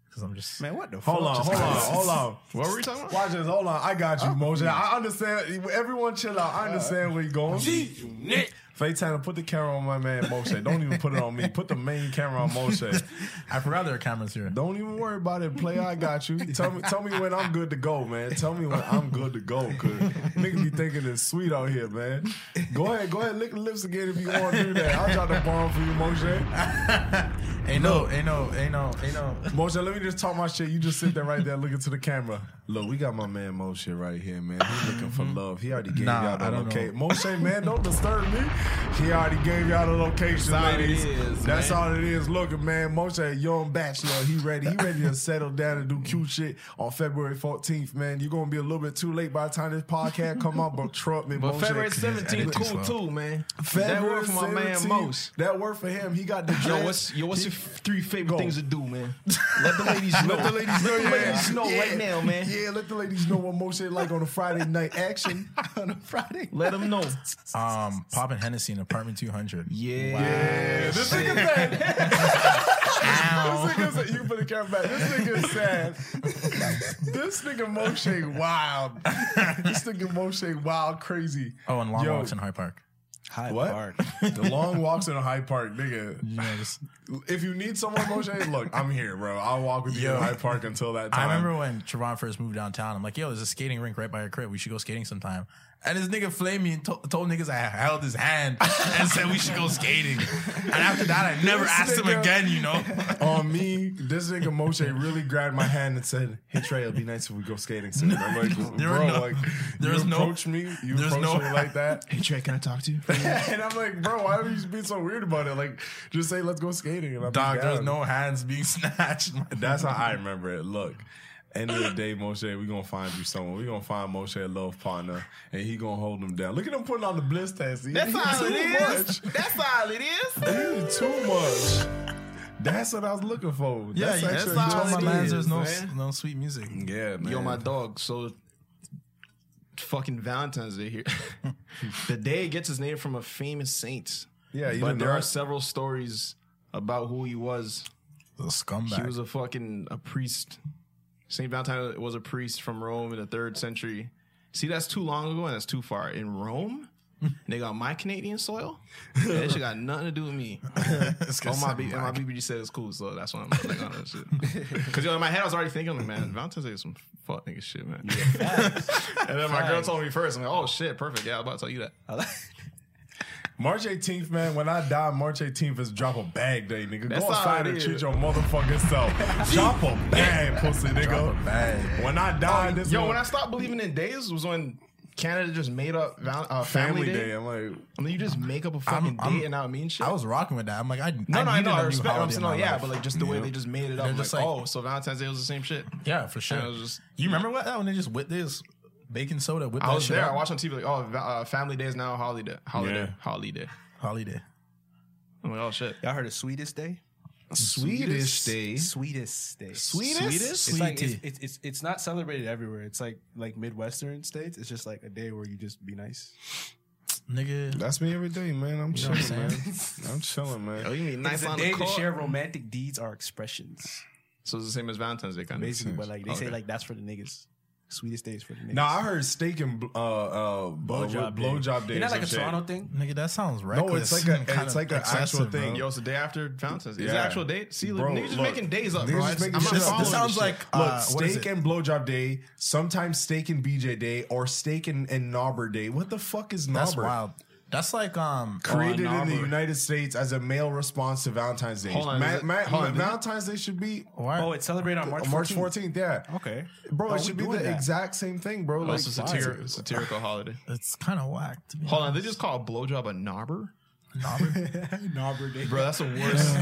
S4: because I'm just
S2: Man, what the fuck?
S3: Hold on, hold on, hold on.
S6: What were we talking about?
S3: Watch this. Hold on. I got you, Moja. I understand. Everyone chill out. I understand where you're going. Faye Tanner, put the camera on my man Moshe. Don't even put it on me. Put the main camera on Moshe.
S4: I forgot there are cameras here.
S3: Don't even worry about it, player. I got you. Tell me, tell me when I'm good to go, man. Tell me when I'm good to go, cause niggas be thinking it's sweet out here, man. Go ahead, go ahead, lick the lips again if you want to do that. I'll drop the bomb for you, Moshe.
S4: Ain't no, ain't no, ain't no, ain't no.
S3: Moshe, let me just talk my shit. You just sit there right there, looking to the camera. Look, we got my man Moshe right here, man. He's looking for love. He already gave
S4: Nah,
S3: y'all the
S4: I don't
S3: location. Moshe, man, don't disturb me. He already gave y'all the location,
S6: all it
S3: ladies.
S6: is,
S3: That's all
S6: man.
S3: it is. Look, man, Moshe, a young bachelor. He ready. He ready to settle down and do cute shit on February 14th, man. You're gonna be a little bit too late by the time this podcast come out, but trust me,
S6: But
S3: Moshe.
S6: February 17th,
S4: Edit
S6: cool
S4: this
S6: too, man. that
S3: February
S6: worked for my man
S3: 17th,
S6: most.
S3: That worked for him. He got the
S6: Yo,
S3: dress.
S6: what's yo? What's
S3: He-
S6: your f- three favorite
S3: Go.
S6: things to do, man? Let the ladies know.
S3: Let the ladies know,
S6: Let the
S3: yeah.
S6: ladies know right now, man.
S3: Yeah, let the ladies know what Moshe like on a Friday night action. on a Friday.
S6: Let them know.
S4: Um, popping Hennessy in apartment 200.
S6: Yeah.
S3: Yeah, this nigga said. this nigga said, you put the camera back. This nigga said, this nigga Moshe wild. This nigga Moshe wild crazy.
S4: Oh, and long
S3: Yo,
S4: walks in High Park.
S2: High
S3: What?
S2: Park.
S3: The long walks in a Hyde Park, nigga.
S4: Yeah, just-
S3: If you need someone, Moshe, look, I'm here, bro. I'll walk with you
S4: Yo.
S3: in Hyde Park until that
S4: I
S3: time.
S4: remember when Trevon first moved downtown. I'm like, yo, there's a skating rink right by your crib. We should go skating sometime. And this nigga flamed me and to- told niggas I held his hand and said we should go skating. And after that, I never
S3: This
S4: asked him
S3: nigga-
S4: again. You know,
S3: on me, this nigga Moshe really grabbed my hand and said, "Hey Trey, it'd be nice if we go skating soon." I'm like,
S4: there were
S3: "Bro,
S4: no-
S3: like,
S4: there
S3: you
S4: was no-
S3: approach me, you
S4: there's
S3: approach
S4: no-
S3: me like that."
S6: Hey Trey, can I talk to you?
S3: and I'm like, "Bro, why are you being so weird about it? Like, just say let's go skating." And I'm
S4: dog, there's no hands being snatched.
S3: That's how I remember it. Look. End of the day, Moshe, we gonna find you someone. we gonna find Moshe a love partner, and he gonna hold him down. Look at him putting on the bliss test. He-
S6: That's
S3: he
S6: all
S3: too
S6: it is.
S3: much.
S6: That's all it is.
S3: He too much. That's what I was looking for.
S4: yeah,
S3: that's
S4: you
S3: actually
S4: that's
S6: all
S4: told my
S6: it
S4: mans
S6: is,
S4: there's no
S6: man.
S4: no sweet music.
S3: Yeah, man.
S6: Yo, my dog. So, fucking Valentine's Day here. the day gets its name from a famous saint.
S3: Yeah, you
S6: but
S3: didn't
S6: there
S3: know
S6: are
S3: that.
S6: several stories about who he was.
S4: The scumbag.
S6: He was a fucking a priest. Saint Valentine was a priest from Rome in the third century. See, that's too long ago and that's too far. In Rome, they got my Canadian soil. Yeah, that shit got nothing to do with me. oh my, B- my BBG said it's cool, so that's why I'm like on that shit. Because yo, in my head, I was already thinking, like, man, Valentine's Day is some fuck nigga shit, man. and then my girl told me first, I'm like, oh shit, perfect. Yeah, I was about to tell you that.
S3: March 18th, man. When I die, March 18th is drop a bag day, nigga.
S6: That's
S3: Go
S6: all
S3: outside
S6: it
S3: and
S6: is.
S3: treat your motherfucking self. drop a bag, pussy, nigga.
S4: Drop a bag.
S3: When I die, this
S6: Oh, Yo,
S3: month-
S6: when I stopped believing in days was when Canada just made up val- uh,
S3: family,
S6: family,
S3: day.
S6: day.
S3: I'm like,
S6: And then you just make up a fucking
S4: I'm-
S6: date and not mean shit.
S4: I was rocking with that. I'm like, I
S6: no, no, I
S4: needed
S6: know.
S4: a
S6: I
S4: new
S6: respect what I'm
S4: holiday in
S6: saying.
S4: my
S6: No, yeah,
S4: life.
S6: but like just the way they just made it up.
S4: They're
S6: I'm
S4: just
S6: like,
S4: like-
S6: oh, so Valentine's Day was the same shit.
S4: yeah, for sure.
S6: And it was just-
S4: you remember what that when they just whipped this baking soda? Whipped
S6: I
S4: that
S6: was
S4: shit
S6: there.
S4: up?
S6: I watched on TV like, oh, va- uh, Family Day is now a holiday. Holiday.
S3: Yeah.
S6: Holiday.
S4: holiday.
S6: I'm like, oh shit.
S2: Y'all heard of Sweetest Day?
S6: Swedish Day.
S2: Sweetest Day.
S6: Sweetest?
S2: It's like it's,
S4: Sweetie.
S2: it's it's it's not celebrated everywhere. It's like like Midwestern states. It's just like a day where you just be nice.
S4: Nigga,
S3: that's me every day, man. I'm
S4: what I'm
S3: chilling, man. I'm chilling,
S6: Oh,
S3: man.
S6: you mean nice
S2: it's a
S6: on
S2: day
S6: the
S2: to
S6: court?
S2: share romantic deeds or expressions.
S6: So it's the same as Valentine's Day, kind of.
S2: Basically, but like they say
S6: Okay.
S2: like that's for the niggas. Sweetest days for the niggas.
S3: Now I heard steak and uh, uh, blowjob
S2: day.
S3: blowjob day.
S2: Isn't
S3: or
S2: that
S3: some
S2: like a
S3: shit.
S2: Toronto thing?
S4: nigga, that sounds reckless.
S3: No, it's like a
S4: and kinda
S3: it's like an actual
S4: excessive,
S3: thing.
S4: bro.
S6: Yo, it's the day after Valentine's Day. It's
S3: Yeah.
S6: the actual date. See, look,
S3: Bro,
S6: niggas just
S3: look,
S6: making days up,
S3: niggas
S6: bro. I-
S3: just making
S6: I'm
S3: shit
S6: not
S3: up. This
S6: following
S4: sounds
S6: shit.
S4: like-
S3: Look,
S4: Uh, what is
S3: steak
S4: it?
S3: and blowjob day, sometimes steak and BJ day, or steak and, and knobber day. What the fuck is knobber?
S4: That's wild. That's like um
S3: Created in
S4: on
S3: the
S4: Auburn.
S3: United States as a male response to Valentine's Day.
S6: Hold on,
S3: Ma-
S6: is it-
S3: ma-
S6: hold on, is it-
S3: Valentine's Day should be
S4: Why?
S2: Oh, it's celebrated on March 14th.
S3: March 14th. Yeah.
S2: Okay.
S3: Bro,
S2: Are
S3: it
S2: we
S3: should be the
S2: doing that?
S3: exact same thing, bro.
S6: Oh,
S3: Like,
S6: it's a satir- satirical holiday.
S4: It's kind of whack. To be
S6: Hold on, they
S4: honest.
S6: just call a blowjob a knobber?
S2: Nauber Day.
S6: Bro, that's the worst.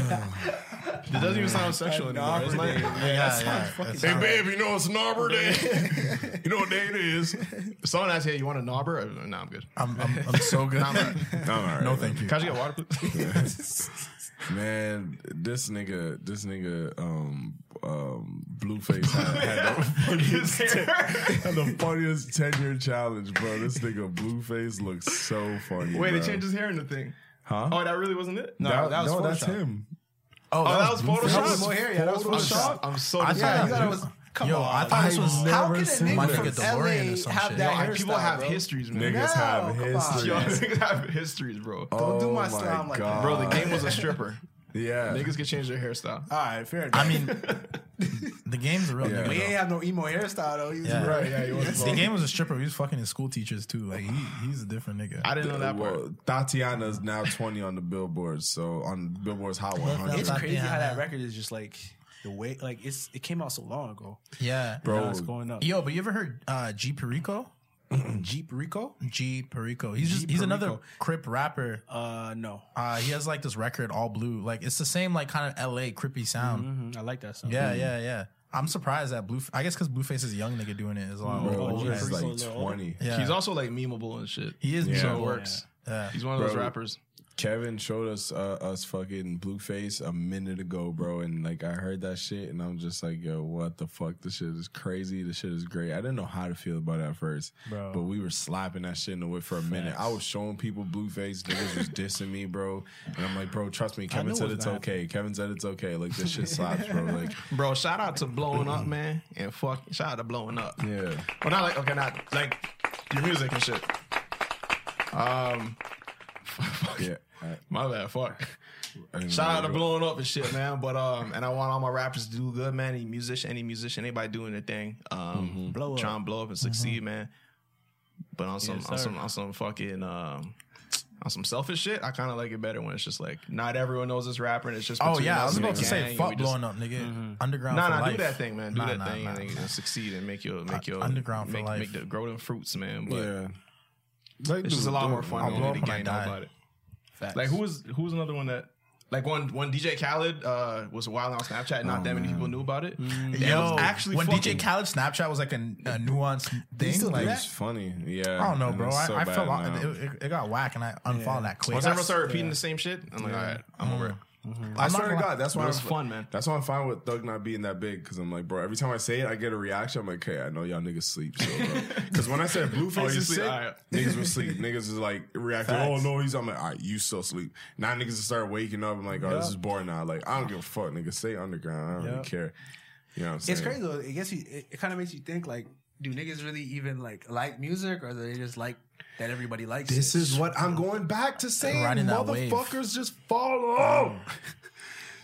S6: it doesn't even sound sexual anymore. It's like,
S4: yeah, yeah, it's not-
S6: you know it's knobber day. you know what day it is. If someone asks, hey, you want a knobber? Uh, No, I'm good.
S4: I'm, I'm, I'm so good.
S3: I'm all right.
S4: no, thank you.
S6: Can I just get water? please?
S3: Man, this nigga, this nigga, um, um, Blueface had, had, the, funniest ten, had the funniest ten year challenge, bro. This nigga Blueface looks so funny.
S6: Wait,
S3: bro.
S6: they changed his hair in the thing.
S3: Huh?
S6: Oh, that really wasn't it?
S3: no,
S2: that was
S3: no, that's
S2: Photoshop.
S3: him.
S4: Oh,
S6: Oh, that was
S2: That was
S6: Photoshop?
S2: more hair. Yeah, that was
S6: I'm so-
S2: Photoshop.
S6: I'm so
S4: I
S2: Yeah, you
S6: disappointed.
S2: thought it was. Come
S4: Yo,
S2: on.
S4: I thought this was
S2: How can a
S3: never seen
S2: nigga
S4: my
S2: from
S4: nigga DeLorean or
S2: LA
S4: some
S2: have
S4: shit.
S2: that
S4: Yo,
S6: Yo,
S2: hairstyle?
S6: people have
S2: bro?
S6: histories, man.
S3: Niggas have
S2: come on.
S3: history.
S6: Yo, niggas have histories, bro.
S2: Don't do
S3: Oh
S2: my
S3: my
S2: slime like that.
S3: God.
S6: Bro, the game was a stripper.
S3: Yeah,
S6: Niggas could change their hairstyle.
S2: All right, fair enough.
S4: I mean, the game's a real
S3: Yeah.
S4: nigga.
S2: we ain't
S4: though.
S2: have no emo hairstyle though. He was
S4: Yeah.
S2: right.
S3: yeah, he was.
S4: The game was a stripper. He was fucking his school teachers too. Like he, he's a different nigga.
S6: I didn't know that part.
S3: Well, Tatiana is now twenty on the billboards, so on Billboard's Hot 100.
S2: It's
S4: Yeah.
S2: crazy how
S4: Yeah.
S2: that record is just like the way like it's it came out so long ago.
S4: yeah,
S2: Bro,
S3: Bro.
S2: it's going up.
S4: Yo, but you ever heard uh, G Perico?
S2: Jeep Rico?
S4: G Perico. He's just
S2: G
S4: he's another
S2: Perico.
S4: Crip rapper.
S2: Uh, no.
S4: Uh, he has like this record, all blue. Like it's the same like kind of L.A. Crippy sound.
S2: Mhm, I like that
S6: Mm-hmm.
S2: song.
S4: Yeah, yeah, yeah. I'm surprised that blue. I guess because Blueface is a young nigga doing it is a lot.
S3: Bro,
S4: older.
S2: yeah.
S3: he's
S2: Pretty
S3: like
S2: cool, though.
S3: twenty.
S4: Yeah.
S6: He's also like memeable and shit.
S4: He is.
S3: Yeah.
S6: So
S4: Yeah.
S6: it works.
S4: yeah.
S6: He's one of those
S3: Bro.
S6: rappers.
S3: Kevin showed us uh, us fucking Blueface a minute ago, bro, and like I heard that shit, and I'm just like, yo, what the fuck? This shit is crazy. This shit is great. I didn't know how to feel about it at first,
S4: Bro.
S3: but we were slapping that shit in the whip for a minute. I was showing people Blueface, niggas was dissing me, bro, and I'm like, bro, trust me. Kevin
S2: knew
S3: said
S2: it was
S3: it's
S2: gonna
S3: okay. Kevin said it's okay. Like this shit slaps, bro. Like,
S6: Bro, shout out to blowing up, man, and fuck, shout out to blowing up.
S3: yeah,
S6: Well, not like okay, not like your music and shit. Um,
S3: yeah. I-
S6: my bad, fuck.
S3: I didn't
S6: Shout out
S3: know,
S6: to
S3: bro.
S6: blowing up and shit, man. But um, and I want all my rappers to do good, man. Any musician, any musician, anybody doing their thing,
S4: Mm.
S6: um,
S2: Blow up.
S6: try and blow up and succeed, man. But on some,
S2: Yes,
S6: on
S2: sir.
S6: some, on some fucking, um, on some selfish shit, I kind of like it better when it's just like not everyone knows this rapper, and it's just
S4: Oh
S6: between
S4: yeah, I
S6: us
S4: was
S6: and
S4: about
S6: the
S4: to
S6: gang,
S4: say
S6: and
S4: fuck
S6: we just- Mm-hmm.
S4: blowing up, nigga. Underground.
S6: Nah,
S4: for
S6: nah,
S4: life.
S6: do that thing, man. Do
S4: Nah,
S6: that
S4: nah,
S6: thing
S4: nah. Uh,
S6: and then succeed and make your make your
S4: underground for
S6: make,
S4: life.
S6: make the grow them fruits, man. But
S3: Yeah. Like,
S6: it's just a
S3: dude,
S6: lot
S3: dude,
S6: more fun
S4: I'll
S6: when
S4: blow
S6: you
S4: up
S6: the
S4: when I
S6: gang know
S4: die.
S6: about it. Like who was who was another one that like one one DJ Khaled uh was wild on Snapchat. Not that many people knew about it. And it
S4: Mm. Yo,
S6: was actually
S4: when
S6: fucking,
S4: DJ Khaled Snapchat was like a, a nuanced thing. like,
S3: It was funny. Yeah.
S4: I don't know, bro.
S3: It's
S4: I,
S3: so
S4: I
S3: bad
S4: fell
S3: now.
S4: off. It, it, it got whack, and I unfollowed that quick.
S6: Once everyone started repeating the same shit, I'm like, all right, I'm over it.
S3: I
S4: I'm not
S3: swear to
S4: gonna-
S3: God, that's why
S6: It was
S3: I'm-
S6: fun, man.
S3: That's why I'm fine with Thug not being that big because I'm like, bro. Every time I say it, I get a reaction. I'm like, okay, I know y'all niggas sleep. So, because when I said
S6: Oh,
S3: Blueface
S6: you
S3: is
S6: sleep?
S3: sick,
S6: Alright.
S3: niggas was sleep. Niggas was like reacting. Oh no, he's. I'm like, all right, you still sleep. Now niggas just start waking up. I'm like, oh, this is boring now. Like, I don't give a fuck, nigga. Stay underground. I don't
S2: Yeah.
S3: really care. You know what I'm saying?
S2: It's crazy though. It gets you. It, it kind of makes you think like, do niggas really even like like music, or do they just like that everybody likes?
S3: This
S2: it?
S3: is what I'm going back to saying.
S4: Riding that wave.
S3: Motherfuckers just follow.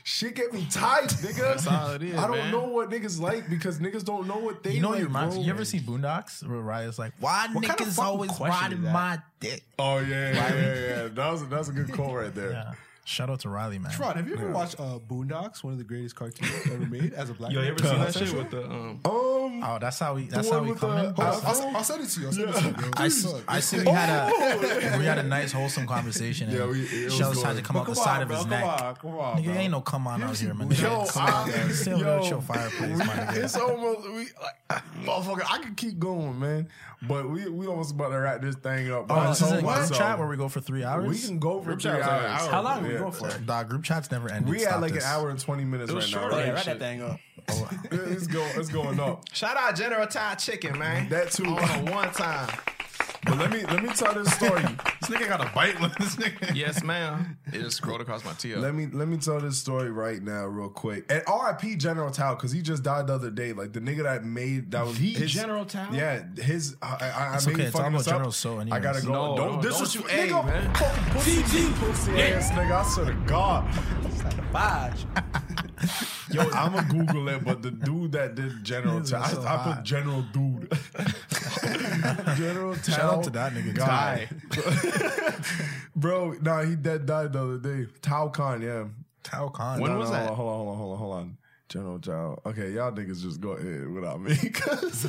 S3: Shit get me tight, nigga.
S6: That's all it is,
S3: I don't
S6: man.
S3: know what niggas like because niggas don't know what they
S4: You know, what
S3: like,
S4: you reminds.
S3: bro.
S4: You ever see Boondocks where Raya's like, "Why
S2: What kind of
S4: niggas
S2: fucking
S4: always
S2: question
S4: riding
S2: is that?
S4: my dick?"
S3: Oh yeah, yeah, yeah, yeah. That was that's a good call right there.
S4: Yeah. Shout out to Riley, man.
S2: Ron, have you ever watched uh, Boondocks, one of the greatest cartoons ever made as a black
S6: Yo,
S2: man?
S6: you ever seen that shit with the um?
S3: Um,
S4: Oh, that's how we. That's how
S3: one
S4: we
S3: with the-
S4: coming.
S3: Hold
S2: I'll, I'll, I'll send it to you. I'll send it to you.
S4: I, s- I see we had a we had a nice wholesome conversation. And
S3: Yeah, we- it was
S4: Shell's had to
S3: good.
S4: come out the side of his neck.
S2: come on,
S4: Nigga, ain't no come on out here, man.
S3: Yo,
S4: come on,
S3: I-
S4: man. Stay over
S3: yo,
S4: at your fireplace, my nigga.
S3: it's almost we like, motherfucker. I could keep going, man, but we we almost about to wrap this thing up.
S4: Oh,
S3: I
S4: this is
S3: told
S4: a group
S3: myself,
S4: chat where we go for three hours.
S3: we can go for
S6: Group
S3: three
S6: chat was like an
S3: hours.
S6: hour.
S2: How long we
S3: Yeah.
S2: go for?
S4: Dog group chats never end.
S3: We
S4: Stop
S3: had like
S4: this.
S3: an hour and twenty minutes
S6: It
S3: right
S6: was
S3: now.
S6: short.
S3: Like,
S2: Yeah,
S6: Right,
S2: write
S6: shit.
S2: that thing up.
S3: it's going it's going up.
S6: Shout out General Thai Chicken, man.
S3: That too.
S6: On a one time.
S3: But let me let me tell this story.
S4: This nigga got a bite. This nigga.
S6: Yes, ma'am. It just scrolled across my TL.
S3: Let me let me tell this story right now, real quick. And R.I.P. General Tao, because he just died the other day. Like the nigga that made that was the
S6: General Tao?
S3: Yeah, his. I, I, I
S4: It's
S3: maybe
S4: okay, it's all
S3: fucking
S4: about
S3: this up.
S4: General So anyways.
S3: I gotta go.
S6: No,
S3: don't
S6: no,
S3: disrespect,
S6: don't you-
S3: nigga.
S6: hey, man.
S3: Fucking pussy, pussy ass nigga. I swear to God. Yo, I'm gonna Google it, but the dude that did General Tao, I,
S4: so
S3: I
S4: hot.
S3: put General Dude. General Tao.
S4: Shout out to that nigga.
S3: Guy. Bro, nah, he dead died the other day. Tao Khan, yeah.
S4: Tao Khan.
S3: When
S2: was that?
S3: Hold on, hold on, hold on, hold on. General Tao. Okay, y'all niggas just go ahead without me because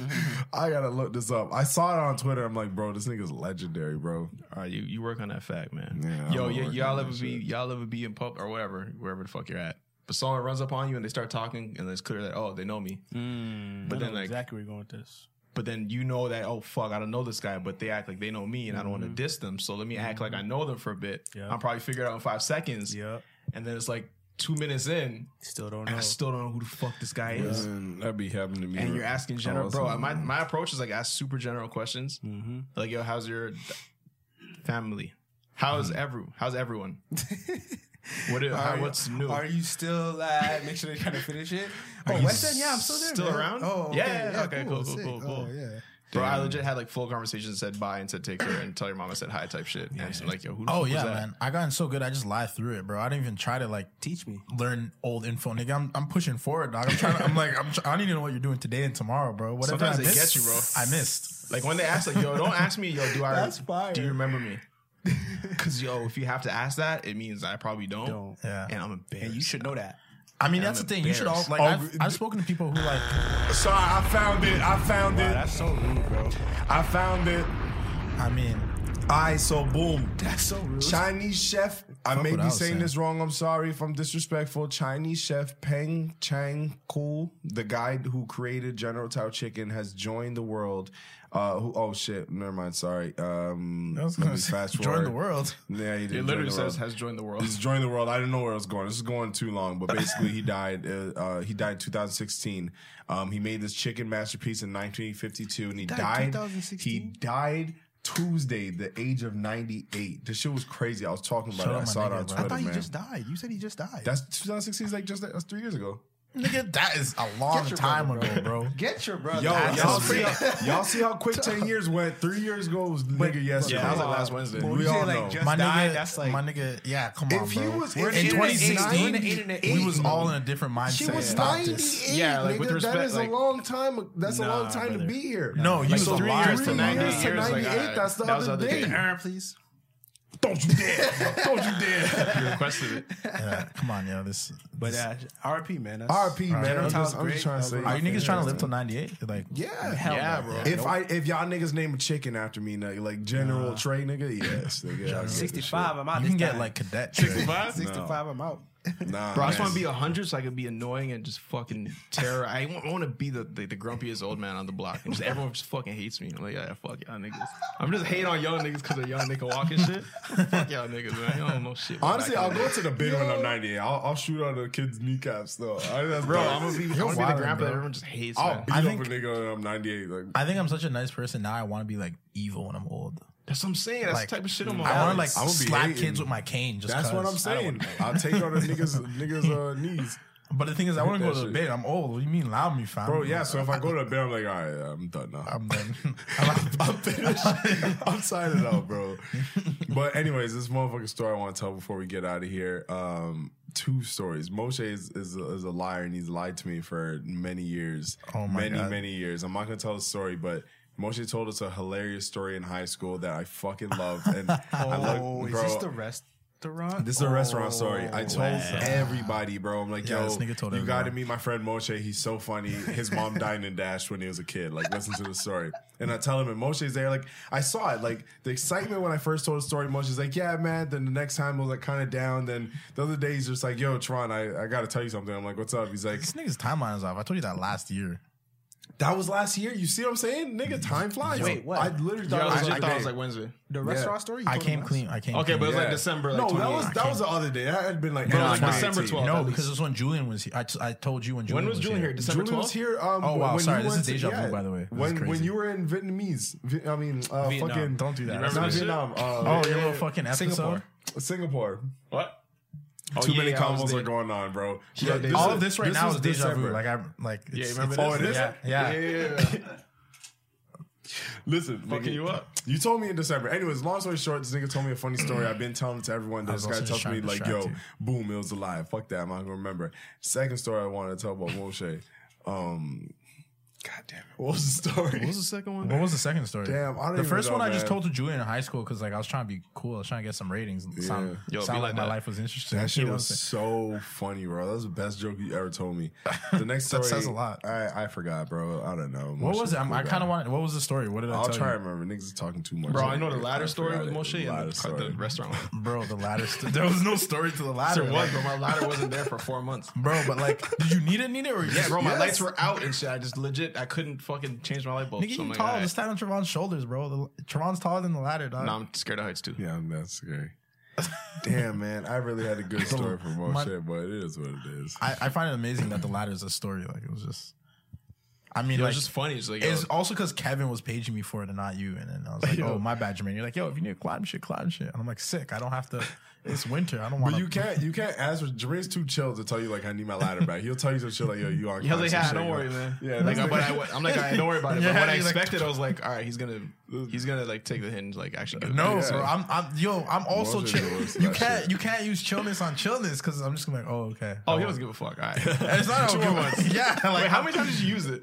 S3: I gotta look this up. I saw it on Twitter. I'm like, bro, this nigga's legendary, bro.
S2: All right, you, you work on that fact, man.
S3: Yeah,
S2: Yo,
S3: I'm
S2: y-
S3: working
S2: y'all
S3: on
S2: ever
S3: that
S2: be y'all ever be in pub or whatever, wherever the fuck you're at. But someone runs up on you and they start talking, and it's clear that oh they know me.
S6: Mm,
S2: but then like,
S10: exactly where you're going with this.
S2: but then you know that oh fuck I don't know this guy, but they act like they know me, and I don't
S6: Mm-hmm.
S2: want to diss them. So let me act like I know them for a bit.
S10: Yeah.
S2: I'll probably figure it out in five seconds.
S10: Yep.
S2: And then it's like two minutes in,
S10: Still don't
S2: and
S6: Oh.
S10: know.
S2: I still don't know who the fuck this guy is.
S3: And that'd be happening to me.
S2: And you're
S10: Oh,
S2: asking general,
S3: all the
S2: bro.
S3: time.
S2: My my approach is like ask super general questions,
S10: Hmm.
S2: like yo, how's your family? How's
S10: Hmm.
S2: every? How's everyone? what? Is, how,
S10: you-
S2: what's new?
S10: Are you still uh, make sure they kind of finish it? Oh,
S2: you
S10: West End, yeah, I'm still there.
S2: still
S10: man.
S2: around?
S10: Oh, okay.
S2: Yeah, okay, cool, cool,
S10: sick.
S2: cool, cool.
S10: Oh, yeah.
S2: bro, I legit had like full conversations, said bye and said take care and tell your mom I said hi type shit. And I'm like yo, who the
S4: Oh
S2: fuck
S4: yeah,
S2: was that?
S4: man. I gotten so good. I just lied through it, bro. I didn't even try to like
S10: Teach me.
S4: learn old info, nigga. I'm, I'm pushing forward, dog. I'm trying. To, I'm like, I'm, tr- I don't even know what you're doing today and tomorrow, bro. Whatever
S2: Sometimes
S4: I
S2: they
S4: missed,
S2: get you, bro.
S4: I missed.
S2: Like when they ask, like, yo, don't ask me, yo, do I
S10: That's fire.
S2: do you remember me? Cause yo, if you have to ask that, it means I probably don't.
S10: Don't.
S4: Yeah.
S2: And I'm embarrassed.
S10: And you should know that.
S4: I mean, that's the thing. You should all like.
S3: Oh,
S4: I've, I've spoken to people who like.
S3: Sorry, I found it. I found it.
S10: That's so rude, bro.
S3: I found it.
S4: I mean,
S3: I so boom.
S10: That's so rude.
S3: Chinese chef. I may be
S4: what I
S3: saying,
S4: was saying.
S3: this wrong. I'm sorry if I'm disrespectful. Chinese chef Peng Chang Ku, the guy who created General Tao Chicken, has joined the world. Uh, who, oh shit! Never mind. Sorry. Um,
S4: I was
S3: let
S4: gonna
S3: me
S4: say,
S3: fast
S4: join
S3: forward.
S4: the world.
S3: Yeah, he did.
S2: it
S3: join
S2: literally
S3: the world.
S2: says has joined the world.
S3: He's joined the world. I didn't know where I was going. This is going too long, but basically, he died. Uh, uh, he died in 2016. Um, he made this chicken masterpiece in 1952, and he died.
S10: 2016?
S3: He died Tuesday, the age of 98. This shit was crazy. I was talking about
S4: Shut
S3: it.
S4: up,
S3: I
S4: my
S3: saw it
S4: nigga,
S3: on
S4: bro.
S3: Twitter,
S4: I
S10: thought
S3: man.
S10: you just died. You said he just died.
S3: that's 2016 is like just that's three years ago.
S4: nigga, that is a long time ago, bro.
S10: Get your brother.
S3: Yo,
S10: That's
S3: y'all
S10: so
S3: see,
S10: rude.
S3: y'all see how quick 10 years went. Three years ago was nigga yesterday.
S2: yeah, that was like last Wednesday.
S10: When
S3: we
S10: you say,
S3: all
S10: like,
S3: know.
S10: just
S4: My
S10: died,
S4: nigga,
S10: that's like
S4: my nigga. Yeah, come on,
S3: If
S4: bro.
S3: he was
S4: in
S3: in the
S4: 2016,
S10: eight and an
S4: we
S10: eight,
S4: was
S10: bro.
S4: all in a different mindset.
S3: She was
S4: Stop this.
S3: 98.
S2: Yeah, like,
S3: nigga,
S2: with
S3: that
S2: respect,
S3: is
S2: like-
S3: a long time. That's a long
S10: Nah,
S3: time
S10: brother.
S3: to be here.
S4: No, you
S3: Like,
S4: was
S3: so
S4: a
S3: three
S4: liar
S3: years
S4: for
S3: to
S4: 98
S3: 98.
S2: years, like, alright,
S3: that's the
S2: that was
S3: other
S2: the other
S3: day.
S2: day.
S10: Aaron, please.
S3: Don't you dare! Don't you dare!
S2: You requested it.
S4: Yeah, come on, yo. This.
S10: But uh, RP, man. That's,
S3: RP man, I'm
S10: General
S3: just,
S10: Tao's
S3: I'm just
S10: great.
S3: trying to say.
S4: Are you niggas trying to live till 98? Like,
S3: Yeah,
S2: yeah, bro.
S3: If I if y'all niggas name a chicken after me, nigga, like General Trey, nigga, yes, nigga, I'll get this
S10: 65, I'm out.
S4: you
S10: this
S4: can get
S10: time.
S4: like cadet.
S2: If
S4: shit.
S2: I-
S10: 65, I'm out.
S3: shit. Nah,
S2: Bro, I just
S3: man.
S2: want to be a hundred so I could be annoying and just fucking terror. I want to be the, the the grumpiest old man on the block, and just everyone just fucking hates me. I'm like, yeah, fuck y'all niggas. I'm just hating on young niggas because of young nigga walking shit. fuck y'all niggas, man. Y'all don't know shit. about
S3: Honestly,
S2: that
S3: I'll
S2: kind
S3: go
S2: of-
S3: to the bid when I'm 98. I'll, I'll shoot out the kids' kneecaps though. I, that's
S2: Bro,
S3: dark.
S2: I'm gonna be, I'm gonna be the
S4: wildin',
S2: grandpa
S4: bro.
S2: that everyone just hates.
S3: I'll
S2: man.
S3: beat
S4: I
S3: up
S4: think-
S3: a nigga when I'm 98. Like,
S4: I think I'm such a nice person now. I want to be like evil when I'm old.
S2: That's what I'm saying. That's
S4: Like,
S2: the type of shit I'm on.
S4: I want to like
S3: I would be
S4: slap
S3: hating.
S4: kids with my cane. Just
S3: that's what
S4: 'cause.
S3: I'm
S4: I don't wanna
S3: saying.
S4: be-
S3: I'll take out a niggas niggas uh, knees.
S4: But the thing is, I want to
S3: that
S4: go to the
S3: shit.
S4: bed. I'm old. What do you mean, allow me, fam?
S3: Bro, yeah. So if I go to bed, I'm like, all right, yeah, I'm done now.
S4: I'm done. I'm,
S3: I'm finished. I'm signing out, bro. But anyways, this motherfucking story I want to tell before we get out of here. Um, two stories. Moshe is is a, is a liar and he's lied to me for many years.
S4: Oh my
S3: many
S4: God.
S3: many years. I'm not gonna tell the story, but. Moshe told us a hilarious story in high school that I fucking loved, and I love,
S10: Oh,
S3: bro.
S10: is this the restaurant?
S3: This is a restaurant story. I told
S4: Oh, wow.
S3: everybody, bro. I'm like,
S4: Yeah,
S3: yo,
S4: this nigga told
S3: you got to
S4: everyone.
S3: meet my friend Moshe. He's so funny. His mom died and dashed when he was a kid. Like, listen to the story. And I tell him, and Moshe's there. Like, I saw it. Like, the excitement when I first told the story, Moshe's like, yeah, man. Then the next time I was like, kind of down. Then the other day, he's just like, yo, Tron, I, I got to tell you something. I'm like, what's up? He's like,
S4: this nigga's timeline is off. I told you that last year.
S3: that was last year. You see what I'm saying? Nigga, time flies.
S10: Wait, what?
S3: I literally
S2: Y'all
S3: thought
S2: legit
S3: it was
S2: thought it
S3: like
S2: was like Wednesday.
S10: The restaurant story? You
S4: I
S10: told
S4: came
S10: him last?
S4: clean. I came.
S2: Okay,
S4: clean.
S2: but it was like December. Like
S3: No, that was
S2: 28.
S3: that was the other day. That had been like
S2: Bro,
S3: end of
S2: like December
S3: 2018.
S2: 12th.
S4: no,
S2: at least.
S4: because it's when Julian was here. I, t- I told you when Julian
S2: When was Julian here? December
S3: Julian was
S2: 12th?
S3: here. Um,
S4: Oh, wow,
S3: when you
S4: sorry, this
S3: went
S4: is deja
S3: to-
S4: vu, by the way. This is
S3: When when
S4: crazy.
S3: you were in Vietnamese, Vi- I mean, uh,
S4: Vietnam.
S3: fucking
S4: Don't do that.
S3: Not
S4: Remember
S2: that shit?
S3: Vietnam.
S4: Oh,
S3: Uh,
S4: your little fucking episode.
S10: Singapore.
S3: Singapore.
S2: What? Oh,
S3: Too many
S2: yeah, I was
S3: combos
S2: there.
S3: are going on, bro.
S2: Yeah,
S3: Look,
S2: they-
S3: this
S4: All
S3: is-
S4: of this right now is deja
S3: December.
S4: vu. Like I'm like.
S2: Yeah,
S4: it's-
S2: you remember
S4: it's-
S3: Oh, it
S2: this?
S3: is?
S4: Yeah, yeah.
S3: Listen,
S2: Fucking
S3: nigga,
S2: you up.
S3: You told me in December. Anyways, long story short, this nigga told me a funny story. I've been telling it to everyone. This
S4: was
S3: guy
S4: also just
S3: tells me
S4: trying
S3: like,
S4: to
S3: "Yo,
S4: distract
S3: boom, it was alive." Fuck that, I'm not gonna remember. Second story I wanted to tell about Moshe. Um, God damn it. What was the story?
S2: What was the second one?
S4: What was the second story?
S3: Damn, I don't
S4: the
S3: even
S4: first
S3: know,
S4: one I just
S3: man.
S4: told to Julian in high school because like I was trying to be cool. I was trying to get some ratings. and Sound,
S2: Yo, be
S4: sound like
S2: like
S4: my
S2: that.
S4: life was interesting.
S3: That
S4: You
S3: shit
S4: know
S3: was
S4: what I'm saying?
S3: so funny, bro. That was the best joke you ever told me. The next
S4: That
S3: story
S4: says a lot.
S3: I, I forgot, bro. I don't know.
S4: What
S3: Moshe
S4: was it? I'm, I
S3: cool
S4: kind
S3: guy.
S4: of wanted. What was the story? What did I
S3: I'll
S4: tell
S3: try
S4: you?
S3: to remember. Niggas is talking too much.
S2: Bro, I know the latter
S3: I
S2: story
S3: forgot
S2: was
S3: it.
S2: Moshe
S3: Latter
S2: and the,
S3: story.
S2: the restaurant. one.
S4: Bro, the ladder. St- there was no story to the ladder.
S2: There was,
S4: like-
S2: but my ladder wasn't there for four months.
S4: bro, but like, did you need it? Need it? Or you
S2: Yeah,
S4: just-
S2: bro, my
S4: Yes.
S2: lights were out and shit. I just legit, I couldn't fucking change my light bulb.
S4: Nigga,
S2: So I'm
S4: you
S2: like,
S4: tall.
S2: alright.
S4: Just stand on Trevon's shoulders, bro. The, Trevon's taller than the ladder, dog.
S2: No, I'm scared of heights too.
S3: Yeah, that's scary. Damn, man. I really had a good story for
S4: My-
S3: Moshe, but it is what it is.
S4: I, I find it amazing that the ladder is a story. Like it was just. I mean,
S2: It
S4: like,
S2: was just funny. It's like, yo,
S4: It's also because Kevin was paging me for it and not you. And then I was like, oh, my bad, Jermaine. You're like, yo, if you need to climb shit, climb shit. And I'm like, sick. I don't have to. It's winter. I don't want
S3: But
S4: to.
S3: you can't you can't ask for Jermaine's too chill to tell you like I need my ladder back. He'll tell you some shit like yo you are.
S2: He was like,
S3: some
S2: "Yeah,
S3: shit,
S2: don't
S3: bro."
S2: worry, man."
S3: Yeah,
S2: like,
S3: that's
S2: I-
S3: the-
S2: but I, wa- I'm like, I don't worry about it.
S4: Yeah,
S2: but what I
S4: he's like-
S2: expected, I was like, "All right, he's gonna, he's gonna like take the hinge, like actually." Give it
S4: No,
S2: back."
S4: bro. I'm, I'm, yo, I'm also
S3: Roger's
S4: chill.
S3: the worst at
S4: You
S3: that
S4: can't,
S3: shit.
S4: you can't use chillness on chillness because I'm just gonna be like, oh, okay.
S2: Oh, he doesn't give a fuck. All right.
S4: It's not
S2: Two
S4: okay.
S2: months.
S4: Yeah, like
S2: Wait, how many times did you use it?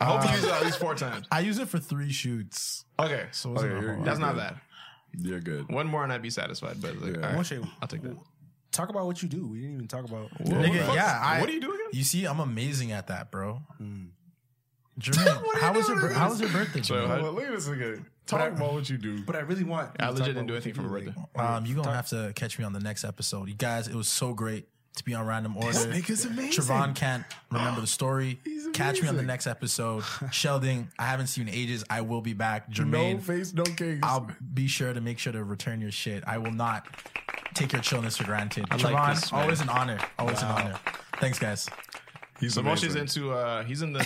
S2: I hope you used it at least four times.
S4: I use it for three shoots.
S2: Okay,
S4: So
S2: so
S3: Okay,
S4: it wasn't a
S3: you're-
S4: whole lot.
S2: that's not bad.
S3: You're good.
S2: One more and I'd be satisfied. But like,
S3: Yeah.
S2: all right,
S10: Moshe,
S2: I'll take that.
S10: Talk about what you do. We didn't even talk about.
S4: Nigga,
S2: What-
S4: yeah. I,
S2: what do you do again?
S4: You see, I'm amazing at that, bro.
S3: Hmm.
S4: Jermaine, how was your bir- how was your birthday?
S2: So
S4: Jermaine?
S2: how-
S3: Well, look at this nigga. Talk about what you do.
S10: But I really want.
S2: I
S10: you to talk
S2: legit
S10: about
S2: didn't do
S10: what you
S2: anything for my
S10: like,
S2: birthday.
S4: Um, you're gonna have to catch me on the next episode. You guys, it was so great to be on random order.
S3: nigga's amazing.
S4: Trevon can't remember the story. Catch me on the next episode. Sheldon, I haven't seen you in ages. I will be back.
S3: No
S4: Jermaine,
S3: face, no case.
S4: I'll be sure to make sure to return your shit. I will not take your chillness for granted. Trevon,
S2: like this, man.
S4: always an honor. Always an honor. Thanks, guys.
S3: He's
S2: So Moshe's
S3: amazing.
S2: into, uh, he's in the.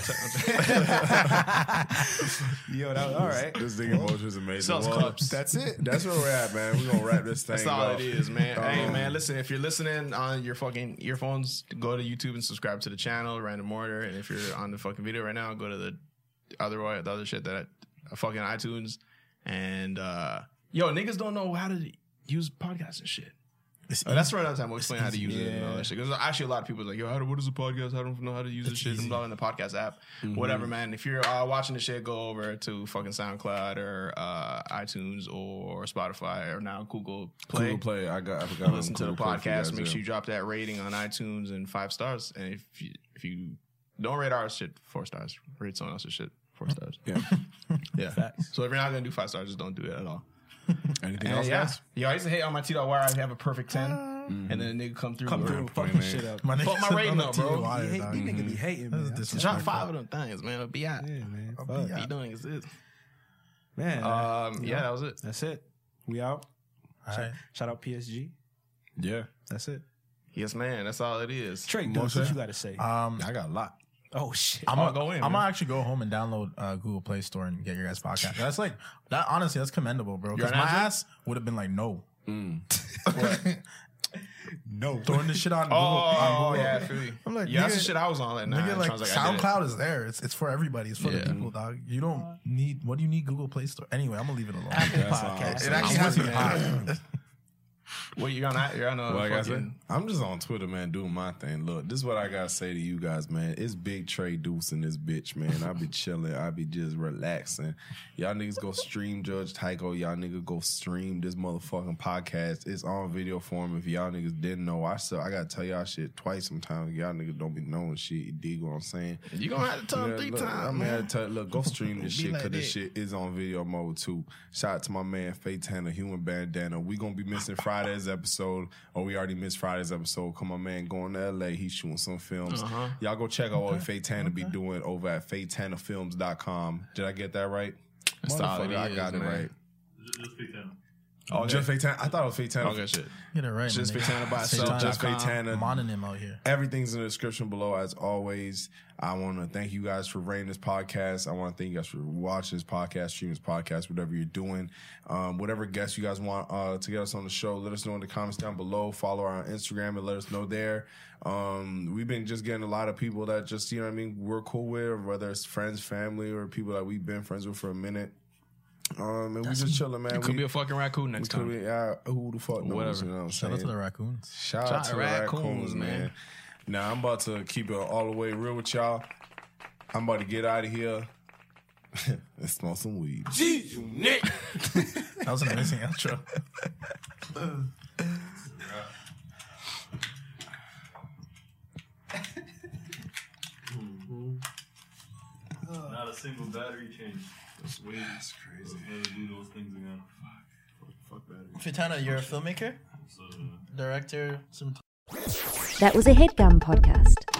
S10: Yo, that was all right.
S3: This nigga Moshe is amazing.
S2: Sells
S3: Well,
S2: cups.
S3: That's it. That's where we're at, man. We're gonna wrap this thing.
S2: That's all
S3: up.
S2: it is, man. hey,
S3: Um,
S2: man, listen. If you're listening on your fucking earphones, go to YouTube and subscribe to the channel, Random Order. And if you're on the fucking video right now, go to the other the other shit that uh, fucking iTunes. And uh yo, niggas don't know how to use podcasts and shit. Uh, that's right. Another time we'll explain how to use it and all that shit. Because actually, a lot of people are like, "Yo, how do, what is a podcast? I don't know how to use this shit." I'm in the podcast app, whatever, man. If you're uh, watching the shit, go over to fucking SoundCloud or uh, iTunes or Spotify or now Google Play.
S3: Google Play. I got. I forgot.
S2: Listen
S3: I'm
S2: to the
S3: Google Play for you
S2: podcast.
S3: guys,
S2: Make
S3: yeah.
S2: sure you drop that rating on iTunes and five stars. And if you, if you don't rate our shit four stars, rate someone else's shit four stars. Yeah, yeah. So if you're not gonna do five stars, just don't do it at all.
S3: anything
S2: And
S3: else.
S2: yeah,
S3: guys?
S2: yo, I used to hate on my T dot wire. I have a perfect 10 and then a nigga come through.
S10: Come
S2: bro.
S10: through, fucking shit up.
S4: nigga
S2: Fuck my
S4: said
S2: rating
S4: on the
S2: up, bro.
S4: TV wire,
S10: You hate,
S4: dog.
S10: you nigga
S3: Mm-hmm.
S10: be hating,
S4: That was
S10: man.
S4: disrespectful.
S2: Drop five of them things, man. It'll be out.
S10: Yeah, man. Fuck.
S2: You don't exist.
S10: Man,
S2: Um, yeah, that was it.
S10: that's it. We out.
S4: All right.
S10: Shout out PSG.
S3: Yeah,
S10: That's it.
S2: Yes, man. That's all it is.
S10: Trey, dude, what you got to say?
S4: Um,
S3: I got a lot.
S10: oh shit.
S4: I'm
S2: Oh,
S4: gonna
S2: go in,
S4: I'm gonna
S2: man.
S4: actually go home and download uh, Google Play Store and get your guys' podcast. That's like that. Honestly, that's commendable, bro. Because
S2: an
S4: my
S2: athlete?
S4: ass would have been like, no, no, throwing this shit on Google.
S2: Oh,
S4: on Google.
S2: yeah, I feel you.
S4: I'm like,
S2: yeah, that's
S4: nigga-
S2: the shit I was on. Like, nah,
S4: Nigga,
S2: and
S4: like,
S2: Sean's like, I did it.
S4: SoundCloud is there. It's it's for everybody. It's for
S2: Yeah.
S4: the people, dog. You don't need. What do you need Google Play Store? Anyway, I'm gonna leave it alone.
S10: podcast.
S4: It actually has me hot.
S2: What you on? You're on a
S6: uh,
S3: What I gotta say?
S2: fucking-
S3: I'm just on Twitter, man, doing my thing. Look, this is what I gotta say to you guys, man. It's Big Trey Deuce and this bitch, man. I be chilling, I be just relaxing. Y'all niggas go stream Judge Tycho. Y'all niggas go stream this motherfucking podcast. It's on video form. If y'all niggas didn't know, I still I gotta tell y'all shit twice sometimes. Y'all niggas don't be knowing shit. You dig what I'm saying?
S2: You gonna have to tell
S3: Yeah,
S2: him three
S3: look,
S2: times.
S3: I'm
S2: man.
S3: gonna tell look, go stream this shit
S2: like
S3: because this
S2: that.
S3: shit is on video mode too. Shout out to my man Faye Tanner, Human Bandana. We gonna be missing Friday's episode, or we already missed Friday's episode. Come on, man, going to LA. He's shooting some films.
S2: Uh-huh.
S3: Y'all go check out what Faye Tanner be doing over at FayeTannerFilms.com. Did I get that right?
S2: That's all
S3: Motherfucker,
S2: it
S3: I
S2: is,
S3: got it
S2: man.
S3: right.
S7: Just pick them.
S3: Oh, just Faye Tanner. I thought it was Faye Tanner.
S2: Okay, shit.
S4: Get it right.
S2: Just
S4: my nigga.
S2: Faitana by
S4: Say
S2: itself,
S4: John
S3: Just
S4: Faitana.
S3: Faitana.
S4: Mononym out here.
S3: Everything's in the description below, as always. I want to thank you guys for rating this podcast. I want to thank you guys for watching this podcast, streaming this podcast, whatever you're doing. Um, whatever guests you guys want uh, to get us on the show, let us know in the comments down below. Follow our Instagram and let us know there. Um, we've been just getting a lot of people that just, you know what I mean, we're cool with, whether it's friends, family, or people that we've been friends with for a minute. Um, and we just chilling, man.
S2: Could
S3: we,
S2: be a fucking raccoon
S3: we
S2: next
S3: could
S2: time.
S3: be, uh, who the fuck knows?
S2: Whatever.
S3: You know what I'm
S4: Shout out
S3: saying?
S4: to the raccoons.
S3: Shout out to the raccoons, man. Now I'm about to keep it all the way real with y'all. I'm about to get out of here. Let's smoke some weed.
S4: That was an amazing outro.
S7: Not a single battery change.
S3: This weed is crazy.
S7: Never do those things again.
S3: Fuck battery.
S4: Fitana, you're a filmmaker,
S7: So, uh,
S4: director, some.
S12: That was a headgum podcast.